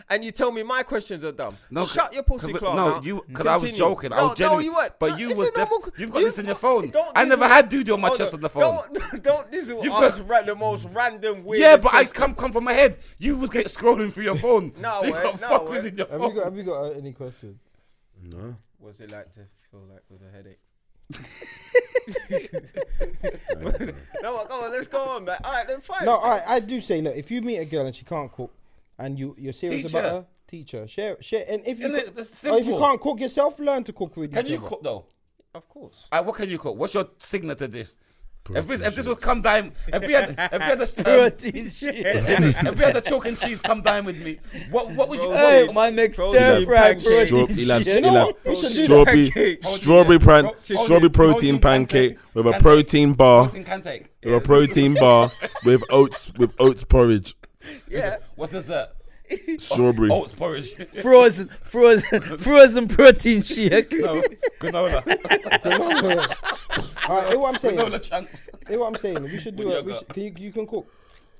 Speaker 5: and you tell me my questions are dumb.
Speaker 2: No,
Speaker 5: shut
Speaker 2: c-
Speaker 5: your pussy,
Speaker 2: cause-
Speaker 5: Clark.
Speaker 2: No,
Speaker 5: now.
Speaker 2: you because I was
Speaker 5: Continue.
Speaker 2: joking. I
Speaker 5: No,
Speaker 2: was genuine.
Speaker 5: No, you weren't.
Speaker 2: But
Speaker 5: No,
Speaker 2: you
Speaker 5: it's
Speaker 2: was.
Speaker 5: another
Speaker 2: Def-
Speaker 5: qu-
Speaker 2: you've got
Speaker 5: you-
Speaker 2: this in your phone.
Speaker 5: don't
Speaker 2: I never
Speaker 5: dizzle-
Speaker 2: had dude on my
Speaker 5: Hold
Speaker 2: chest
Speaker 5: on.
Speaker 2: on the phone.
Speaker 5: Don't, [laughs] don't dizzle.
Speaker 2: You've
Speaker 5: You've
Speaker 2: got-
Speaker 5: got ra- the most random weird.
Speaker 2: Yeah, but I come come from my head. You was get scrolling through your phone.
Speaker 5: [laughs] No
Speaker 2: so you
Speaker 5: way,
Speaker 2: got
Speaker 5: no
Speaker 2: fuckers
Speaker 5: way.
Speaker 2: in your
Speaker 3: Have you got,
Speaker 2: phone.
Speaker 3: have you got uh, any questions?
Speaker 4: No.
Speaker 5: What's it like to feel like with a
Speaker 1: [laughs]
Speaker 5: headache? [laughs] no, come on, let's go on, man. All right, then fine.
Speaker 3: No, I, I do say, look, if you meet a girl and she can't cook and you, you're serious
Speaker 2: Teach her.
Speaker 3: about her, teach her. Share, share. And if you,
Speaker 2: Isn't
Speaker 3: ca-
Speaker 2: it? That's
Speaker 3: or Oh, if you
Speaker 2: simple.
Speaker 3: can't cook yourself, learn to cook with
Speaker 2: Can you
Speaker 3: each other.
Speaker 2: cook though?
Speaker 5: of course.
Speaker 2: Alright, what can you cook? What's your signature dish? If this, if this was come dine, if we had, if we had
Speaker 5: [laughs]
Speaker 2: the um,
Speaker 1: Protein shit.
Speaker 2: if we had the chalk and cheese come dine with me, what what would you?
Speaker 5: Bro,
Speaker 2: what
Speaker 1: Hey,
Speaker 2: would-
Speaker 1: man makes
Speaker 5: Protein
Speaker 1: stir fry
Speaker 5: pancake.
Speaker 1: protein
Speaker 4: Straw-
Speaker 1: shit.
Speaker 4: he'll have-
Speaker 3: You know
Speaker 4: he'll have
Speaker 3: what? We should do
Speaker 4: strawberry,
Speaker 5: Pancake.
Speaker 4: strawberry,
Speaker 2: Hold
Speaker 4: pan,
Speaker 2: it, yeah.
Speaker 4: strawberry
Speaker 2: Hold it,
Speaker 4: protein
Speaker 2: hold it, pancake.
Speaker 4: pancake with a
Speaker 2: Pancake.
Speaker 4: protein bar,
Speaker 2: Protein can take.
Speaker 4: with a protein bar with oats with oats porridge,
Speaker 5: Yeah.
Speaker 2: What's dessert?
Speaker 4: strawberry.
Speaker 2: Oh, Oats porridge. [laughs]
Speaker 1: Frozen, frozen, frozen protein shake.
Speaker 2: no, granola.
Speaker 3: All right, hear what I'm saying.
Speaker 2: granola chunks.
Speaker 3: Hear what I'm saying. We should do
Speaker 2: With
Speaker 3: it. We
Speaker 2: yogurt.
Speaker 3: should, can you, you can cook.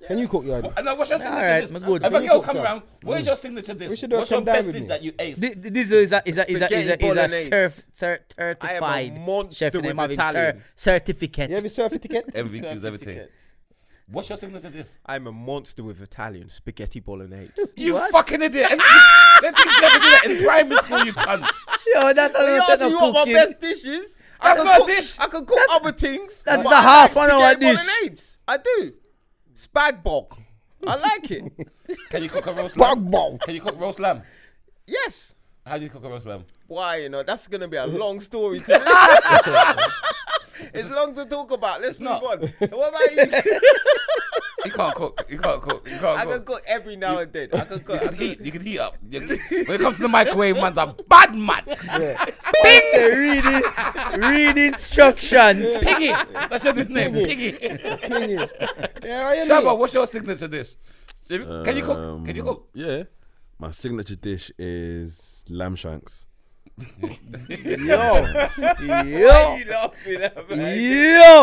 Speaker 3: Can you cook, Yardi?
Speaker 2: And then what's your signature
Speaker 1: Alright,
Speaker 2: dish?
Speaker 1: my good.
Speaker 2: If
Speaker 1: Can
Speaker 2: a
Speaker 3: you
Speaker 2: girl
Speaker 3: cook,
Speaker 2: come
Speaker 3: John?
Speaker 2: around, where's your signature dish?
Speaker 3: We should do a
Speaker 2: What's your
Speaker 3: come dine
Speaker 2: best
Speaker 3: with
Speaker 2: dish
Speaker 3: me.
Speaker 2: that you ate?
Speaker 1: Th- th- This is a is a is a is a, is a, is a
Speaker 5: Spaghetti
Speaker 1: cert, cert,
Speaker 5: I am a
Speaker 1: certified
Speaker 5: monster
Speaker 1: chef. and
Speaker 5: with
Speaker 1: I'm having cert,
Speaker 5: Italian.
Speaker 1: certificate.
Speaker 3: You have your surf
Speaker 2: [laughs]
Speaker 3: ticket?
Speaker 2: MVQs, everything.
Speaker 5: Certificates.
Speaker 2: What's your signature dish?
Speaker 5: I'm a monster with Italian spaghetti
Speaker 1: [laughs]
Speaker 5: bolognese.
Speaker 2: You
Speaker 1: What?
Speaker 2: fucking idiot! And they think you ever do that in primary school, you cunt.
Speaker 1: Yo, that's a
Speaker 5: He
Speaker 1: little
Speaker 5: asked
Speaker 1: bit
Speaker 5: me
Speaker 1: of
Speaker 5: what my
Speaker 1: cooking.
Speaker 5: best dish is. I
Speaker 2: That's
Speaker 5: can
Speaker 2: not a
Speaker 5: cook,
Speaker 2: dish.
Speaker 5: I can cook other things.
Speaker 1: that's
Speaker 5: but
Speaker 1: the
Speaker 5: I
Speaker 1: half an hour
Speaker 5: spaghetti
Speaker 1: dish.
Speaker 5: bolognese. I do. Spag bog. I
Speaker 1: [laughs]
Speaker 5: like it.
Speaker 2: Can you cook a roast
Speaker 5: Spag
Speaker 2: lamb?
Speaker 5: bog.
Speaker 2: Can you cook roast lamb?
Speaker 5: Yes.
Speaker 2: How do you cook a roast lamb?
Speaker 5: Why, you know, that's going to be a long
Speaker 1: [laughs]
Speaker 5: story to listen to. [laughs] It's long to talk about. Let's move
Speaker 2: not.
Speaker 5: on. What
Speaker 1: [laughs]
Speaker 5: about you?
Speaker 2: You can't cook. You can't cook. You can't
Speaker 5: I
Speaker 2: cook.
Speaker 5: can cook every now and then. I can
Speaker 2: You [laughs]
Speaker 5: cook. I
Speaker 2: can
Speaker 5: can,
Speaker 2: heat. You can heat up. You- When it comes to the microwave, man's a bad man.
Speaker 1: That's a
Speaker 5: [laughs]
Speaker 1: reading, read instructions.
Speaker 2: Piggy. That's your new name. Piggy.
Speaker 3: Yeah, you
Speaker 2: Shabba,
Speaker 3: know.
Speaker 2: what's your signature dish? Can you cook? Can you cook?
Speaker 4: Um, Yeah. My signature dish is lamb shanks.
Speaker 1: Yo,
Speaker 5: Why
Speaker 1: yo,
Speaker 5: you laughing at
Speaker 1: [laughs]
Speaker 5: me?
Speaker 1: yo,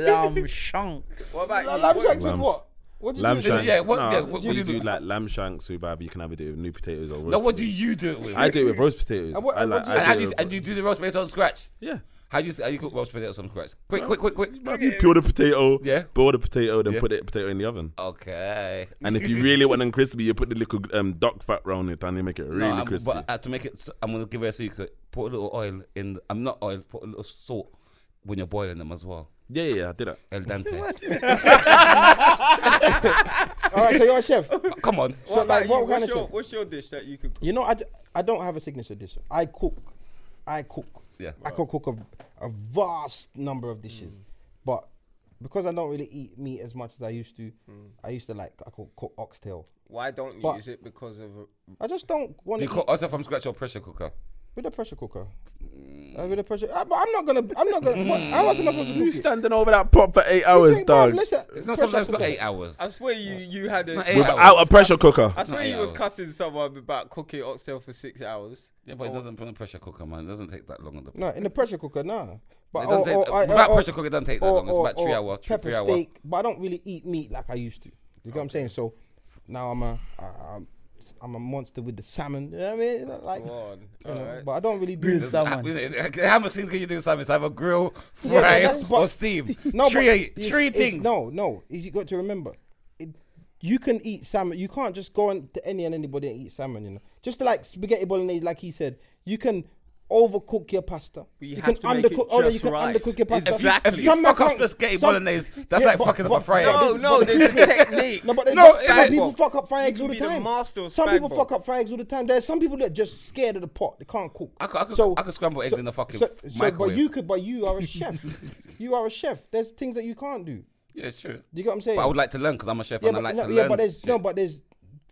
Speaker 3: [laughs]
Speaker 1: lamb shanks.
Speaker 5: What about you?
Speaker 3: Lamb
Speaker 5: What-
Speaker 3: shanks with
Speaker 4: Lambs.
Speaker 3: what? What do you
Speaker 4: Lamb
Speaker 3: do?
Speaker 4: shanks.
Speaker 2: Yeah, what-
Speaker 4: nah,
Speaker 2: yeah, what-
Speaker 4: so
Speaker 2: what do
Speaker 4: you
Speaker 2: you
Speaker 4: do
Speaker 2: do?
Speaker 4: like lamb shanks with either you can have it with new potatoes or roast.
Speaker 2: No, what do you do it with?
Speaker 4: I do it with roast potatoes.
Speaker 3: And what-
Speaker 4: I
Speaker 3: and what
Speaker 4: like.
Speaker 3: do
Speaker 4: I
Speaker 3: you-
Speaker 2: and, how
Speaker 4: do
Speaker 2: do
Speaker 4: it
Speaker 2: you,
Speaker 4: with-
Speaker 2: and you do the roast potatoes on scratch?
Speaker 4: yeah.
Speaker 2: How do you how you cook roast potatoes on scratch? Quick, quick, quick, quick.
Speaker 4: You peel the potato,
Speaker 2: Yeah.
Speaker 4: boil the potato, then
Speaker 2: Yeah.
Speaker 4: put the potato in the oven.
Speaker 2: Okay.
Speaker 4: And if you really want them crispy, you put the little um, duck fat round it and you make it
Speaker 2: No,
Speaker 4: really
Speaker 2: I'm-
Speaker 4: crispy.
Speaker 2: But uh, to make it, s- I'm gonna give her a secret. Put a little oil in. I'm not oil. Put a little salt when you're boiling them as well.
Speaker 4: yeah, yeah, yeah, I did that.
Speaker 2: El dente.
Speaker 3: All right, so you're a chef.
Speaker 2: Oh, [laughs] Come on.
Speaker 5: What about
Speaker 3: like,
Speaker 5: you?
Speaker 3: what kind
Speaker 5: what's,
Speaker 3: of
Speaker 5: your,
Speaker 3: shit?
Speaker 5: what's your dish that you could cook?
Speaker 3: You know, I, d- I don't have a signature dish. I cook. I cook.
Speaker 2: Yeah. Mm.
Speaker 3: I can cook a, a vast number of dishes. But because I don't really eat meat as much as I used to,
Speaker 2: Mm.
Speaker 3: I used to like, I could cook oxtail.
Speaker 5: Why don't you
Speaker 3: But-
Speaker 5: use it because of
Speaker 3: I just don't want
Speaker 2: Do
Speaker 3: to
Speaker 2: you cook also from scratch or pressure cooker?
Speaker 3: with a pressure cooker. Uh, with a pressure, uh, but I'm not gonna. I'm not gonna. What, how else am I supposed to cook
Speaker 4: You
Speaker 3: it?
Speaker 4: standing over that pot for eight hours,
Speaker 3: Think, bruv,
Speaker 4: dog,
Speaker 3: listen,
Speaker 2: It's not
Speaker 3: pressure
Speaker 2: sometimes not
Speaker 3: cooker.
Speaker 2: eight hours.
Speaker 5: I swear you you had a
Speaker 2: Not eight hours.
Speaker 4: without a pressure cooker.
Speaker 5: I swear
Speaker 2: Eight
Speaker 5: you was
Speaker 2: hours.
Speaker 5: cussing someone about cooking oxtail for six hours.
Speaker 2: Yeah, but it doesn't put a pressure cooker, man. It doesn't take that long. On the,
Speaker 3: No, in the pressure cooker, nah. But
Speaker 2: it doesn't
Speaker 3: or-
Speaker 2: take,
Speaker 3: or I-
Speaker 2: without
Speaker 3: or-
Speaker 2: pressure cooker, it doesn't take that
Speaker 3: or-
Speaker 2: long. It's
Speaker 3: or-
Speaker 2: about three
Speaker 3: or
Speaker 2: hour, three,
Speaker 3: pepper
Speaker 2: three hour.
Speaker 3: steak, but I don't really eat meat like I used to. You get what I'm saying? So now I'm a, I, I'm, I'm a monster with the salmon. You know what I mean? Like,
Speaker 5: Go on.
Speaker 3: you know,
Speaker 5: Alright.
Speaker 3: but I don't really do.
Speaker 1: Grilled salmon.
Speaker 2: How much things can you do, Simon? Have a grill,
Speaker 3: [laughs] Yeah, but
Speaker 2: fry,
Speaker 3: that's- but-
Speaker 2: or steam?
Speaker 3: [laughs] No, but
Speaker 2: three,
Speaker 3: it's-
Speaker 2: three
Speaker 3: it's-
Speaker 2: things.
Speaker 3: No, no. You got to remember, it, you can eat salmon. You can't just go on to any and anybody and eat salmon. You know, just like spaghetti bolognese, like he said, you can overcook your pasta.
Speaker 5: But you
Speaker 3: you
Speaker 5: have
Speaker 3: can
Speaker 5: to make it
Speaker 3: undercook. Oh, no, you
Speaker 5: just
Speaker 3: can
Speaker 5: right.
Speaker 3: undercook your pasta.
Speaker 2: If you, if you
Speaker 3: Some man
Speaker 2: fuck up
Speaker 3: can't-
Speaker 2: spaghetti
Speaker 3: some-
Speaker 2: bolognese, that's
Speaker 3: Yeah,
Speaker 2: like
Speaker 3: but-
Speaker 2: fucking up
Speaker 3: but-
Speaker 2: a fried egg.
Speaker 5: No, no,
Speaker 3: but-
Speaker 5: there's a technique.
Speaker 3: No, but there's
Speaker 2: No,
Speaker 3: some-
Speaker 2: it-
Speaker 3: some
Speaker 2: it-
Speaker 3: people fuck up fry
Speaker 5: You
Speaker 3: eggs all
Speaker 5: can
Speaker 3: the
Speaker 5: be the
Speaker 3: time.
Speaker 5: master of
Speaker 3: some
Speaker 5: spag
Speaker 3: people
Speaker 5: bowl.
Speaker 3: fuck up fry eggs all the time. There's some people that just scared of the pot. They can't cook.
Speaker 2: I could, I could,
Speaker 3: So-
Speaker 2: I could scramble eggs
Speaker 3: so-
Speaker 2: in the fucking
Speaker 3: so- so-
Speaker 2: microwave.
Speaker 3: But you could. But you are a chef.
Speaker 2: [laughs]
Speaker 3: you are a chef. There's things that you can't do.
Speaker 2: yeah, it's true.
Speaker 3: Do you get what I'm saying?
Speaker 2: But I would like to learn because I'm a chef
Speaker 3: yeah,
Speaker 2: and I
Speaker 3: but,
Speaker 2: like
Speaker 3: no,
Speaker 2: to
Speaker 3: yeah,
Speaker 2: learn.
Speaker 3: but there's
Speaker 2: shit.
Speaker 3: no, but there's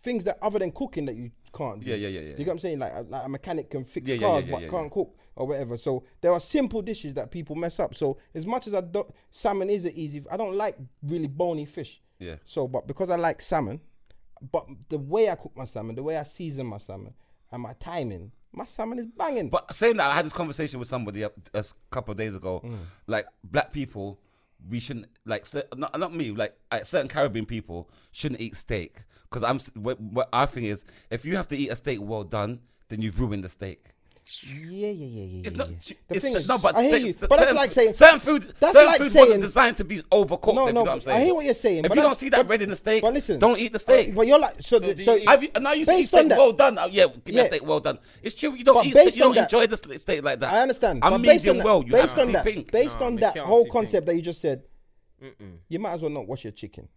Speaker 3: things that other than cooking that you can't. Do.
Speaker 2: Yeah, yeah, yeah, yeah,
Speaker 3: Do you
Speaker 2: yeah.
Speaker 3: get what I'm saying? Like, a- like a mechanic can fix
Speaker 2: Yeah, yeah, yeah,
Speaker 3: cars
Speaker 2: yeah,
Speaker 3: but
Speaker 2: yeah,
Speaker 3: can't cook or whatever. So there are simple dishes that people mess up. So as much as I don't, salmon is an easy. I don't like really bony fish.
Speaker 2: Yeah.
Speaker 3: So, but because I like salmon, but the way I cook my salmon, the way I season my salmon, and my timing, my salmon is banging.
Speaker 2: But saying that, I had this conversation with somebody a, a s- couple of days ago. Like black people, we shouldn't like cer- not not me like uh, certain Caribbean people shouldn't eat steak because I'm s- what, what our thing is if you have to eat a steak well done then you've ruined the steak.
Speaker 3: Yeah, yeah, yeah, yeah.
Speaker 2: It's
Speaker 3: yeah,
Speaker 2: not.
Speaker 3: yeah.
Speaker 2: It's
Speaker 3: thing
Speaker 2: no, but
Speaker 3: I hear
Speaker 2: steak-
Speaker 3: you,
Speaker 2: cer-
Speaker 3: but that's
Speaker 2: certain-
Speaker 3: like saying
Speaker 2: certain food.
Speaker 3: that's
Speaker 2: certain
Speaker 3: like
Speaker 2: food
Speaker 3: saying-
Speaker 2: wasn't designed to be overcooked.
Speaker 3: No,
Speaker 2: if you
Speaker 3: no,
Speaker 2: know what I'm
Speaker 3: but I
Speaker 2: saying.
Speaker 3: hear what you're saying,
Speaker 2: If
Speaker 3: but
Speaker 2: you don't
Speaker 3: that's-
Speaker 2: see that
Speaker 3: but-
Speaker 2: bread in the steak,
Speaker 3: but listen,
Speaker 2: don't eat the steak.
Speaker 3: But you're like so.
Speaker 5: So
Speaker 3: th-
Speaker 5: do
Speaker 3: so
Speaker 5: you-
Speaker 2: Have you, now you see
Speaker 3: based on
Speaker 2: steak
Speaker 3: that-
Speaker 2: well done. Oh, yeah, give me a
Speaker 3: Yeah.
Speaker 2: steak well done. It's true. You don't
Speaker 3: But
Speaker 2: eat steak.
Speaker 3: based
Speaker 2: You don't
Speaker 3: on that-
Speaker 2: enjoy the sl- steak like that.
Speaker 3: I understand.
Speaker 2: I'm
Speaker 3: but based
Speaker 2: medium
Speaker 3: on that,
Speaker 2: well. You
Speaker 3: based
Speaker 2: have to
Speaker 3: on
Speaker 2: see
Speaker 3: that,
Speaker 2: pink.
Speaker 3: based
Speaker 5: Nah,
Speaker 3: on
Speaker 5: we
Speaker 3: that
Speaker 5: can't
Speaker 3: whole
Speaker 5: see
Speaker 3: concept that you just said, you might as well not wash your chicken.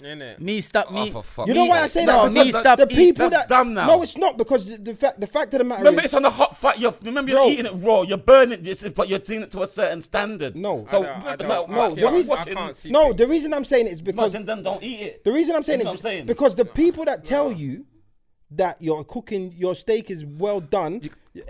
Speaker 5: innit?
Speaker 1: Me stop me.
Speaker 2: Oh, for fuck's
Speaker 1: you
Speaker 3: You know
Speaker 1: know
Speaker 2: sake.
Speaker 3: why I say
Speaker 1: No,
Speaker 3: that? Because
Speaker 1: me stop
Speaker 3: the
Speaker 1: eat.
Speaker 3: people
Speaker 2: That's
Speaker 3: that
Speaker 2: dumb now.
Speaker 3: no, it's not because the, the fact the fact of the matter
Speaker 2: Remember,
Speaker 3: is
Speaker 2: it's on the hot fat. You're, remember, you're
Speaker 3: Bro.
Speaker 2: eating it raw. You're burning this, but you're doing it to a certain standard.
Speaker 3: No.
Speaker 2: So,
Speaker 5: I don't- I
Speaker 2: so
Speaker 5: don't-
Speaker 3: No,
Speaker 2: what's
Speaker 3: the reason-
Speaker 5: I
Speaker 2: washing-
Speaker 5: can't see
Speaker 3: no.
Speaker 5: pink.
Speaker 3: The reason I'm saying it is
Speaker 2: No,
Speaker 3: because
Speaker 2: then, then don't eat it.
Speaker 3: the reason I'm saying
Speaker 2: You know
Speaker 3: it
Speaker 2: what
Speaker 3: is
Speaker 2: I'm saying?
Speaker 3: because the people that tell you that your cooking your steak is well done.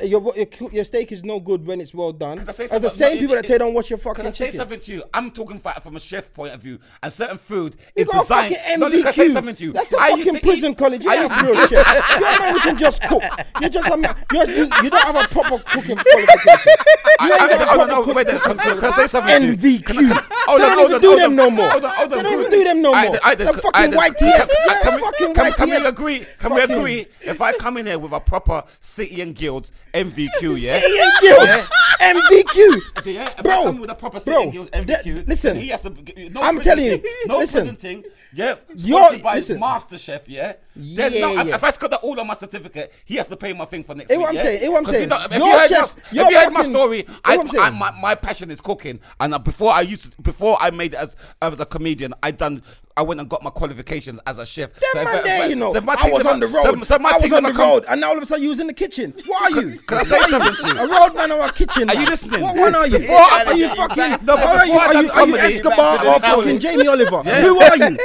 Speaker 3: Your, your coo- your steak is no good when it's well done.
Speaker 2: I say
Speaker 3: Are the
Speaker 2: something?
Speaker 3: same
Speaker 2: No,
Speaker 3: people
Speaker 2: it-
Speaker 3: that say don't wash your
Speaker 2: Can I
Speaker 3: fucking
Speaker 2: say
Speaker 3: chicken.
Speaker 2: something to you? I'm talking fa- from a chef point of view, and certain food
Speaker 3: You
Speaker 2: is
Speaker 3: got a
Speaker 2: designed.
Speaker 3: fucking MVQ.
Speaker 2: can I say something to you?
Speaker 3: That's a
Speaker 2: I used to
Speaker 3: fucking prison
Speaker 2: eat-
Speaker 3: college. You
Speaker 2: I
Speaker 3: ain't
Speaker 2: used to
Speaker 3: a real chef. You're a man who can just cook. You're just a man. You're, you, you don't have a proper cooking qualification.
Speaker 2: I-
Speaker 3: You
Speaker 2: I-
Speaker 3: ain't got
Speaker 2: I-
Speaker 3: a
Speaker 2: I-
Speaker 3: proper
Speaker 2: no, wait,
Speaker 3: cooking
Speaker 2: can- can I say something to you?
Speaker 3: MVQ.
Speaker 2: Hold
Speaker 3: They
Speaker 2: on,
Speaker 3: don't
Speaker 2: hold
Speaker 3: even
Speaker 2: on,
Speaker 3: do
Speaker 2: hold
Speaker 3: them
Speaker 2: on.
Speaker 3: no more.
Speaker 2: Hold on, hold
Speaker 3: They
Speaker 2: on,
Speaker 3: don't even
Speaker 2: good.
Speaker 3: do them no
Speaker 2: I-
Speaker 3: more.
Speaker 2: I- I-
Speaker 3: They're
Speaker 2: I-
Speaker 3: fucking
Speaker 2: I-
Speaker 3: YTS.
Speaker 2: Can,
Speaker 3: Yeah,
Speaker 2: can, we-
Speaker 3: fucking
Speaker 2: can, can we
Speaker 3: YTS.
Speaker 2: agree? Can we
Speaker 3: Fucking-
Speaker 2: agree? If I come in here with a proper City and Guilds MVQ, yeah?
Speaker 3: MVQ. MVQ.
Speaker 2: Yeah, if I
Speaker 3: Bro,
Speaker 2: come with a proper City
Speaker 3: bro,
Speaker 2: and Guilds
Speaker 3: th-
Speaker 2: MVQ,
Speaker 3: listen.
Speaker 2: he has to, g- no
Speaker 3: I'm
Speaker 2: prison
Speaker 3: telling you,
Speaker 2: thing, no
Speaker 3: listen.
Speaker 2: prison thing. Yeah,
Speaker 3: You're-
Speaker 2: sponsored by
Speaker 3: listen.
Speaker 2: Master Chef, yeah. Then
Speaker 3: Yeah,
Speaker 2: no, if-
Speaker 3: yeah.
Speaker 2: If I got that all on my certificate, he has to pay my thing for next
Speaker 3: Hear
Speaker 2: week.
Speaker 3: what I'm
Speaker 2: yeah?
Speaker 3: saying, hear what I'm
Speaker 2: 'Cause you
Speaker 3: saying.
Speaker 2: don't- If
Speaker 3: Your
Speaker 2: you heard
Speaker 3: chefs-
Speaker 2: my-
Speaker 3: your
Speaker 2: if you heard my
Speaker 3: fucking-
Speaker 2: story,
Speaker 3: hear
Speaker 2: I,
Speaker 3: what I'm saying.
Speaker 2: I, my, my passion is cooking, and uh, before I used to, before I made it as as a comedian, I done I went and got my qualifications as a chef.
Speaker 3: That
Speaker 2: if
Speaker 3: man
Speaker 2: if
Speaker 3: there, you know.
Speaker 2: so if my
Speaker 3: I
Speaker 2: things
Speaker 3: was
Speaker 2: ever-
Speaker 3: on the road.
Speaker 2: So, so my
Speaker 3: I was
Speaker 2: things
Speaker 3: on
Speaker 2: ever
Speaker 3: the
Speaker 2: come-
Speaker 3: road, and now all of a sudden you was in the kitchen. What are you?
Speaker 2: Can I say something to you?
Speaker 3: A roadman or a kitchen?
Speaker 2: Are you
Speaker 3: man?
Speaker 2: listening?
Speaker 3: What one are you?
Speaker 2: Before I-
Speaker 3: are you fucking?
Speaker 2: No, but
Speaker 3: are you,
Speaker 2: before I done
Speaker 3: are you, are you
Speaker 2: comedy-
Speaker 3: Escobar or fucking Jamie Oliver? Who
Speaker 1: [laughs]
Speaker 3: are you?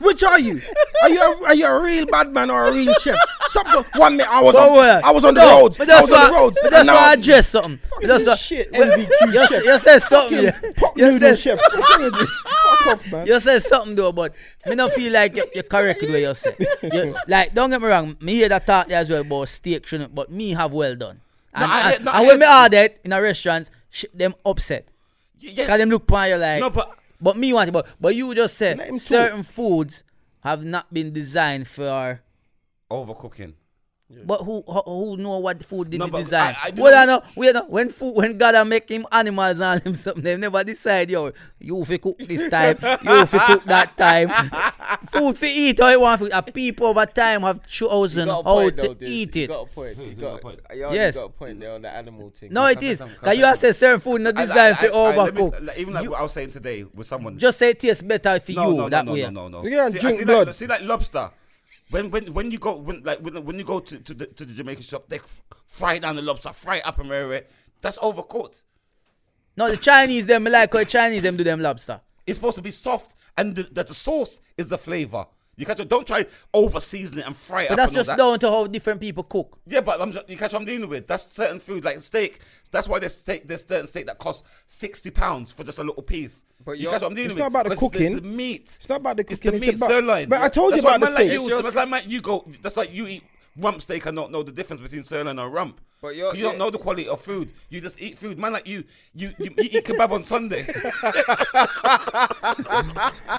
Speaker 3: Which are you? Are you a, are you a real bad man or a real chef? Stop! The, one minute I was
Speaker 1: But
Speaker 3: on,
Speaker 1: what?
Speaker 3: I was on the
Speaker 1: No,
Speaker 3: roads.
Speaker 1: But that's
Speaker 3: I was on
Speaker 1: why.
Speaker 3: the roads.
Speaker 1: But that's
Speaker 3: and
Speaker 1: why I
Speaker 3: now-
Speaker 1: address something. But that's
Speaker 3: this
Speaker 1: why.
Speaker 3: shit,
Speaker 1: Well, [laughs]
Speaker 3: MVQ
Speaker 1: you s-
Speaker 3: chef.
Speaker 1: You said something.
Speaker 3: Fucking
Speaker 1: yeah.
Speaker 3: pot
Speaker 1: You
Speaker 3: noodle
Speaker 1: said
Speaker 3: chef. That's what you do. Fuck off, man.
Speaker 1: You said something though, but me not feel like you, you're correct with what you say.
Speaker 3: [laughs]
Speaker 1: You, like, don't get me wrong, me hear that talk there as well about steak, shouldn't, but me have well done. And,
Speaker 2: I hear-
Speaker 1: and-
Speaker 2: no,
Speaker 1: and
Speaker 2: I
Speaker 1: when me
Speaker 2: hear-
Speaker 1: order it in a restaurant, sh- them upset.
Speaker 2: Yes.
Speaker 1: Because them look upon you like.
Speaker 2: No, but-
Speaker 1: But me want it. But, but you just said
Speaker 3: Let him talk.
Speaker 1: certain foods have not been designed for.
Speaker 2: overcooking.
Speaker 1: But who who, who know what food did
Speaker 2: No,
Speaker 1: he
Speaker 2: but
Speaker 1: design?
Speaker 2: I- I do
Speaker 1: well,
Speaker 2: know-
Speaker 1: I know, we know when food when God a make him animals and him something, they never decide yo you fi cook this time, you fi cook that time.
Speaker 2: [laughs]
Speaker 1: food fi eat how you want. fi- And people over time have
Speaker 5: You
Speaker 1: chosen
Speaker 5: got a
Speaker 1: how
Speaker 5: point,
Speaker 1: to
Speaker 5: though, dude.
Speaker 1: eat
Speaker 5: You
Speaker 1: it.
Speaker 5: got a point. You got,
Speaker 2: got a point.
Speaker 5: You
Speaker 1: Yes.
Speaker 5: yes. got a point there on the animal thing.
Speaker 1: No, it
Speaker 2: Confess
Speaker 1: is.
Speaker 2: something,
Speaker 1: Cause you have
Speaker 2: confess
Speaker 1: said certain food not
Speaker 2: I- I-
Speaker 1: designed
Speaker 2: I-
Speaker 1: for
Speaker 2: I- let me-
Speaker 1: overcook.
Speaker 2: like, even like what I was saying today with someone.
Speaker 1: Just say it tastes better for
Speaker 2: no,
Speaker 1: you
Speaker 2: no,
Speaker 1: that
Speaker 2: no,
Speaker 1: way.
Speaker 2: No, no, no,
Speaker 3: You
Speaker 2: no.
Speaker 3: gotta
Speaker 2: See, I
Speaker 3: drink
Speaker 2: see
Speaker 3: blood.
Speaker 2: Like, see, like lobster. When when when you go when like when, when you go to, to the to the Jamaican shop, they f- fry down the lobster, fry it up and rare it. That's overcooked.
Speaker 1: No, the Chinese them like how the Chinese them do them lobster.
Speaker 2: It's supposed to be soft, and the, that the sauce is the flavor. You catch? what- Don't try over season it and fry it.
Speaker 1: But
Speaker 2: up
Speaker 1: that's
Speaker 2: and all
Speaker 1: just
Speaker 2: that.
Speaker 1: down to how different people cook.
Speaker 2: Yeah, but I'm, you catch what I'm dealing with. That's certain food, like steak. That's why there's steak, there's certain steak that costs sixty pounds for just a little piece.
Speaker 5: But
Speaker 2: you
Speaker 5: you're-
Speaker 2: catch what I'm dealing
Speaker 3: It's
Speaker 2: with?
Speaker 3: not about the
Speaker 2: 'Cause it's-
Speaker 3: cooking.
Speaker 2: It's the meat.
Speaker 3: It's not about the cooking,
Speaker 2: It's
Speaker 3: it's
Speaker 2: the meat
Speaker 3: about-
Speaker 2: sirloin.
Speaker 3: But I told you
Speaker 2: That's why
Speaker 3: about the
Speaker 2: man like
Speaker 3: steak.
Speaker 2: You,
Speaker 5: It's
Speaker 2: that's
Speaker 5: just-
Speaker 2: like man, you go. That's like you eat rump steak and not know the difference between sirloin and rump.
Speaker 5: But you're-
Speaker 2: 'Cause you don't
Speaker 5: yeah.
Speaker 2: know the quality of food. You just eat food. Man like you, you you, you eat kebab on Sunday.
Speaker 3: [laughs] You
Speaker 2: [laughs]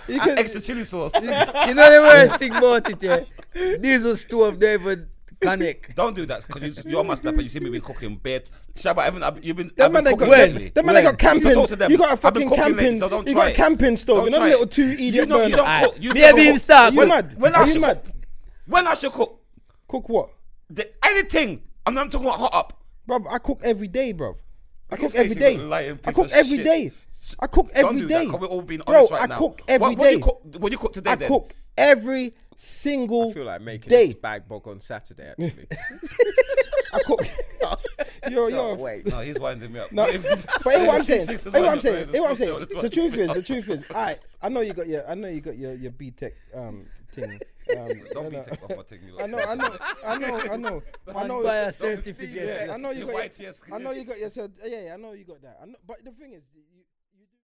Speaker 2: And
Speaker 3: can-
Speaker 2: extra chili
Speaker 3: [laughs]
Speaker 2: sauce.
Speaker 1: You know the worst thing about it, yeah? These are two of them even connect.
Speaker 2: Don't do that because you, you're my snapper. You see me been cooking bed. Shabba, I haven't. I've- You've been.
Speaker 3: That
Speaker 2: I've been
Speaker 3: man, they got,
Speaker 2: cooking lately.
Speaker 3: that man, they
Speaker 1: When?
Speaker 3: got
Speaker 2: So talk to
Speaker 3: camping.
Speaker 2: them.
Speaker 3: You got a
Speaker 2: I've been
Speaker 3: fucking
Speaker 2: cooking lately,
Speaker 3: camping.
Speaker 2: so don't
Speaker 3: you
Speaker 2: try
Speaker 3: got a
Speaker 2: it.
Speaker 3: camping stove.
Speaker 2: Don't
Speaker 3: you know
Speaker 2: try
Speaker 3: the little
Speaker 2: it.
Speaker 3: two idiot
Speaker 2: You know you
Speaker 3: burner.
Speaker 2: don't cook. You
Speaker 1: Maybe
Speaker 2: never
Speaker 1: him
Speaker 2: cook.
Speaker 1: start.
Speaker 3: Are you
Speaker 1: Well,
Speaker 3: mad?
Speaker 2: When
Speaker 3: Are
Speaker 2: I
Speaker 3: you
Speaker 2: should
Speaker 3: mad?
Speaker 2: cook, when I should cook
Speaker 3: Cook what,
Speaker 2: the, anything, I'm not talking about hot up.
Speaker 3: bro? I cook every day, bro. I
Speaker 2: His
Speaker 3: cook every
Speaker 2: face is
Speaker 3: day.
Speaker 2: a lying
Speaker 3: I
Speaker 2: piece
Speaker 3: cook
Speaker 2: of
Speaker 3: every
Speaker 2: shit.
Speaker 3: day. I cook
Speaker 2: Don't
Speaker 3: every
Speaker 2: do
Speaker 3: day.
Speaker 2: that. 'cause We're all being
Speaker 3: Bro,
Speaker 2: honest right
Speaker 3: I
Speaker 2: now.
Speaker 3: cook every
Speaker 2: what, what do
Speaker 3: day.
Speaker 2: you cook? What do you cook today?
Speaker 3: I
Speaker 2: then?
Speaker 3: cook every single
Speaker 5: I feel like making
Speaker 3: day.
Speaker 5: a
Speaker 2: [laughs]
Speaker 5: spag bog on
Speaker 3: [laughs]
Speaker 5: Saturday, actually.
Speaker 3: I cook. [laughs] you're, you're.
Speaker 5: no,
Speaker 3: [laughs]
Speaker 5: wait.
Speaker 2: No, he's winding me up. [laughs]
Speaker 3: No, [laughs] but hear what I'm saying. Hear what I'm saying. Hear what I'm saying.
Speaker 2: That's
Speaker 3: The
Speaker 2: what-
Speaker 3: truth is, the truth is. I, I know you got your, I know you got your, your B Tech um thing. Um,
Speaker 2: Don't
Speaker 3: you
Speaker 2: be
Speaker 3: know.
Speaker 2: taking off my thing. you
Speaker 3: I know,
Speaker 2: lot.
Speaker 3: I
Speaker 2: [laughs]
Speaker 3: know, I know, I know, I know.
Speaker 1: buy a certificate.
Speaker 3: Yeah, I know you
Speaker 2: Your
Speaker 3: got.
Speaker 2: white
Speaker 3: Your,
Speaker 2: yes.
Speaker 3: I know you got yourself. Yeah, yeah, I know you got that. I know, but the thing is,